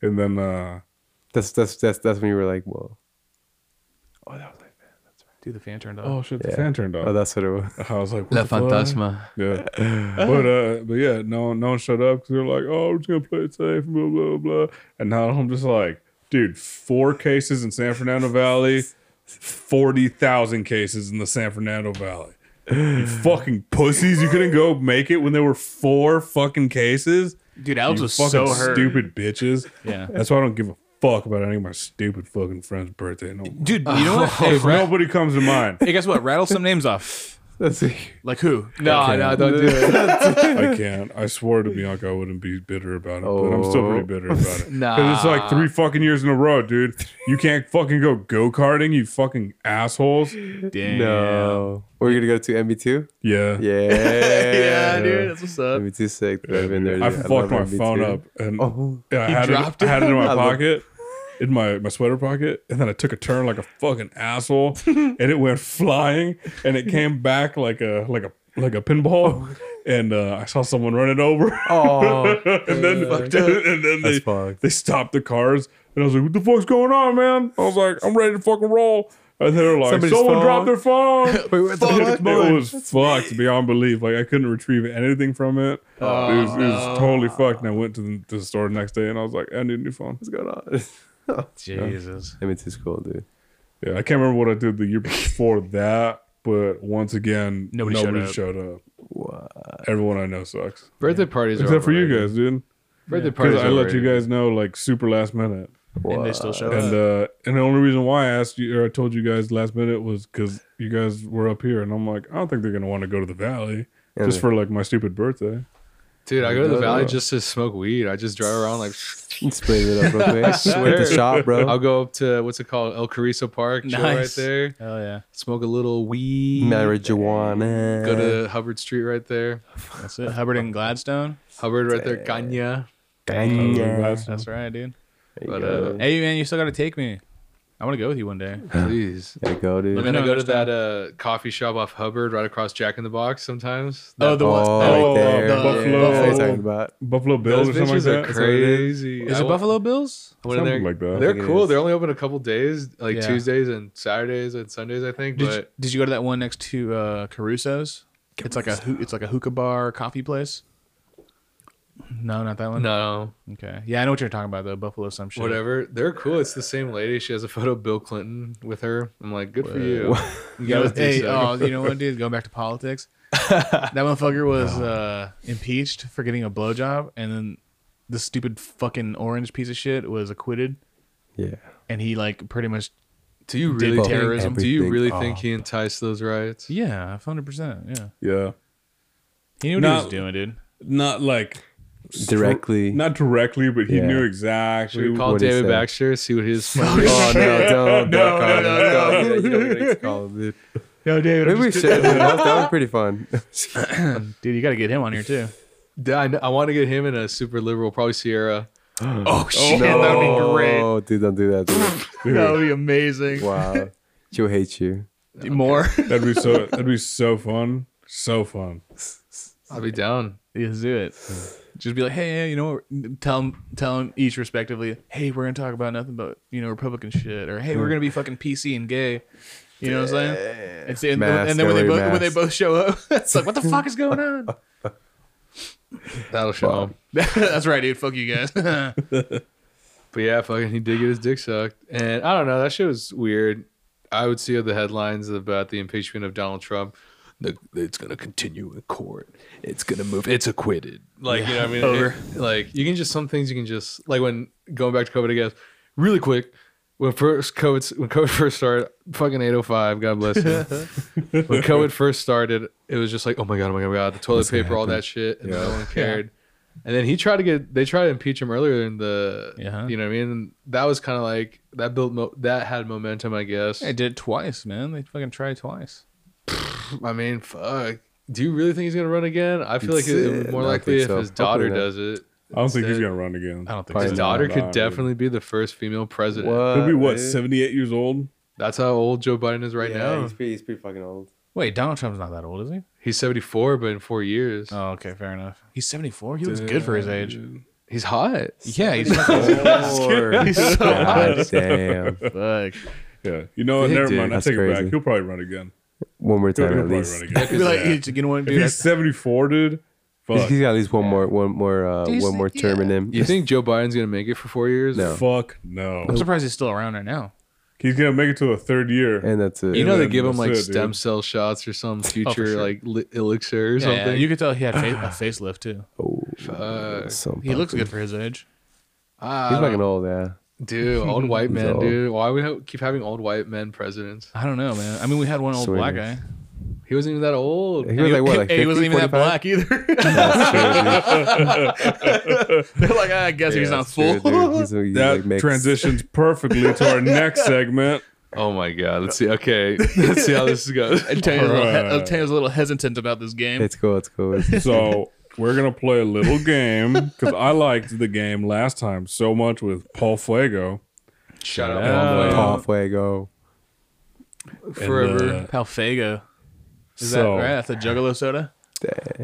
Speaker 2: And then uh
Speaker 4: that's, that's that's that's when you were like, whoa,
Speaker 3: Dude, the fan turned off.
Speaker 2: oh shit, the
Speaker 4: Yeah.
Speaker 2: fan turned
Speaker 4: oh,
Speaker 2: off.
Speaker 4: that's what it was.
Speaker 2: I was like, what the fuck? Yeah, but uh, but yeah, no, one- no one showed up because they were like, "Oh, we're just gonna play it safe," blah blah blah. And now I'm just like, dude, four cases in San Fernando Valley, forty thousand cases in the San Fernando Valley.
Speaker 3: (sighs)
Speaker 2: You fucking pussies! You couldn't go make it when there were four fucking cases.
Speaker 3: Dude, Alex
Speaker 2: you
Speaker 3: was
Speaker 2: fucking
Speaker 3: so hurt.
Speaker 2: stupid bitches.
Speaker 3: Yeah.
Speaker 2: that's why I don't give a fuck about any of my stupid fucking friends' birthday. No more.
Speaker 3: Dude, you know what? (laughs) Hey,
Speaker 2: If
Speaker 3: ra-
Speaker 2: nobody comes to mind.
Speaker 3: hey, guess what? Rattle some names off.
Speaker 4: That's
Speaker 3: Like (laughs) who?
Speaker 1: No, no, don't do it.
Speaker 2: I can't. I swore to Bianca I wouldn't be bitter about it, but I'm still pretty
Speaker 4: Oh.
Speaker 2: bitter about it.
Speaker 1: Nah.
Speaker 2: it's like three fucking years in a row, dude. You can't fucking go go karting, you fucking assholes.
Speaker 3: Damn.
Speaker 4: no. We're gonna go to MB2.
Speaker 2: Yeah.
Speaker 4: Yeah,
Speaker 3: Yeah, dude, that's what's up.
Speaker 4: MB2 sick. dude. I've been there.
Speaker 2: I
Speaker 4: dude.
Speaker 2: fucked
Speaker 4: love
Speaker 2: my
Speaker 4: MB2.
Speaker 2: phone up and
Speaker 4: Oh,
Speaker 2: yeah, I, had
Speaker 3: dropped
Speaker 2: it, I had it in
Speaker 4: (laughs)
Speaker 2: my
Speaker 4: I love-
Speaker 2: pocket, in my, my sweater pocket, and then I took a turn like a fucking
Speaker 4: (laughs)
Speaker 2: asshole and it went flying and it came back like a like a like a pinball. And uh, I saw someone run it over.
Speaker 4: oh,
Speaker 2: (laughs) and then (laughs) and
Speaker 4: That's
Speaker 2: then they
Speaker 4: fucked.
Speaker 2: they stopped the cars, and I was like, "What the fuck's going on, man?" I was like, "I'm ready to fucking roll." And they were like,
Speaker 4: Somebody's
Speaker 2: "Someone
Speaker 4: phone."
Speaker 2: dropped
Speaker 4: (laughs)
Speaker 2: their phone."
Speaker 4: wait, what the fuck?
Speaker 2: it was fucked beyond belief. Like I couldn't retrieve anything from it.
Speaker 1: Oh,
Speaker 2: it, was, it was totally fucked. And I went to the, to the store the next day, and I was like, "I need a new phone."
Speaker 4: What's going on?
Speaker 3: Jesus.
Speaker 4: MB2's cool, dude.
Speaker 2: Yeah, I can't remember what I did the year before that, but once again,
Speaker 3: Nobody
Speaker 2: nobody,
Speaker 3: showed up.
Speaker 2: showed up. Everyone I know sucks,
Speaker 1: Birthday parties are
Speaker 2: except for you
Speaker 1: overrated.
Speaker 2: guys, dude.
Speaker 1: Birthday parties.
Speaker 2: Because I let
Speaker 1: overrated.
Speaker 2: you guys know like super last minute.
Speaker 3: And they still show
Speaker 2: and
Speaker 3: up.
Speaker 2: uh and the only reason why I asked you or I told you guys last minute was because you guys were up here, and I'm like, I don't think they're gonna want to go to the valley
Speaker 4: Yeah,
Speaker 2: just
Speaker 4: they-
Speaker 2: for like my stupid birthday.
Speaker 1: Dude, I go to the
Speaker 4: No,
Speaker 1: valley
Speaker 4: no.
Speaker 1: just to smoke weed. I just drive around
Speaker 4: (laughs)
Speaker 1: like
Speaker 4: Split it up real quick. At
Speaker 1: swear.
Speaker 4: the shop, bro.
Speaker 1: I'll go up to what's it called, El Carrizo Park, chill right
Speaker 3: Nice.
Speaker 1: there,
Speaker 3: Hell yeah.
Speaker 1: smoke a little weed,
Speaker 4: Marijuana.
Speaker 1: go to Hubbard Street right there,
Speaker 3: That's it. Hubbard and Gladstone.
Speaker 1: Hubbard right there, Ganya.
Speaker 4: Dang, yeah.
Speaker 2: That's-
Speaker 3: That's right, dude.
Speaker 4: There you
Speaker 1: But,
Speaker 4: go.
Speaker 1: uh,
Speaker 3: Hey, man, you still got to take me. I want to go with you one day.
Speaker 1: Please.
Speaker 4: There you go,
Speaker 1: And
Speaker 4: dude.
Speaker 3: me
Speaker 1: then I
Speaker 3: know
Speaker 1: go to
Speaker 3: next
Speaker 1: that uh, coffee shop off Hubbard, right across Jack in the Box. Sometimes
Speaker 3: Oh, the one.
Speaker 4: oh,
Speaker 3: oh,
Speaker 4: right there.
Speaker 2: the
Speaker 4: Yeah,
Speaker 2: Buffalo-
Speaker 4: that's what you're talking about.
Speaker 2: Buffalo Bills
Speaker 1: those
Speaker 2: or something like
Speaker 1: bitches are
Speaker 2: that.
Speaker 1: crazy.
Speaker 3: Is
Speaker 1: I
Speaker 3: it
Speaker 1: wa-
Speaker 3: Buffalo Bills?
Speaker 1: when
Speaker 2: Something
Speaker 1: they're,
Speaker 2: like that.
Speaker 1: They're
Speaker 4: I think it
Speaker 1: cool.
Speaker 4: is.
Speaker 1: They're only open a couple days, like
Speaker 3: Yeah.
Speaker 1: Tuesdays and Saturdays and Sundays, I think.
Speaker 3: Did,
Speaker 1: but
Speaker 3: you, did you go to that one next to uh, Caruso's? It's like a hoo- it's like a hookah bar coffee place. No, not that one.
Speaker 1: no,
Speaker 3: Okay. Yeah, I know what you're talking about though. Buffalo some shit.
Speaker 1: whatever. They're cool. It's the same lady. She has a photo of Bill Clinton with her. I'm like, good for you. (laughs) You
Speaker 3: You know,
Speaker 1: gotta do
Speaker 3: hey,
Speaker 1: so.
Speaker 3: oh, you know what, dude? Going back to politics, that motherfucker was uh, impeached for getting a blowjob, and then the stupid fucking orange piece of shit was acquitted,
Speaker 4: Yeah.
Speaker 3: and he like pretty much,
Speaker 1: Do you
Speaker 3: did
Speaker 1: really think, oh.
Speaker 3: terrorism.
Speaker 1: Do you
Speaker 4: Everything.
Speaker 1: really think he enticed those riots?
Speaker 3: yeah, hundred percent, yeah.
Speaker 2: Yeah,
Speaker 3: He knew what
Speaker 2: No.
Speaker 3: he was doing, dude.
Speaker 2: not like
Speaker 4: Directly.
Speaker 2: not directly, but he
Speaker 4: Yeah.
Speaker 2: knew exactly.
Speaker 1: Should we call
Speaker 4: What'd he
Speaker 1: David
Speaker 4: say?
Speaker 1: Baxter? See what (laughs) his
Speaker 4: Oh no! Don't,
Speaker 2: No,
Speaker 4: don't call
Speaker 2: no,
Speaker 4: him. Don't-
Speaker 2: no, no.
Speaker 4: you don't get to call him, dude.
Speaker 3: No, David,
Speaker 4: Maybe we should. dude. That was- that was pretty fun.
Speaker 3: dude, you got to get him on here too.
Speaker 1: I, want to get him in a super liberal, probably Sierra.
Speaker 3: Oh shit,
Speaker 4: Oh, dude, don't do that. Dude.
Speaker 3: That would be amazing.
Speaker 4: Wow, she'll hate you.
Speaker 3: More,
Speaker 2: that'd be so. That'd be so fun. So fun.
Speaker 1: I'll be down.
Speaker 3: let's do it. Just be like, hey, you know, what? tell him, tell him each respectively, hey, we're gonna talk about nothing but you know Republican shit, or hey, we're gonna be fucking PC and gay. You know what I'm saying? It's, and,
Speaker 4: Mask,
Speaker 3: and then when they
Speaker 4: gotta
Speaker 3: both
Speaker 4: wear
Speaker 3: when they
Speaker 4: masks.
Speaker 3: both show up, (laughs) it's like, what the fuck is going on? (laughs)
Speaker 1: That'll show him.
Speaker 3: (laughs) That's right, dude. Fuck you guys.
Speaker 1: But yeah, fucking, he did get his dick sucked, and I don't know. That shit was weird. I would see the headlines about the impeachment of Donald Trump. The, it's gonna continue in court. It's gonna move. It's acquitted. Like you know, what I mean,
Speaker 3: Over.
Speaker 1: It- like you can just some things you can just like when going back to COVID. I guess really quick. When first COVID, when COVID (laughs) first started, fucking 805, God bless
Speaker 3: (laughs)
Speaker 1: you. when COVID first started, it was just like, oh my God, oh my God, oh my God, the toilet paper, all that shit. And no one cared. And then he tried to get they tried to impeach him earlier in the
Speaker 3: Yeah.
Speaker 1: you know what I mean. And that was kind of like that built mo- that had momentum, I guess.
Speaker 3: They did it twice, man. They fucking tried twice.
Speaker 1: I mean, fuck. Do you really think he's gonna run again? I feel like it, it would more
Speaker 4: I don't
Speaker 1: likely
Speaker 4: think
Speaker 1: if
Speaker 4: so.
Speaker 1: his daughter
Speaker 4: Hopefully not.
Speaker 1: does it.
Speaker 2: I don't think he's
Speaker 1: Instead-
Speaker 2: gonna run again.
Speaker 3: I don't think
Speaker 4: Probably
Speaker 1: His
Speaker 3: so.
Speaker 4: not.
Speaker 1: daughter
Speaker 2: nah,
Speaker 1: could
Speaker 2: dude.
Speaker 1: definitely be the first female president.
Speaker 2: He'll
Speaker 4: (laughs)
Speaker 2: be what,
Speaker 4: dude?
Speaker 2: seventy eight years old?
Speaker 1: That's how old Joe Biden is right
Speaker 4: Yeah,
Speaker 1: now.
Speaker 4: He's pretty, he's pretty fucking old.
Speaker 3: Wait, Donald Trump's not that old, is he?
Speaker 1: He's 74, but in four years,
Speaker 3: Oh, okay, fair enough. He's 74. He looks good for his age.
Speaker 1: he's hot.
Speaker 3: Yeah, (laughs) he's fucking
Speaker 4: Lord. (laughs) God damn.
Speaker 3: fuck.
Speaker 2: Yeah. You know what?
Speaker 1: Hey,
Speaker 2: Never
Speaker 1: dude,
Speaker 2: mind. I
Speaker 4: that's
Speaker 2: take it
Speaker 4: crazy.
Speaker 2: back. He'll probably run again.
Speaker 4: One more
Speaker 2: He'll,
Speaker 4: time
Speaker 2: he'll
Speaker 4: at
Speaker 2: probably
Speaker 4: least.
Speaker 2: run
Speaker 3: (laughs)
Speaker 2: again.
Speaker 3: Be like,
Speaker 2: Yeah.
Speaker 3: you know what,
Speaker 2: If
Speaker 3: dude?
Speaker 2: he's seventy four, dude.
Speaker 4: He's-
Speaker 2: Fuck.
Speaker 4: he's got at least one more, one more, uh,
Speaker 3: He's-
Speaker 4: one more term in
Speaker 3: yeah.
Speaker 4: him.
Speaker 1: You think Joe Biden's gonna make it for four years?
Speaker 4: No.
Speaker 2: Fuck no.
Speaker 3: I'm surprised he's still around right now.
Speaker 2: He's gonna make it to the third year.
Speaker 4: And that's it.
Speaker 1: You know
Speaker 2: Yeah,
Speaker 1: they give him
Speaker 2: that's
Speaker 1: like
Speaker 2: it, dude.
Speaker 1: stem cell shots or some future
Speaker 3: sure.
Speaker 1: like li- elixir or
Speaker 3: Yeah,
Speaker 1: something.
Speaker 3: you could tell he had fa- a facelift too.
Speaker 4: oh,
Speaker 1: Fuck.
Speaker 4: some
Speaker 3: He looks
Speaker 4: fucking-
Speaker 3: good for his age.
Speaker 1: Ah,
Speaker 4: He's
Speaker 1: I don't-
Speaker 4: fucking old,
Speaker 3: (laughs)
Speaker 4: yeah.
Speaker 1: Dude, old white man,
Speaker 4: old.
Speaker 1: dude. Why we ha- keep having old white men presidents?
Speaker 3: I don't know, man. I mean, we had one old
Speaker 4: Swingers.
Speaker 3: black guy.
Speaker 1: He wasn't even that old.
Speaker 4: He was like what, like
Speaker 3: (laughs)
Speaker 4: 50,
Speaker 3: he wasn't even
Speaker 4: 45?
Speaker 3: that black either. (laughs) They're like, "Ah, I guess he's
Speaker 4: Yeah,
Speaker 3: not
Speaker 4: that's true,
Speaker 3: full. (laughs)
Speaker 4: dude. He's- he's
Speaker 2: that
Speaker 4: like mixed.
Speaker 2: transitions perfectly
Speaker 4: (laughs)
Speaker 2: to our next segment.
Speaker 1: Oh my god. Let's see. Okay, let's see how this goes. (laughs)
Speaker 3: And Tanya's a, little he-
Speaker 2: Bruh.
Speaker 3: Tanya's a little hesitant about this game.
Speaker 4: It's cool. It's
Speaker 3: (laughs)
Speaker 4: cool. It's-
Speaker 2: So we're gonna play a little game because I liked the game last time so much with Paul Fuego.
Speaker 1: Shut up,
Speaker 3: Oh,
Speaker 2: Yeah.
Speaker 1: Paul
Speaker 4: Paul
Speaker 3: (laughs)
Speaker 4: Fuego.
Speaker 1: Bley. forever.
Speaker 2: And, uh,
Speaker 3: Palfego. Is that
Speaker 2: so,
Speaker 3: right? That's a Juggalo soda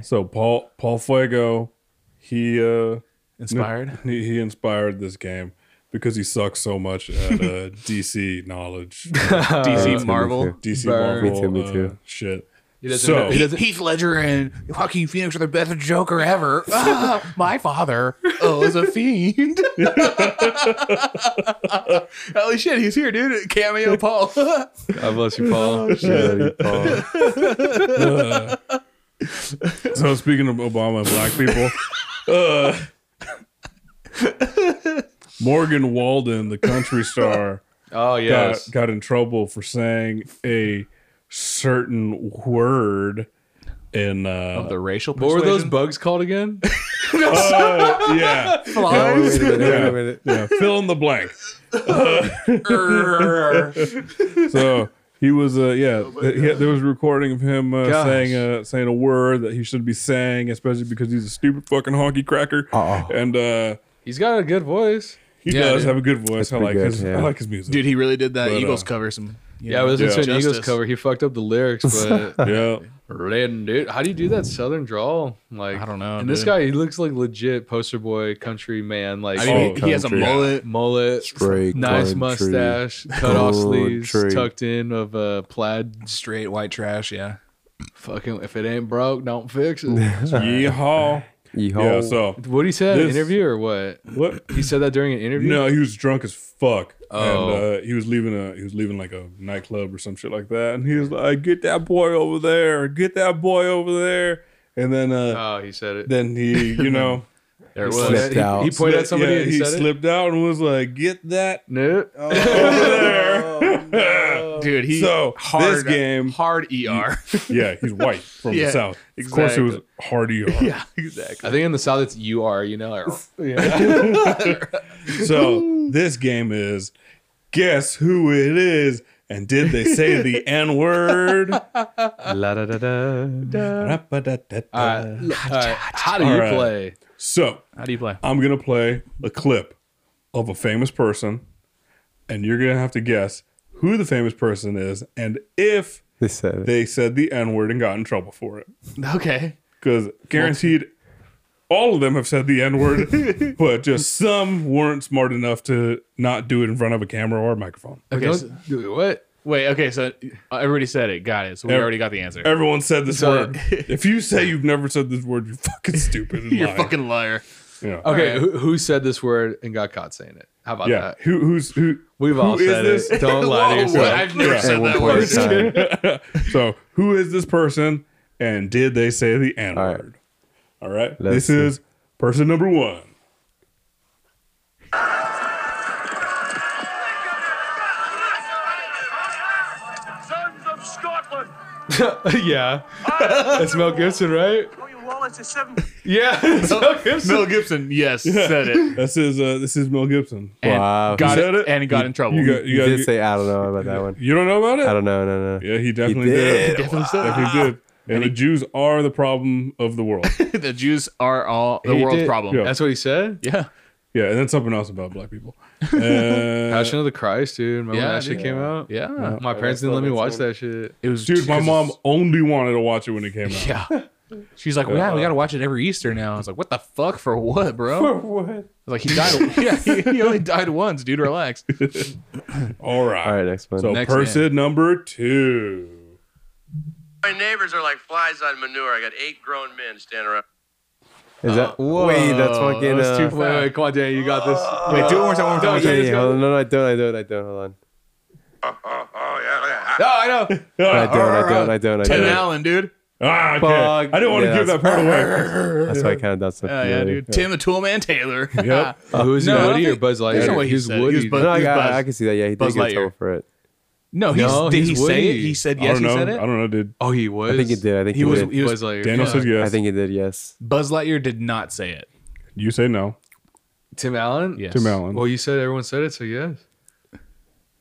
Speaker 2: so Paul Paul Fuego, he uh
Speaker 4: (laughs)
Speaker 3: inspired.
Speaker 2: he, he inspired this game because he sucks so much at uh, DC knowledge,
Speaker 3: DC Marvel.
Speaker 2: DC
Speaker 1: Burn.
Speaker 2: Marvel
Speaker 4: Me too, me
Speaker 2: uh,
Speaker 4: too.
Speaker 2: shit.
Speaker 1: he doesn't.
Speaker 2: So-
Speaker 1: he doesn't.
Speaker 3: Oh, Heath Ledger and Joaquin Phoenix are the best Joker (laughs) ever. Ah, my father oh, is a fiend. (laughs) Holy shit, he's here, dude. Cameo Paul.
Speaker 1: God bless you, Paul.
Speaker 4: Yeah, Paul.
Speaker 2: So speaking of Obama and black people, uh, Morgan Walden, the country star,
Speaker 1: Oh yes.
Speaker 2: got got in trouble for saying a certain word in uh,
Speaker 3: (laughs) the racial
Speaker 1: What were those
Speaker 3: persuasion?
Speaker 1: bugs called again?
Speaker 2: uh, (laughs) yeah,
Speaker 4: Oh, wait a minute, wait
Speaker 2: Yeah.
Speaker 4: a minute.
Speaker 2: yeah, fill in the blank.
Speaker 3: Err.
Speaker 2: So he was uh, yeah,
Speaker 3: Oh
Speaker 2: th- he- there was a recording of him uh,
Speaker 1: Gosh.
Speaker 2: saying uh, saying a word that he should be saying, especially because he's a stupid fucking honky cracker,
Speaker 4: Uh-oh.
Speaker 2: and uh,
Speaker 1: He's got a good voice.
Speaker 2: he
Speaker 3: Yeah,
Speaker 2: does
Speaker 3: dude.
Speaker 2: have a good voice. I
Speaker 4: pretty
Speaker 2: like
Speaker 4: good,
Speaker 2: his I
Speaker 4: yeah.
Speaker 2: like his music,
Speaker 3: Dude, he really did that
Speaker 2: But, uh,
Speaker 3: Eagles cover some. you
Speaker 1: Yeah, I
Speaker 3: know,
Speaker 1: was listening to an Eagles
Speaker 3: justice.
Speaker 1: cover. He fucked up the lyrics, but (laughs)
Speaker 4: (laughs)
Speaker 2: Yeah.
Speaker 1: Red dude, how do you do that southern drawl? Like
Speaker 3: I don't know,
Speaker 1: And this
Speaker 3: dude.
Speaker 1: guy, he looks like legit poster boy, country man, like
Speaker 3: I mean, he, he has a
Speaker 4: country.
Speaker 3: mullet.
Speaker 1: mullet,
Speaker 4: Straight
Speaker 1: nice
Speaker 4: country.
Speaker 1: mustache, cut off sleeves,
Speaker 4: Country.
Speaker 1: tucked in of a plaid.
Speaker 3: Straight white trash, yeah.
Speaker 1: Fucking, if it ain't broke, don't fix (laughs) it.
Speaker 2: Yeehaw. Yeah,
Speaker 4: Yeehaw.
Speaker 2: so
Speaker 1: what he said in an
Speaker 2: This-
Speaker 1: interview or what?
Speaker 2: what?
Speaker 1: He said that during an interview.
Speaker 2: No, he was drunk as fuck,
Speaker 1: Oh.
Speaker 2: and uh, he was leaving a he was leaving like a nightclub or some shit like that, and he was like, "Get that boy over there, get that boy over there," and then uh,
Speaker 1: Oh, he said it.
Speaker 2: then
Speaker 1: (laughs)
Speaker 2: he, you know,
Speaker 1: There it
Speaker 4: He
Speaker 1: was.
Speaker 4: slipped
Speaker 1: He,
Speaker 4: out.
Speaker 1: he pointed at somebody
Speaker 2: yeah,
Speaker 1: and
Speaker 2: he
Speaker 1: he said it.
Speaker 2: slipped out and was like, "Get that
Speaker 1: Nope. (laughs)
Speaker 2: over there."
Speaker 3: Dude, he
Speaker 2: So, this
Speaker 3: hard
Speaker 2: game-
Speaker 3: hard ER.
Speaker 2: yeah, he's white from
Speaker 3: Yeah,
Speaker 2: the south. Of course, it was
Speaker 3: exactly.
Speaker 2: hard
Speaker 1: (laughs)
Speaker 2: ER.
Speaker 3: yeah, exactly.
Speaker 1: I think in the South it's you are, you know. Like,
Speaker 2: So this game is guess who it is and did they
Speaker 1: (laughs)
Speaker 2: say the N word?
Speaker 1: la da da da. Uh, All right.
Speaker 2: Da-ba-da-da-da.
Speaker 1: All right. How do
Speaker 2: All
Speaker 1: you
Speaker 2: right.
Speaker 1: play?
Speaker 2: So
Speaker 3: How do you play?
Speaker 2: I'm gonna play a clip of a famous person, and you're gonna have to guess who the famous person is and if
Speaker 4: They said it.
Speaker 2: they said the N word and got in trouble for it.
Speaker 3: Okay.
Speaker 2: Because guaranteed, all of them have said the N word, but just some weren't smart enough to not do it in front of a camera or a microphone.
Speaker 1: Okay.
Speaker 3: Okay,
Speaker 1: Don't,
Speaker 3: so-
Speaker 1: do- what?
Speaker 3: Wait, okay, so uh, everybody said it. Got it. So we
Speaker 2: Ev-
Speaker 3: already got the answer.
Speaker 2: Everyone said this
Speaker 1: So-
Speaker 2: word. If you say you've never said this word, you're fucking stupid. And
Speaker 3: You're a
Speaker 2: lying.
Speaker 3: fucking liar.
Speaker 2: Yeah.
Speaker 1: Okay, who, who said this word and got caught saying it? How about
Speaker 2: yeah.
Speaker 1: that?
Speaker 2: Who who's who?
Speaker 1: We've all
Speaker 2: Who is
Speaker 1: said
Speaker 2: this?
Speaker 1: it. Don't lie to
Speaker 3: Whoa,
Speaker 1: yourself.
Speaker 3: I've never
Speaker 2: Yeah.
Speaker 3: said
Speaker 4: At one
Speaker 3: that
Speaker 4: point in
Speaker 3: word.
Speaker 4: time.
Speaker 2: (laughs) so who is this person and did they say the N
Speaker 4: All right.
Speaker 2: word? All right.
Speaker 4: Let's
Speaker 2: this
Speaker 4: see.
Speaker 2: is person number one.
Speaker 5: Sons of Scotland!
Speaker 1: (laughs) yeah. That's Mel Gibson, right?
Speaker 5: Oh, your wallet is seven.
Speaker 1: Yeah. (laughs) It's Mel Gibson.
Speaker 3: Mel Gibson, (laughs) yes, said it.
Speaker 2: This is uh this is Mel Gibson.
Speaker 3: And
Speaker 4: Wow.
Speaker 3: got
Speaker 2: You said
Speaker 3: it,
Speaker 2: it?
Speaker 3: and got in trouble.
Speaker 2: You got you,
Speaker 4: You
Speaker 2: got
Speaker 4: did
Speaker 2: you,
Speaker 4: say I don't know about
Speaker 3: (laughs)
Speaker 4: that one.
Speaker 2: you don't know about it?
Speaker 4: I don't know. No, no.
Speaker 2: Yeah, he definitely
Speaker 4: did.
Speaker 2: did. Definitely did. And the Jews are the problem of the world.
Speaker 3: the Jews are all the
Speaker 1: He
Speaker 3: world's
Speaker 1: did-
Speaker 3: problem.
Speaker 2: Yeah.
Speaker 1: That's what he said?
Speaker 3: Yeah.
Speaker 2: Yeah, and then something else about black people. Uh,
Speaker 1: Passion of the Christ, dude. Remember when
Speaker 3: Yeah,
Speaker 1: that shit
Speaker 3: dude.
Speaker 1: came out?
Speaker 3: (laughs) yeah,
Speaker 1: My parents didn't let me watch that shit.
Speaker 3: It was
Speaker 2: dude, my
Speaker 3: 'cause
Speaker 2: mom only wanted to watch it when it came out.
Speaker 3: Yeah. (laughs) She's like, yeah, we gotta watch it every Easter now. I was like, what the fuck for what, bro? For what? I was like, he (laughs) died. yeah, he, he only died once, dude. Relax.
Speaker 2: All right.
Speaker 4: All right, next one.
Speaker 2: So
Speaker 3: Next
Speaker 2: person number two.
Speaker 7: (laughs)
Speaker 2: (laughs)
Speaker 7: My neighbors are like flies on manure. I got eight grown men standing around.
Speaker 3: uh,
Speaker 4: Is that? wait, that's
Speaker 1: Oh,
Speaker 4: fucking.
Speaker 3: that's too
Speaker 4: uh,
Speaker 1: Wait, wait, come on, Danny. You got this.
Speaker 3: Wait, do it one more time. One more time.
Speaker 4: yeah, yeah, hold on. No, no, I don't. I don't. I don't. Hold on.
Speaker 7: Oh, oh yeah,
Speaker 1: No, I know.
Speaker 3: Uh,
Speaker 4: I don't. I don't. I don't. I
Speaker 3: Tim
Speaker 4: don't.
Speaker 3: Allen, dude.
Speaker 2: Ah, okay.
Speaker 4: Fuck.
Speaker 2: I didn't want to
Speaker 4: Yeah,
Speaker 2: give that
Speaker 4: (laughs)
Speaker 2: part
Speaker 3: uh,
Speaker 2: away.
Speaker 4: That's why I kind of done something.
Speaker 3: Yeah, yeah, dude. Tim the Toolman Taylor.
Speaker 2: Yep.
Speaker 1: Who's
Speaker 3: No, I don't
Speaker 1: Uh, Woody or
Speaker 3: think-
Speaker 1: Buzz
Speaker 3: there's no
Speaker 1: Lightyear?
Speaker 3: way he
Speaker 1: Who's
Speaker 3: said it. He was
Speaker 1: Woody?
Speaker 3: Buzz-
Speaker 4: No, I,
Speaker 3: He's
Speaker 4: got, I can see that. Yeah, he did
Speaker 3: Buzz
Speaker 4: get trouble
Speaker 3: Lightyear.
Speaker 4: for it.
Speaker 3: (laughs) No, he's,
Speaker 1: No,
Speaker 3: did he
Speaker 1: he's
Speaker 3: say it?
Speaker 1: Woody.
Speaker 3: He said
Speaker 2: I
Speaker 3: yes.
Speaker 2: don't
Speaker 3: He
Speaker 2: know.
Speaker 3: said
Speaker 2: I
Speaker 3: it.
Speaker 2: don't know, dude.
Speaker 1: Oh, he was.
Speaker 4: I think he did. I think he,
Speaker 3: was-
Speaker 4: did.
Speaker 3: he was-
Speaker 1: Buzz Lightyear.
Speaker 2: Daniel
Speaker 1: Yeah.
Speaker 2: said yes.
Speaker 4: I think he did. Yes.
Speaker 3: Buzz Lightyear did not say it.
Speaker 2: you say no.
Speaker 1: Tim Allen.
Speaker 3: Yes.
Speaker 2: Tim Allen.
Speaker 1: Well, you said everyone said it, so yes.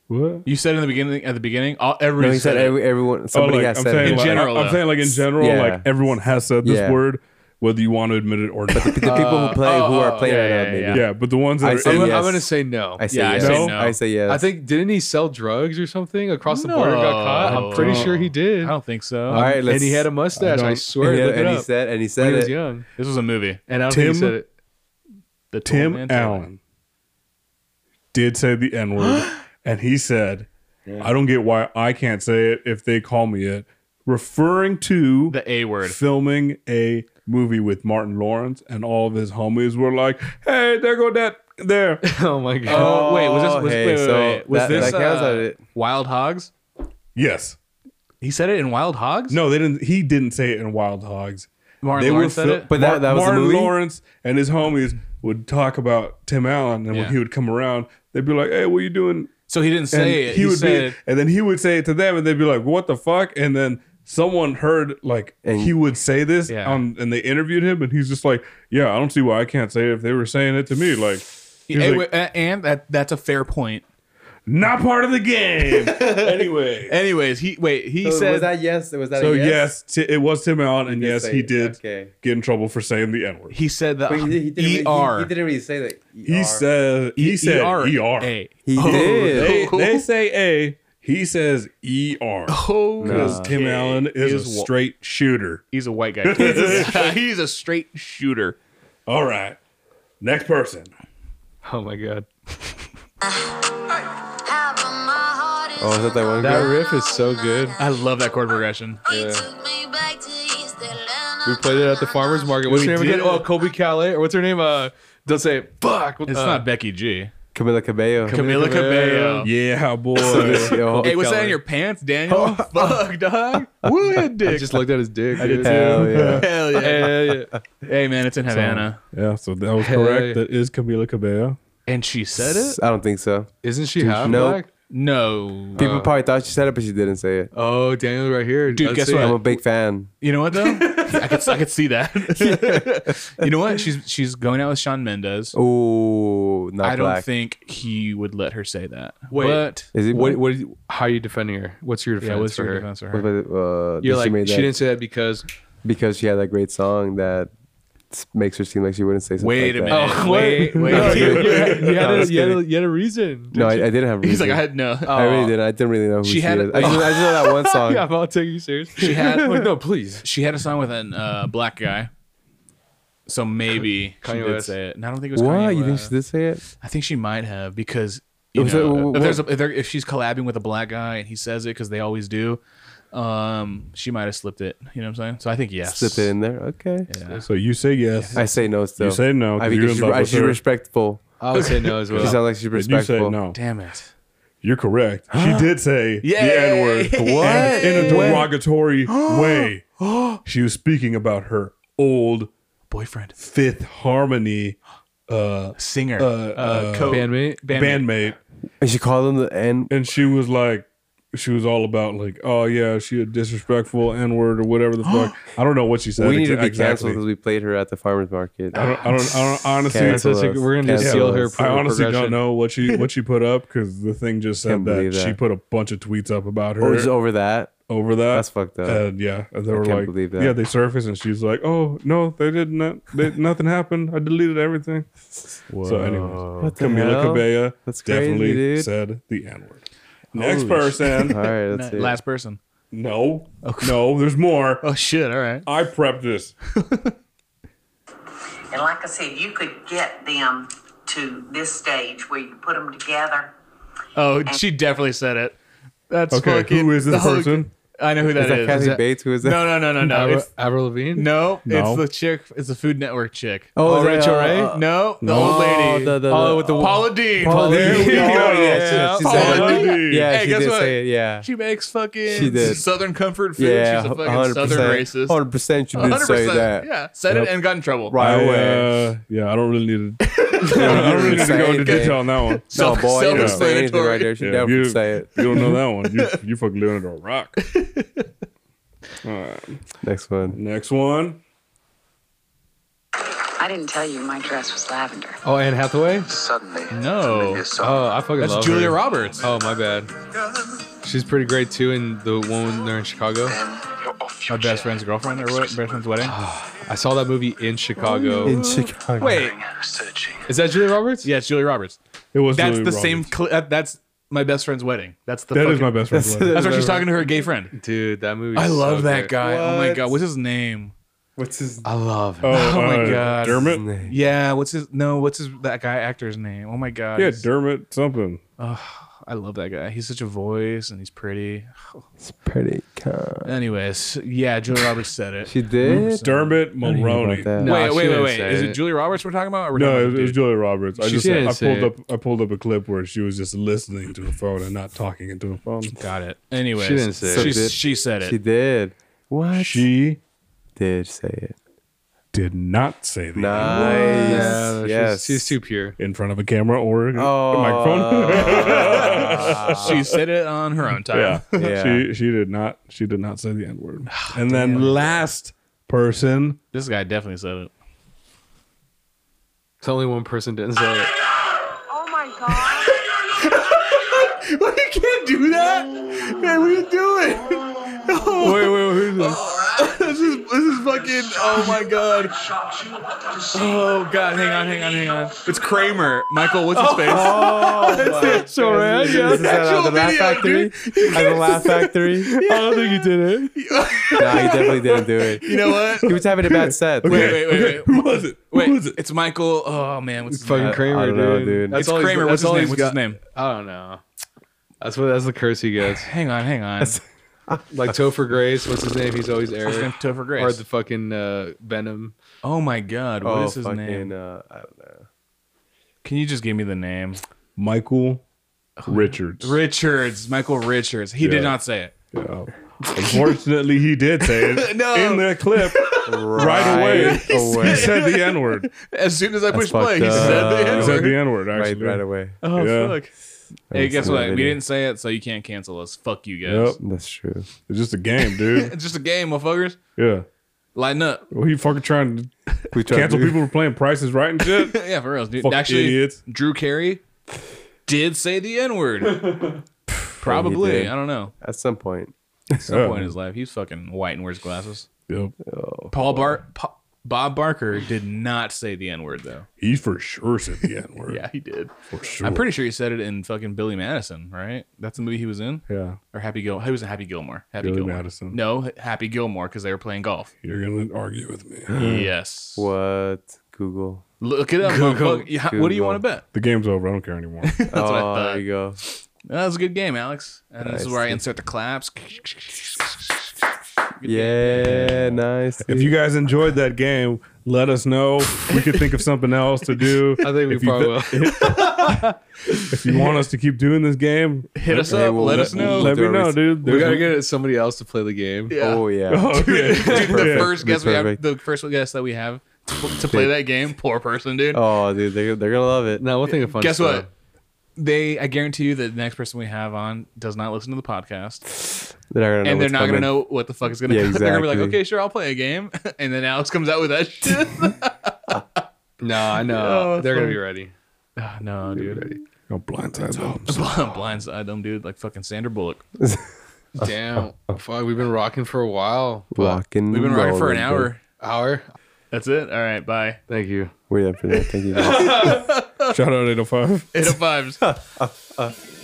Speaker 2: what?
Speaker 3: You said in the beginning. At the beginning, all, everybody
Speaker 4: No, he
Speaker 3: said,
Speaker 4: said
Speaker 3: it.
Speaker 4: every, everyone. Somebody
Speaker 2: oh, like,
Speaker 4: has
Speaker 2: I'm
Speaker 4: said
Speaker 2: saying,
Speaker 4: it.
Speaker 2: like,
Speaker 3: general,
Speaker 2: I'm
Speaker 3: though.
Speaker 2: saying like in general,
Speaker 4: Yeah.
Speaker 2: like everyone has said this
Speaker 4: Yeah.
Speaker 2: word, whether you want to admit it or
Speaker 4: (laughs)
Speaker 2: not.
Speaker 4: the people who play who are playing
Speaker 3: yeah,
Speaker 4: right
Speaker 3: yeah,
Speaker 4: now. Maybe.
Speaker 3: yeah.
Speaker 2: yeah. but the ones
Speaker 4: I
Speaker 2: that are
Speaker 4: say
Speaker 2: in,
Speaker 1: I'm,
Speaker 4: yes.
Speaker 1: I'm gonna say no.
Speaker 4: I say
Speaker 3: Yeah, I
Speaker 4: yes.
Speaker 3: say
Speaker 2: no.
Speaker 4: I say yes.
Speaker 1: I think didn't he sell drugs or something across the border? and Got caught.
Speaker 3: No.
Speaker 1: I'm pretty sure he did.
Speaker 3: I don't think so.
Speaker 4: All right, let's.
Speaker 1: and he had a mustache. I,
Speaker 2: don't-
Speaker 1: swear.
Speaker 4: and he-
Speaker 1: look it
Speaker 4: and he
Speaker 1: up.
Speaker 4: said. And he
Speaker 1: when
Speaker 4: said
Speaker 1: he was
Speaker 4: it.
Speaker 1: young,
Speaker 3: This was a movie.
Speaker 1: and I don't think
Speaker 2: Tim-
Speaker 1: he said it.
Speaker 3: The
Speaker 2: Tim
Speaker 3: Toolman Taylor.
Speaker 2: Allen did say the N word,
Speaker 4: (gasps)
Speaker 2: and he said, I don't get why I can't say it if they call me it, referring to
Speaker 3: The A word.
Speaker 2: filming a movie with Martin Lawrence, and all of his homies were like, hey, there go that there.
Speaker 1: (laughs) Oh my god.
Speaker 3: Oh, wait, was this was,
Speaker 4: hey,
Speaker 3: wait, wait,
Speaker 4: so
Speaker 3: wait, was
Speaker 4: that-
Speaker 3: this
Speaker 4: that counts
Speaker 3: uh,
Speaker 4: as it.
Speaker 3: Wild Hogs?
Speaker 2: yes.
Speaker 3: He said it in Wild Hogs.
Speaker 2: No, they didn't. He didn't say it in Wild Hogs.
Speaker 3: Martin
Speaker 2: they
Speaker 3: Lawrence
Speaker 2: were
Speaker 3: said
Speaker 2: fil-
Speaker 3: it.
Speaker 4: But that- that was the
Speaker 2: Martin
Speaker 4: movie?
Speaker 2: Lawrence and his homies would talk about Tim Allen, and
Speaker 3: Yeah.
Speaker 2: when he would come around, they'd be like, "Hey, what you doing?"
Speaker 3: So he didn't
Speaker 2: And
Speaker 3: say it.
Speaker 2: he, would
Speaker 3: said,
Speaker 2: be, and then he would say it to them, and they'd be like, "What the fuck?" And then someone heard like
Speaker 4: And-
Speaker 2: he would say this,
Speaker 3: Yeah.
Speaker 2: on, and they interviewed him, and he's just like, "Yeah, I don't see why I can't say it if they were saying it to me." Like, he's
Speaker 3: Hey,
Speaker 2: like,
Speaker 3: wait, a- and that that's a fair point.
Speaker 2: not part of the game. anyway,
Speaker 3: Anyways, he wait he
Speaker 4: So Oh, was
Speaker 3: said
Speaker 4: that yes? Was that
Speaker 2: so
Speaker 4: a yes?
Speaker 2: yes, Ti- it was Tim Allen, and
Speaker 4: did
Speaker 2: yes,
Speaker 4: say
Speaker 2: he
Speaker 4: it.
Speaker 2: did
Speaker 4: Okay.
Speaker 2: get in trouble for saying the N word.
Speaker 3: he said the
Speaker 4: Wait, he, E he, didn't
Speaker 3: er
Speaker 4: Really, he, he didn't really say that.
Speaker 2: He said he said ER.
Speaker 3: A.
Speaker 4: He
Speaker 2: They,
Speaker 4: did.
Speaker 2: they say A. He says ER.
Speaker 3: Oh,
Speaker 2: Because Tim
Speaker 3: okay.
Speaker 2: Allen is
Speaker 3: He's
Speaker 2: a
Speaker 3: wa-
Speaker 2: straight shooter.
Speaker 3: He's a white guy. (laughs)
Speaker 2: (laughs)
Speaker 3: he's a straight shooter.
Speaker 2: All right. Next person.
Speaker 1: Oh my god.
Speaker 4: Oh, is that that one
Speaker 1: That
Speaker 4: guy?
Speaker 1: riff is so good.
Speaker 3: I love that chord progression.
Speaker 1: We played it at the farmers market. What's
Speaker 3: We
Speaker 1: her name again?
Speaker 3: did.
Speaker 1: Oh, Kobe Calais, or what's her name? Uh, don't say it. fuck. Uh, What
Speaker 3: It's
Speaker 1: the-
Speaker 3: not Becky G.
Speaker 4: Camila Cabello.
Speaker 3: Camila Cabello.
Speaker 2: Yeah, boy.
Speaker 4: (laughs) Yo,
Speaker 3: Hey, what's that
Speaker 1: Keller.
Speaker 3: in your pants, Daniel? (laughs) Fuck, dog. (laughs) Woo, your dick.
Speaker 1: I just looked at his dick. I
Speaker 4: Hell yeah.
Speaker 3: Hell yeah.
Speaker 1: yeah, yeah.
Speaker 3: Hey man, it's in Havana.
Speaker 2: yeah, so that was
Speaker 1: Hey.
Speaker 2: correct. That is Camila Cabello.
Speaker 3: And she said it?
Speaker 4: I don't think so.
Speaker 1: Isn't she half
Speaker 4: nope.
Speaker 1: black?
Speaker 3: No.
Speaker 4: People probably thought she said it, but she didn't say it.
Speaker 1: Oh, Daniel, right here.
Speaker 3: Dude,
Speaker 1: Let's
Speaker 3: guess
Speaker 1: see
Speaker 3: what?
Speaker 1: it.
Speaker 4: I'm a big fan.
Speaker 3: you know what (laughs) though? I could I could see that. (laughs) you know what? She's she's going out with Sean Mendez.
Speaker 4: Oh, not
Speaker 3: I don't
Speaker 4: black.
Speaker 3: think he would let her say that.
Speaker 1: Wait.
Speaker 3: But
Speaker 4: Is it?
Speaker 1: What?
Speaker 4: black?
Speaker 1: What? Are you, how are you defending her? What's your defense
Speaker 3: yeah, what's
Speaker 1: for
Speaker 3: your
Speaker 1: her?
Speaker 3: defense for
Speaker 4: What
Speaker 3: her?
Speaker 4: was it? Uh,
Speaker 1: You're
Speaker 4: that she
Speaker 1: like
Speaker 4: made
Speaker 1: she
Speaker 4: that
Speaker 1: didn't say that because
Speaker 4: because she had that great song that s- makes her seem like she wouldn't say something.
Speaker 3: Wait
Speaker 4: like
Speaker 3: a
Speaker 4: that.
Speaker 3: minute.
Speaker 1: Oh,
Speaker 3: (laughs) wait,
Speaker 1: wait.
Speaker 3: wait.
Speaker 4: No, it's
Speaker 1: you,
Speaker 4: good.
Speaker 1: had,
Speaker 3: (laughs)
Speaker 1: you, had
Speaker 4: No, I
Speaker 1: a,
Speaker 4: was
Speaker 1: you, had a,
Speaker 4: kidding.
Speaker 1: you had a reason.
Speaker 4: (laughs) No, I, I didn't have.
Speaker 3: He's like, I
Speaker 4: reason.
Speaker 3: had (laughs) no.
Speaker 4: I really didn't. I didn't really know who she, she
Speaker 3: had-
Speaker 4: is. I just, I just know
Speaker 3: (laughs)
Speaker 4: that one song.
Speaker 1: yeah, I'll take you serious. She
Speaker 3: had-
Speaker 1: no,
Speaker 4: (laughs)
Speaker 1: please.
Speaker 3: She had a song with an uh, black guy. So maybe she
Speaker 1: Kanye
Speaker 3: did
Speaker 1: West.
Speaker 3: say it. And I don't think it was
Speaker 4: What?
Speaker 3: Kanye
Speaker 4: You think
Speaker 3: West.
Speaker 4: she did say it?
Speaker 3: I think she might have because you
Speaker 4: Was
Speaker 3: know,
Speaker 4: it-
Speaker 3: if there's a, if, there, if she's collabing with a black guy and he says it because they always do, Um, she might have slipped it. You know what I'm saying? So I think yes.
Speaker 4: Slip it in there. Okay.
Speaker 3: Yeah.
Speaker 2: So you say yes.
Speaker 4: I say no still.
Speaker 2: You say no,
Speaker 4: I
Speaker 2: 'cause you're
Speaker 4: because
Speaker 2: in
Speaker 4: she's,
Speaker 2: love
Speaker 4: I,
Speaker 2: with
Speaker 4: she's
Speaker 2: her.
Speaker 4: respectful.
Speaker 1: I would say no as
Speaker 4: She sounds
Speaker 1: well.
Speaker 4: like she's
Speaker 2: But you
Speaker 4: respectful.
Speaker 2: say no.
Speaker 3: Damn it.
Speaker 2: You're correct. She did say the N word.
Speaker 4: What?
Speaker 2: In a derogatory way. She was speaking about her old
Speaker 3: Boyfriend,
Speaker 2: Fifth Harmony uh,
Speaker 3: singer,
Speaker 2: uh, uh,
Speaker 3: co-
Speaker 1: Bandmate?
Speaker 2: bandmate.
Speaker 4: And she called him the N.
Speaker 2: And she was like, she was all about like, oh yeah, she a disrespectful N word or whatever the fuck. I don't know what she said.
Speaker 4: We need to
Speaker 2: exa-
Speaker 4: be
Speaker 2: exactly.
Speaker 4: canceled because we played her at the farmer's market.
Speaker 2: I don't, I don't, I don't honestly.
Speaker 1: So
Speaker 4: Cancel
Speaker 1: it's like
Speaker 4: us.
Speaker 1: we're gonna just
Speaker 4: Cancel
Speaker 1: seal her
Speaker 4: us.
Speaker 1: pro-
Speaker 2: I honestly
Speaker 1: progression.
Speaker 2: don't know what she what she put up because the thing just said
Speaker 4: Can't
Speaker 2: that,
Speaker 4: believe
Speaker 2: she
Speaker 4: that.
Speaker 2: put a bunch of tweets up about her
Speaker 4: Or just over that.
Speaker 2: over that.
Speaker 4: That's fucked up.
Speaker 2: And yeah, and they were
Speaker 4: can't
Speaker 2: like,
Speaker 4: believe that.
Speaker 2: yeah, they surfaced and she's like, oh no, they did not.
Speaker 4: (laughs)
Speaker 2: They, nothing happened. I deleted everything. So, anyways,
Speaker 4: What the
Speaker 2: Camila
Speaker 4: hell?
Speaker 2: Cabello
Speaker 4: That's crazy,
Speaker 2: definitely
Speaker 4: dude.
Speaker 2: said the N word. Next
Speaker 3: Holy
Speaker 2: person.
Speaker 4: All right. Let's see.
Speaker 3: last person.
Speaker 2: (laughs) no, no, there's more.
Speaker 3: Oh shit! All right.
Speaker 2: I prepped this.
Speaker 8: And like I said, you could get them to this stage where you put them together.
Speaker 3: Oh, she definitely said it. That's
Speaker 2: Okay,
Speaker 3: fucking.
Speaker 2: who is this
Speaker 3: Oh,
Speaker 2: person?
Speaker 3: I know who
Speaker 4: Is that Kathy
Speaker 3: Is that-
Speaker 4: Bates? Who is that?
Speaker 3: no, no, no, no, no.
Speaker 1: Avril,
Speaker 3: It's,
Speaker 1: Avril Lavigne?
Speaker 3: no,
Speaker 2: No.
Speaker 3: it's the chick. It's the Food Network chick.
Speaker 4: Oh, is that,
Speaker 1: Rachel
Speaker 4: uh,
Speaker 1: Ray?
Speaker 4: uh,
Speaker 3: no, the
Speaker 2: No.
Speaker 3: old lady.
Speaker 4: the- the-
Speaker 3: oh,
Speaker 4: the-
Speaker 3: with the Paula Dean.
Speaker 4: Paula
Speaker 2: There
Speaker 4: Dean.
Speaker 2: we go.
Speaker 4: (laughs) Yeah,
Speaker 2: Yeah.
Speaker 4: she- she said
Speaker 3: Paula
Speaker 4: it.
Speaker 2: Dean.
Speaker 4: Yeah,
Speaker 3: Hey,
Speaker 4: she
Speaker 3: guess
Speaker 4: did
Speaker 3: what?
Speaker 4: say it. Yeah.
Speaker 3: She makes fucking
Speaker 4: She did.
Speaker 3: Southern comfort food.
Speaker 4: Yeah,
Speaker 3: She's a fucking
Speaker 4: 100%,
Speaker 3: Southern racist.
Speaker 4: 100% you did say that.
Speaker 3: Yeah, said it and got in trouble.
Speaker 4: Right
Speaker 2: I,
Speaker 4: away.
Speaker 2: uh, yeah, I don't really
Speaker 4: (laughs)
Speaker 2: need to. I don't really need to go into
Speaker 4: Excited.
Speaker 2: detail on that one.
Speaker 4: No,
Speaker 3: Self-
Speaker 4: boy, you didn't say anything
Speaker 3: self-explanatory.
Speaker 4: right there. She
Speaker 2: Yeah,
Speaker 4: definitely
Speaker 2: you,
Speaker 4: say it.
Speaker 2: you don't know
Speaker 4: (laughs)
Speaker 2: that one. You, you fucking living under a rock. All right.
Speaker 4: Next one.
Speaker 2: Next one.
Speaker 9: I didn't tell you my dress was lavender.
Speaker 1: Oh, Anne Hathaway?
Speaker 10: Suddenly,
Speaker 3: No,
Speaker 1: Oh, I fucking
Speaker 3: that's
Speaker 1: love
Speaker 3: Julia
Speaker 1: her.
Speaker 3: Roberts.
Speaker 1: Oh, my bad. She's pretty great too in the one there in Chicago.
Speaker 3: my best friend's girlfriend or what? Best friend's wedding.
Speaker 1: I saw that movie in Chicago.
Speaker 4: In Chicago.
Speaker 3: Wait,
Speaker 1: Is that Julia Roberts?
Speaker 3: Oh, yeah, it's Julia Roberts.
Speaker 2: It was
Speaker 3: That's the
Speaker 2: Julia Roberts.
Speaker 3: same. Cl- that, that's my best friend's wedding. That's the.
Speaker 2: That
Speaker 3: fucking,
Speaker 2: is my best friend's
Speaker 4: That's-
Speaker 2: wedding.
Speaker 3: That's where she's talking to her gay friend.
Speaker 1: Dude, that movie.
Speaker 3: I
Speaker 1: is
Speaker 3: love
Speaker 1: so
Speaker 3: that
Speaker 1: great.
Speaker 3: guy. Oh my
Speaker 4: What?
Speaker 3: god, what's his name?
Speaker 4: What's his
Speaker 1: I love him.
Speaker 2: (laughs) Oh,
Speaker 3: my
Speaker 2: uh,
Speaker 3: God.
Speaker 2: Dermot.
Speaker 3: Yeah, what's his? No, what's his? That guy actor's name? Oh my god.
Speaker 2: Yeah,
Speaker 3: he's-
Speaker 2: Dermot something.
Speaker 3: I love that guy. He's such a voice and he's pretty.
Speaker 4: pretty cunt.
Speaker 3: Anyways, yeah, Julia Roberts said (laughs) it.
Speaker 4: She did?
Speaker 2: Dermot Mulroney.
Speaker 4: About that.
Speaker 1: No, she
Speaker 3: wait, wait, wait,
Speaker 1: didn't
Speaker 3: wait.
Speaker 1: say
Speaker 3: Is it
Speaker 1: it.
Speaker 3: Julia Roberts we're talking about? Or we're
Speaker 2: No,
Speaker 3: talking
Speaker 2: it
Speaker 3: about
Speaker 2: was,
Speaker 3: the
Speaker 2: it was
Speaker 3: dude?
Speaker 2: Julia Roberts. I
Speaker 1: She
Speaker 2: just
Speaker 1: didn't
Speaker 2: I
Speaker 1: say
Speaker 2: pulled up I pulled up a clip where she was just listening to the phone and not talking into the phone.
Speaker 3: Got it. Anyways,
Speaker 1: She didn't say
Speaker 3: she,
Speaker 4: it.
Speaker 3: She, said it.
Speaker 4: She did. What?
Speaker 2: She
Speaker 4: did say it.
Speaker 2: did not say that
Speaker 4: Nice.
Speaker 1: Yeah, she's-
Speaker 4: yes.
Speaker 1: She's, too pure.
Speaker 2: in front of a camera or a
Speaker 4: Oh.
Speaker 2: microphone. (laughs)
Speaker 3: she said it on her own (laughs) time.
Speaker 2: yeah.
Speaker 4: Yeah.
Speaker 2: She she did not she did not say the N word. And then last person.
Speaker 3: This guy definitely said it.
Speaker 1: It's only one person didn't
Speaker 3: (sighs)
Speaker 1: say it.
Speaker 8: Oh my God.
Speaker 3: you can't do that. Man, what are you doing? (laughs)
Speaker 1: wait, wait, who's this?
Speaker 3: this is this is fucking. Oh my god. Oh god. Hang on. Hang on. Hang on. It's Kramer. Michael. What's his face?
Speaker 4: That's it. Right? Yeah. Is that
Speaker 3: Actual
Speaker 4: at the Laugh
Speaker 3: video,
Speaker 4: Factory? At the Laugh Factory? I don't think he did it. nah, he definitely didn't do it.
Speaker 3: You know what?
Speaker 4: He was having a bad set.
Speaker 3: Wait. Wait. Wait. Wait.
Speaker 2: Who was it?
Speaker 3: Wait.
Speaker 2: Who was it?
Speaker 3: It's Michael. Oh man. What's his
Speaker 1: Fucking
Speaker 3: name?
Speaker 1: Kramer,
Speaker 4: I don't know, dude.
Speaker 1: That's
Speaker 3: It's
Speaker 1: all he's-
Speaker 3: Kramer.
Speaker 1: that's
Speaker 3: What's his
Speaker 1: all
Speaker 3: name?
Speaker 1: he's
Speaker 3: What's his
Speaker 1: got.
Speaker 3: name?
Speaker 1: I don't know. That's what. That's the curse he
Speaker 3: (laughs)
Speaker 1: gets.
Speaker 3: Hang on. Hang on. His
Speaker 1: Like Topher Grace. What's his name? He's always
Speaker 3: name
Speaker 1: Eric.
Speaker 3: Topher
Speaker 1: Or
Speaker 3: Grace.
Speaker 1: the fucking uh, Venom.
Speaker 3: oh my god. What is
Speaker 4: Oh,
Speaker 3: his
Speaker 4: fucking,
Speaker 3: name?
Speaker 4: Uh, I don't know.
Speaker 3: Can you just give me the name?
Speaker 2: Michael Richards.
Speaker 3: Richards, Michael Richards. He
Speaker 2: Yeah.
Speaker 3: did not say it.
Speaker 2: Yeah. Unfortunately, he did say it
Speaker 3: No.
Speaker 2: in the clip.
Speaker 4: Right
Speaker 2: away. He
Speaker 4: away.
Speaker 2: said the N word.
Speaker 3: As soon as I push
Speaker 4: fucked
Speaker 3: play, he
Speaker 4: up.
Speaker 3: said the
Speaker 2: He
Speaker 3: N
Speaker 2: said
Speaker 3: word.
Speaker 2: the N word.
Speaker 4: right,
Speaker 2: Actually,
Speaker 4: right away.
Speaker 3: Oh
Speaker 2: Yeah.
Speaker 3: fuck! (laughs) Hey, guess
Speaker 4: That's
Speaker 3: what?
Speaker 4: another
Speaker 3: We
Speaker 4: video.
Speaker 3: didn't say it, so you can't cancel us. Fuck you guys.
Speaker 2: Yep,
Speaker 4: That's true.
Speaker 2: it's just a game,
Speaker 3: (laughs)
Speaker 2: dude.
Speaker 3: It's just a game, motherfuckers.
Speaker 2: Yeah.
Speaker 3: Lighten up. (laughs)
Speaker 2: Well, you fucking trying to
Speaker 4: (laughs) We tried
Speaker 2: cancel
Speaker 4: to-
Speaker 2: people for playing prices right and
Speaker 3: (laughs)
Speaker 2: shit.
Speaker 3: yeah, for real, dude.
Speaker 2: Fucking
Speaker 3: Actually,
Speaker 2: idiots.
Speaker 3: Drew Carey did say the N word.
Speaker 4: (laughs)
Speaker 3: Probably.
Speaker 4: did.
Speaker 3: I don't know.
Speaker 4: At some point.
Speaker 3: At some
Speaker 2: Yeah.
Speaker 3: point in his life, he's fucking white and wears glasses.
Speaker 2: Yep.
Speaker 3: Paul Bar. Pa- Bob Barker did not say the N word though.
Speaker 2: He for sure said the N
Speaker 3: (laughs)
Speaker 2: word.
Speaker 3: he did.
Speaker 2: for sure.
Speaker 3: I'm pretty sure he said it in fucking Billy Madison, right? That's the movie he was in.
Speaker 2: Yeah,
Speaker 3: or Happy Gilmore. He was in Happy Gilmore. Happy
Speaker 2: Billy
Speaker 3: Gilmore.
Speaker 2: Madison.
Speaker 3: No, Happy Gilmore because they were playing golf.
Speaker 2: you're gonna argue with
Speaker 3: (laughs)
Speaker 2: me.
Speaker 3: Yes.
Speaker 4: What? Google.
Speaker 3: Look it up. motherfucker. Yeah, What do you
Speaker 4: Google.
Speaker 3: want to bet? (laughs)
Speaker 2: The game's over. I don't care anymore.
Speaker 3: That's what I
Speaker 4: Oh,
Speaker 3: thought.
Speaker 4: There you go.
Speaker 3: That was a good game, Alex. And this is
Speaker 4: Nice,
Speaker 3: where I
Speaker 4: dude.
Speaker 3: insert the claps.
Speaker 4: Yeah, nice.
Speaker 2: If you guys enjoyed that game, let us know. We could think of something else
Speaker 3: (laughs)
Speaker 2: to do.
Speaker 1: I think we
Speaker 2: if
Speaker 1: probably
Speaker 2: you,
Speaker 1: will.
Speaker 2: If you want us to keep doing
Speaker 3: (laughs)
Speaker 2: this game,
Speaker 3: Hit us
Speaker 4: Hey,
Speaker 3: up.
Speaker 4: well,
Speaker 3: let
Speaker 4: let-
Speaker 3: us know.
Speaker 2: Let
Speaker 4: Do
Speaker 2: me
Speaker 4: a
Speaker 2: know,
Speaker 4: res-
Speaker 2: dude.
Speaker 1: we gotta
Speaker 2: There's-
Speaker 1: get somebody else to play the game.
Speaker 3: Yeah. (laughs)
Speaker 4: Oh yeah.
Speaker 2: (laughs) Oh, okay.
Speaker 3: the
Speaker 2: Yeah.
Speaker 3: first
Speaker 4: Be
Speaker 3: guest we have,
Speaker 4: perfect.
Speaker 3: the first guest that we have to to play that game, poor person, dude.
Speaker 4: Oh, dude, they're, they're gonna love it.
Speaker 1: No, we'll think of fun.
Speaker 3: Guess
Speaker 1: stuff.
Speaker 3: what? They, I guarantee you, that the next person we have on does not listen to the podcast,
Speaker 4: They're not gonna know
Speaker 3: and they're
Speaker 4: what's
Speaker 3: not gonna
Speaker 4: coming.
Speaker 3: know what the fuck is gonna.
Speaker 4: Yeah,
Speaker 3: (laughs) they're gonna be like,
Speaker 4: exactly.
Speaker 3: okay, sure, I'll play a game, (laughs) and then Alex comes out with
Speaker 4: (laughs)
Speaker 3: that shit.
Speaker 1: No, I know. They're gonna be ready.
Speaker 3: Ah, no, dude,
Speaker 2: Don't blindside them.
Speaker 3: (laughs) blindside them, dude, like fucking Sandra Bullock.
Speaker 1: Damn. Fuck, we've been rocking for a while. Fuck.
Speaker 4: Rockin'
Speaker 3: We've been riding for an
Speaker 4: rolling, dude.
Speaker 3: hour.
Speaker 1: Hour.
Speaker 3: That's it. All right, bye.
Speaker 1: Thank you.
Speaker 3: (laughs)
Speaker 2: oh
Speaker 4: We're there for that. Thank you. guys.
Speaker 3: oh
Speaker 2: Shout out 805.
Speaker 3: Eight of fives.